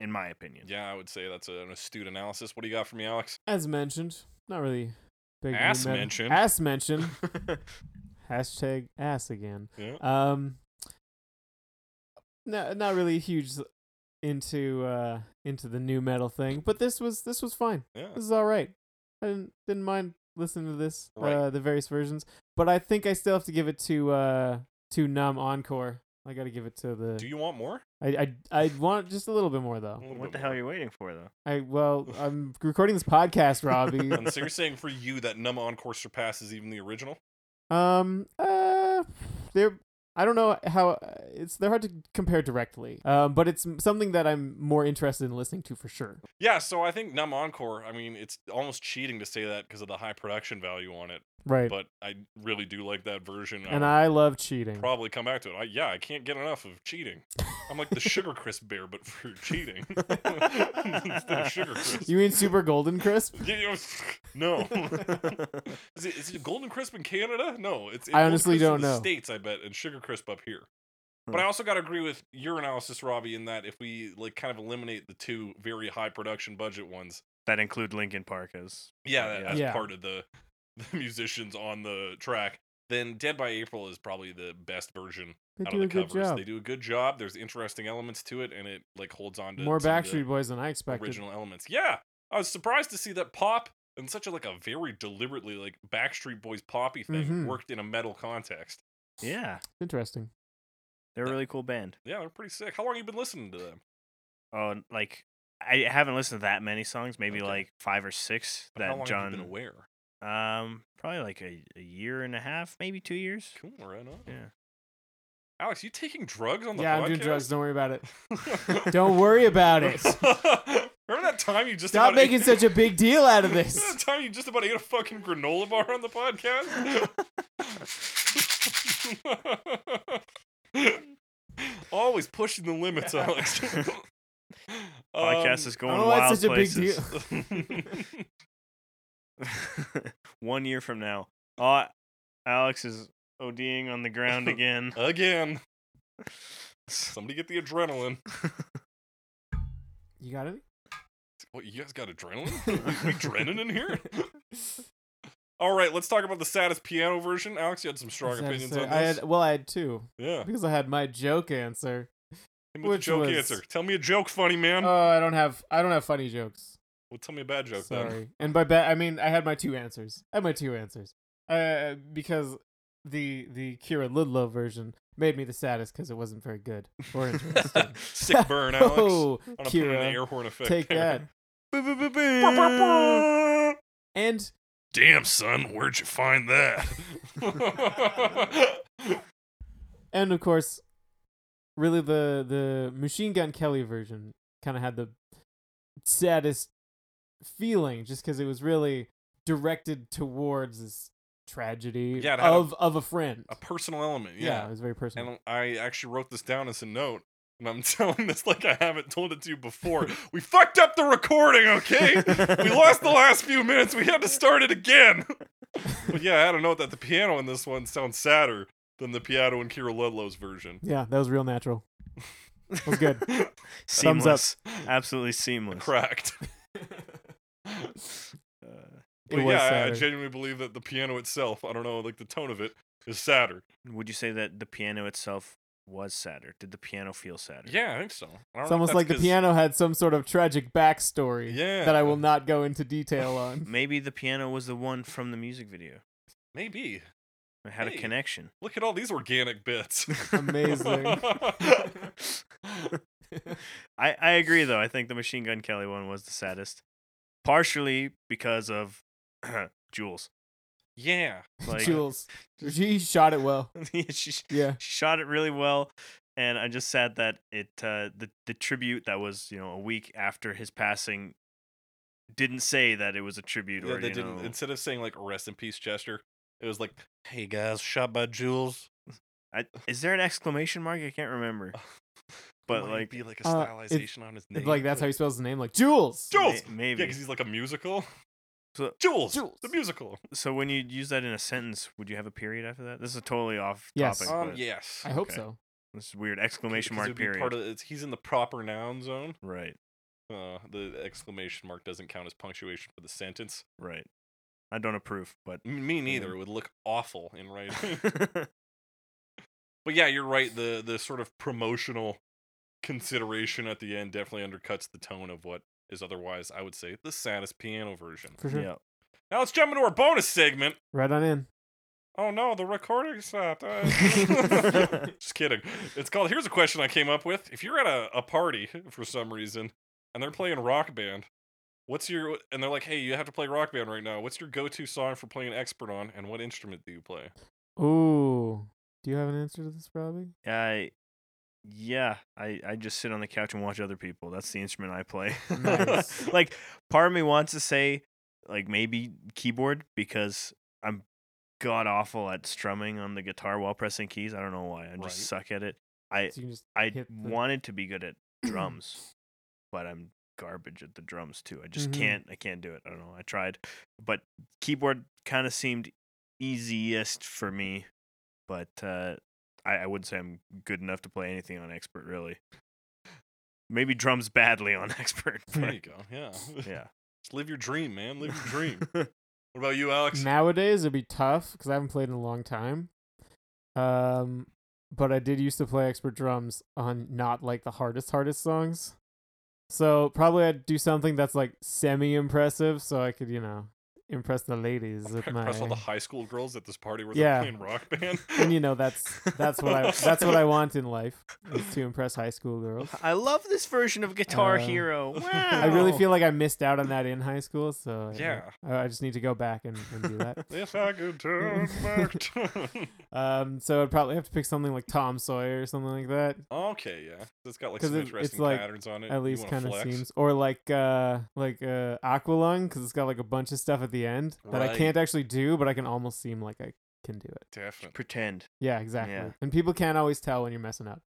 in my opinion.
Yeah, I would say that's an astute analysis. What do you got for me, Alex?
As mentioned, not really big new
Ass
meta-
mentioned.
Ass mentioned. Hashtag ass again.
Yeah.
Um, no, not really huge into uh into the new metal thing, but this was this was fine.
Yeah.
This is all right. I didn't didn't mind listening to this
Right.
uh the various versions, but I think I still have to give it to uh to Numb Encore. I got to give it to the.
Do you want more?
I I I want just a little bit more though.
What the hell are you waiting for, though?
I well I'm recording this podcast, Robbie.
And so you're saying for you that Numb Encore surpasses even the original?
Um, uh, they're I don't know how it's they're hard to compare directly. Um, but it's something that I'm more interested in listening to for sure.
Yeah, so I think Numb Encore, I mean, it's almost cheating to say that because of the high production value on it,
Right.
but um, I really do like that version.
and
would
I love cheating.
probably come back to it. I, yeah, I can't get enough of cheating. I'm like the Sugar Crisp bear, but for cheating. Instead of Sugar Crisp.
you mean Super Golden Crisp?
Yeah, yeah, no. is, it, is it Golden Crisp in Canada? No, it's. it's
I
Golden
honestly
Crisp in
don't
the
know.
States, I bet, and Sugar Crisp up here. But
Hmm.
I also got to agree with your analysis, Robbie, in that if we like kind of eliminate the two very high production budget ones,
That include Linkin Park as
yeah, that, as
Yeah.
part of the, the musicians on the track, then Dead by April is probably the best version
They
out
do a
of the
good
covers.
job.
They do a good job. There's interesting elements to it, and it like holds on uh, to
More
some of the-
Backstreet Boys than I expected.
original elements. Yeah, I was surprised to see that pop and such a like a very deliberately like Backstreet Boys poppy thing
Mhm.
worked in a metal context.
yeah,
Interesting.
they're a really cool band.
Yeah, they're pretty sick. How long you been listening to them?
Oh, and, like I haven't listened to that many songs. Maybe
Okay.
like five or six
But
that
How long
John.
have you been aware?
Um, probably like a, a year and a half, maybe two years.
Cool, right on.
Yeah.
Alex, you taking drugs on the
Yeah, I'm doing
podcast?
drugs. Don't worry about it.
drugs.
Don't worry about it.
Remember that time you just
Stop
about
making
ate-
such a big deal out of
Remember
this.
that time you just about ate a fucking granola bar on the podcast. Always pushing the limits, Alex.
Podcast
Um,
is going
oh,
wild
that's such a big
places. One year from now, oh, Alex is ODing on the ground again.
again. Somebody get the adrenaline.
You got it?
What you guys got adrenaline? we drenin in here? All right, let's talk about the saddest piano version. Alex, you had some strong
Is that
opinions
fair?
on
I
this.
had well I had two.
yeah,
Because I had my joke answer.
Hit me with a
which
joke
was-
answer. Tell me a joke, funny man.
Oh, I don't have I don't have funny jokes.
well, tell me a bad joke
Sorry.
then.
And by bad, I mean I had my two answers. I had my two answers. Uh, because the the Kira Ludlow version made me the saddest because it wasn't very good or interesting.
Sick burn, Alex.
oh,
I'm gonna put in an
Kira,
air horn effect.
take that.
there. that.
And
Damn, son, where'd you find that?
and of course, really the the Machine Gun Kelly version kind of had the saddest feeling just because it was really directed towards this tragedy
Yeah, it had a-
of of a friend.
a personal element,
yeah,
yeah.
it was very personal.
And I actually wrote this down as a note, and I'm telling this like I haven't told it to you before. we fucked up the recording, okay? we lost the last few minutes. We had to start it again. But yeah, I had a note that the piano in this one sounds sadder than the piano in Kira Ludlow's version.
Yeah, that was real natural. That was good. Thumbs up.
seamless. Absolutely seamless.
Cracked.
Uh,
It
But
was
yeah, I- I
sadder.
genuinely believe that the piano itself, I don't know, like the tone of it, is sadder.
Would you say that the piano itself was sadder? Did the piano feel sadder?
Yeah, I think so. I don't know if
It's almost
that's
like the
'cause-
piano had some sort of tragic backstory
Yeah.
that I will not go into detail on.
Maybe the piano was the one from the music video.
Maybe.
It had
Hey.
a connection.
Look at all these organic bits.
Amazing.
I, I agree though. I think the Machine Gun Kelly one was the saddest, partially because of Jules.
yeah.
Like
Jules, she shot it well.
she, she
Yeah,
shot it really well, and I'm just sad that it uh, the the tribute that was you know a week after his passing didn't say that it was a tribute
Yeah,
or
they
you
didn't.
know,
Instead of saying like "rest in peace, Chester," it was like, "Hey guys, shot by Jules."
I, is there an exclamation mark? I can't remember. But
Might
like,
be like a
uh, it-
stylization on his name.
like that's how he spells his name, like Jules.
Jules!
may-
Yeah, Yeah,
maybe.
because he's like a musical.
So-
Jules,
Jules.
the musical.
so when you use that in a sentence, would you have a period after that? This is totally off
Yes.
topic.
Um,
but
yes.
I hope
Okay.
so.
This is weird. Exclamation
Because
mark
it'd be
period.
Part of, it's, he's in the proper noun zone.
right.
Uh, the exclamation mark doesn't count as punctuation for the sentence.
Right. I don't approve, but
M- Me neither. It would look awful in writing. but yeah, you're right. The the sort of promotional consideration at the end definitely undercuts the tone of what is otherwise, I would say, the saddest piano version.
For sure.
yeah.
Now let's jump into our bonus segment.
Right on in.
Oh no, the recording stopped. Uh, Just kidding. It's called Here's a Question I Came Up With. If you're at a, a party for some reason and they're playing rock band, what's your and they're like, hey, you have to play rock band right now. What's your go to song for playing expert on and what instrument do you play?
Ooh, do you have an answer to this, Robbie?
I yeah, I I just sit on the couch and watch other people. That's the instrument I play.
Nice.
like part of me wants to say like maybe keyboard because I'm god awful at strumming on the guitar while pressing keys. I don't know why. I just
Right.
suck at it. I
So you can just
I
hit the-
wanted to be good at drums, but I'm garbage at the drums too. I just
Mhm.
can't I can't do it. I don't know. I tried, but keyboard kind of seemed easiest for me, but uh I, I wouldn't say I'm good enough to play anything on expert really. Maybe drums badly on expert.
Hmm.
There
but-
you go. Yeah.
yeah.
Just live your dream, man. Live your dream. What about you, Alex?
Nowadays it'd be tough because I haven't played in a long time. Um, but I did used to play expert drums on not like the hardest hardest songs. So probably I'd do something that's like semi impressive, so I could you know impress the ladies with my.
Impress all the high school girls at this party where
Yeah.
they're playing rock band.
and you know that's that's what I that's what I want in life is to impress high school girls.
I love this version of Guitar
Uh,
Hero. Wow.
I really feel like I missed out on that in high school, so I-
Yeah.
I, I just need to go back and, and do that.
if I could turn back time.
Um, so I'd probably have to pick something like Tom Sawyer or something like that.
Okay, yeah. It's got like
'Cause
some
it- it's,
interesting
like,
patterns on it.
At
You
least
wanna
kind of
flex.
seems, or like uh, like uh, Aqualung because it's got like a bunch of stuff at the end that I
Right.
can't actually do, but I can almost seem like I can do it.
Definitely.
pretend.
Yeah, exactly.
Yeah.
And people can't always tell when you're messing up.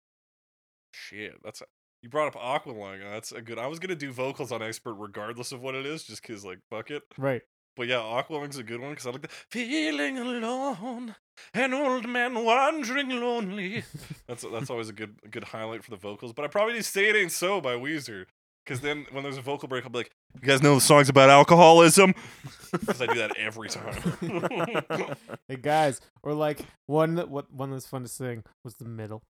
Shit, that's you brought up Aqualung. and That's a good. I was gonna do vocals on Expert regardless of what it is, just cause like fuck it.
Right.
But yeah, Aqualung's a good one because I like the feeling alone, an old man wandering lonely. That's that's always a good a good highlight for the vocals. But I probably need "Say It Ain't So" by Weezer because then when there's a vocal break, I'll be like, "You guys know the songs about alcoholism?" Because I do that every time.
Hey guys, or like one that what one that's fun to sing was the middle.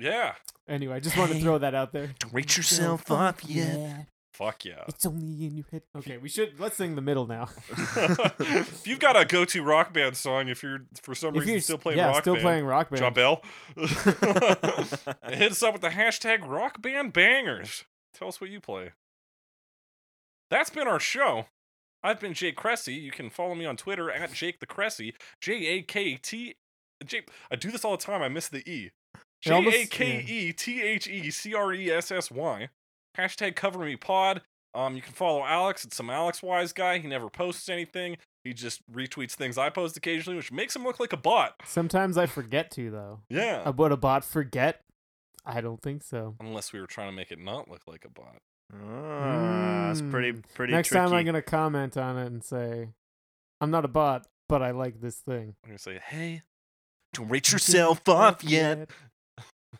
yeah,
Anyway, I just wanted to throw that out there.
Rate yourself up yet.
fuck yeah.
It's only in your head. Okay, we should let's sing the middle now.
if you've got a go-to rock band song, if you're for some
if
reason
you're
still playing
yeah,
rock
still
band,
playing rock band.
John Bell, hit us up with the hashtag Rock Band Bangers. Tell us what you play. That's been our show. I've been Jake Cressy. You can follow me on Twitter at Jake the Cressy. J A K T. Jake. I do this all the time. I miss the E.
It
J
almost-
A K E T H E C R E S S Y. Hashtag cover me pod. Um, you can follow Alex. It's some Alex Wise guy. He never posts anything. He just retweets things I post occasionally, which makes him look like a bot.
Sometimes I forget to though.
Yeah.
Uh, Would a bot forget? I don't think so.
Unless we were trying to make it not look like a bot.
Ah, that's pretty
Mm.
pretty
Next
tricky.
time I'm gonna comment on it and say, "I'm not a bot, but I like this thing.
I'm gonna say, hey.
Don't rate yourself off yet.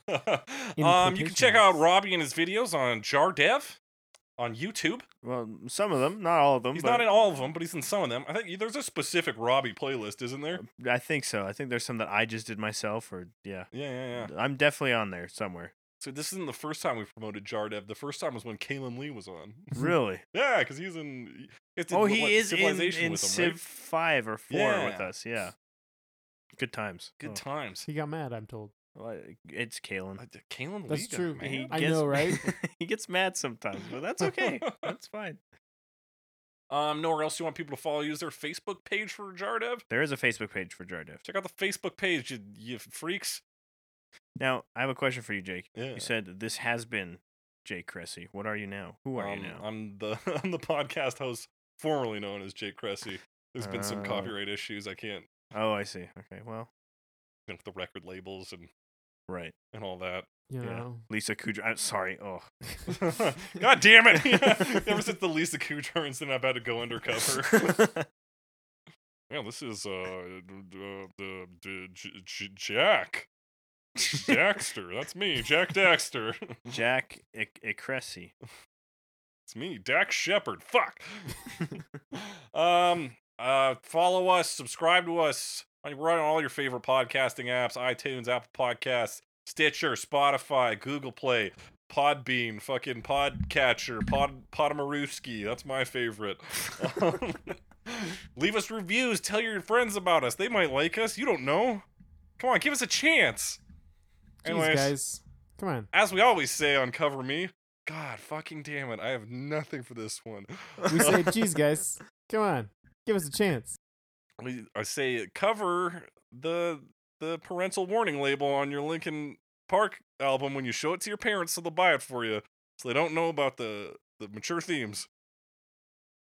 um, you can check out
quotation marks.
Robbie and his videos on Jar Dev on YouTube.
Well, some of them, not all of them.
He's
but
not in all of them, but he's in some of them. I think there's a specific Robbie playlist, isn't there?
I think so. I think there's some that I just did myself, or yeah,
Yeah, yeah, yeah.
I'm definitely on there somewhere.
So this isn't the first time we promoted Jardev. The first time was when Kalen Lee was on.
Really?
Yeah, because he's in. he did
oh,
what-
he
what,
is in,
Civilization
in
with
Civ
him, right?
Five or Four with
Yeah.
us. Yeah. Good times.
Good
Oh.
times.
He got mad, I'm told.
Well, It's Kalen.
Uh, d- Kalen Lee.
That's
got
true.
mad.
He
I
gets-
know, right?
he gets mad sometimes, but that's okay. that's fine.
Um, nowhere else you want people to follow you is their Facebook page for Jardev.
There is a Facebook page for Jardiff.
Check out the Facebook page, you, you freaks.
Now, I have a question for you, Jake.
Yeah.
You said this has been Jake Cressy. What are you now? Who are you
Um,
now?
I'm the I'm the podcast host formerly known as Jake Cressy. There's been some
Oh.
copyright issues. I can't
oh, I see. Okay, well,
you know, the record labels and
right.
and all that.
You
Yeah.
know.
Lisa Kudrow. I'm sorry. Oh,
God damn it! Ever since the Lisa Kudrow incident, I've had to go undercover. yeah, this is uh, d- d- uh the d- J- J- Jack Daxter. That's me, Jack Daxter.
Jack I- Icressy.
It's me, Dax Shepard. Fuck. um, uh, follow us, subscribe to us. I run on all your favorite podcasting apps: iTunes, Apple Podcasts, Stitcher, Spotify, Google Play, Podbean, fucking Podcatcher, Pod Podomarooski. That's my favorite. Um, leave us reviews. Tell your friends about us. They might like us. You don't know. Come on, give us a chance.
Jeez, guys. Come on.
as we always say on Cover Me, God fucking damn it, I have nothing for this one.
We say, geez, guys. Come on. Give us a chance.
We- I say cover the the parental warning label on your Lincoln Park album when you show it to your parents so they'll buy it for you. So they don't know about the the mature themes.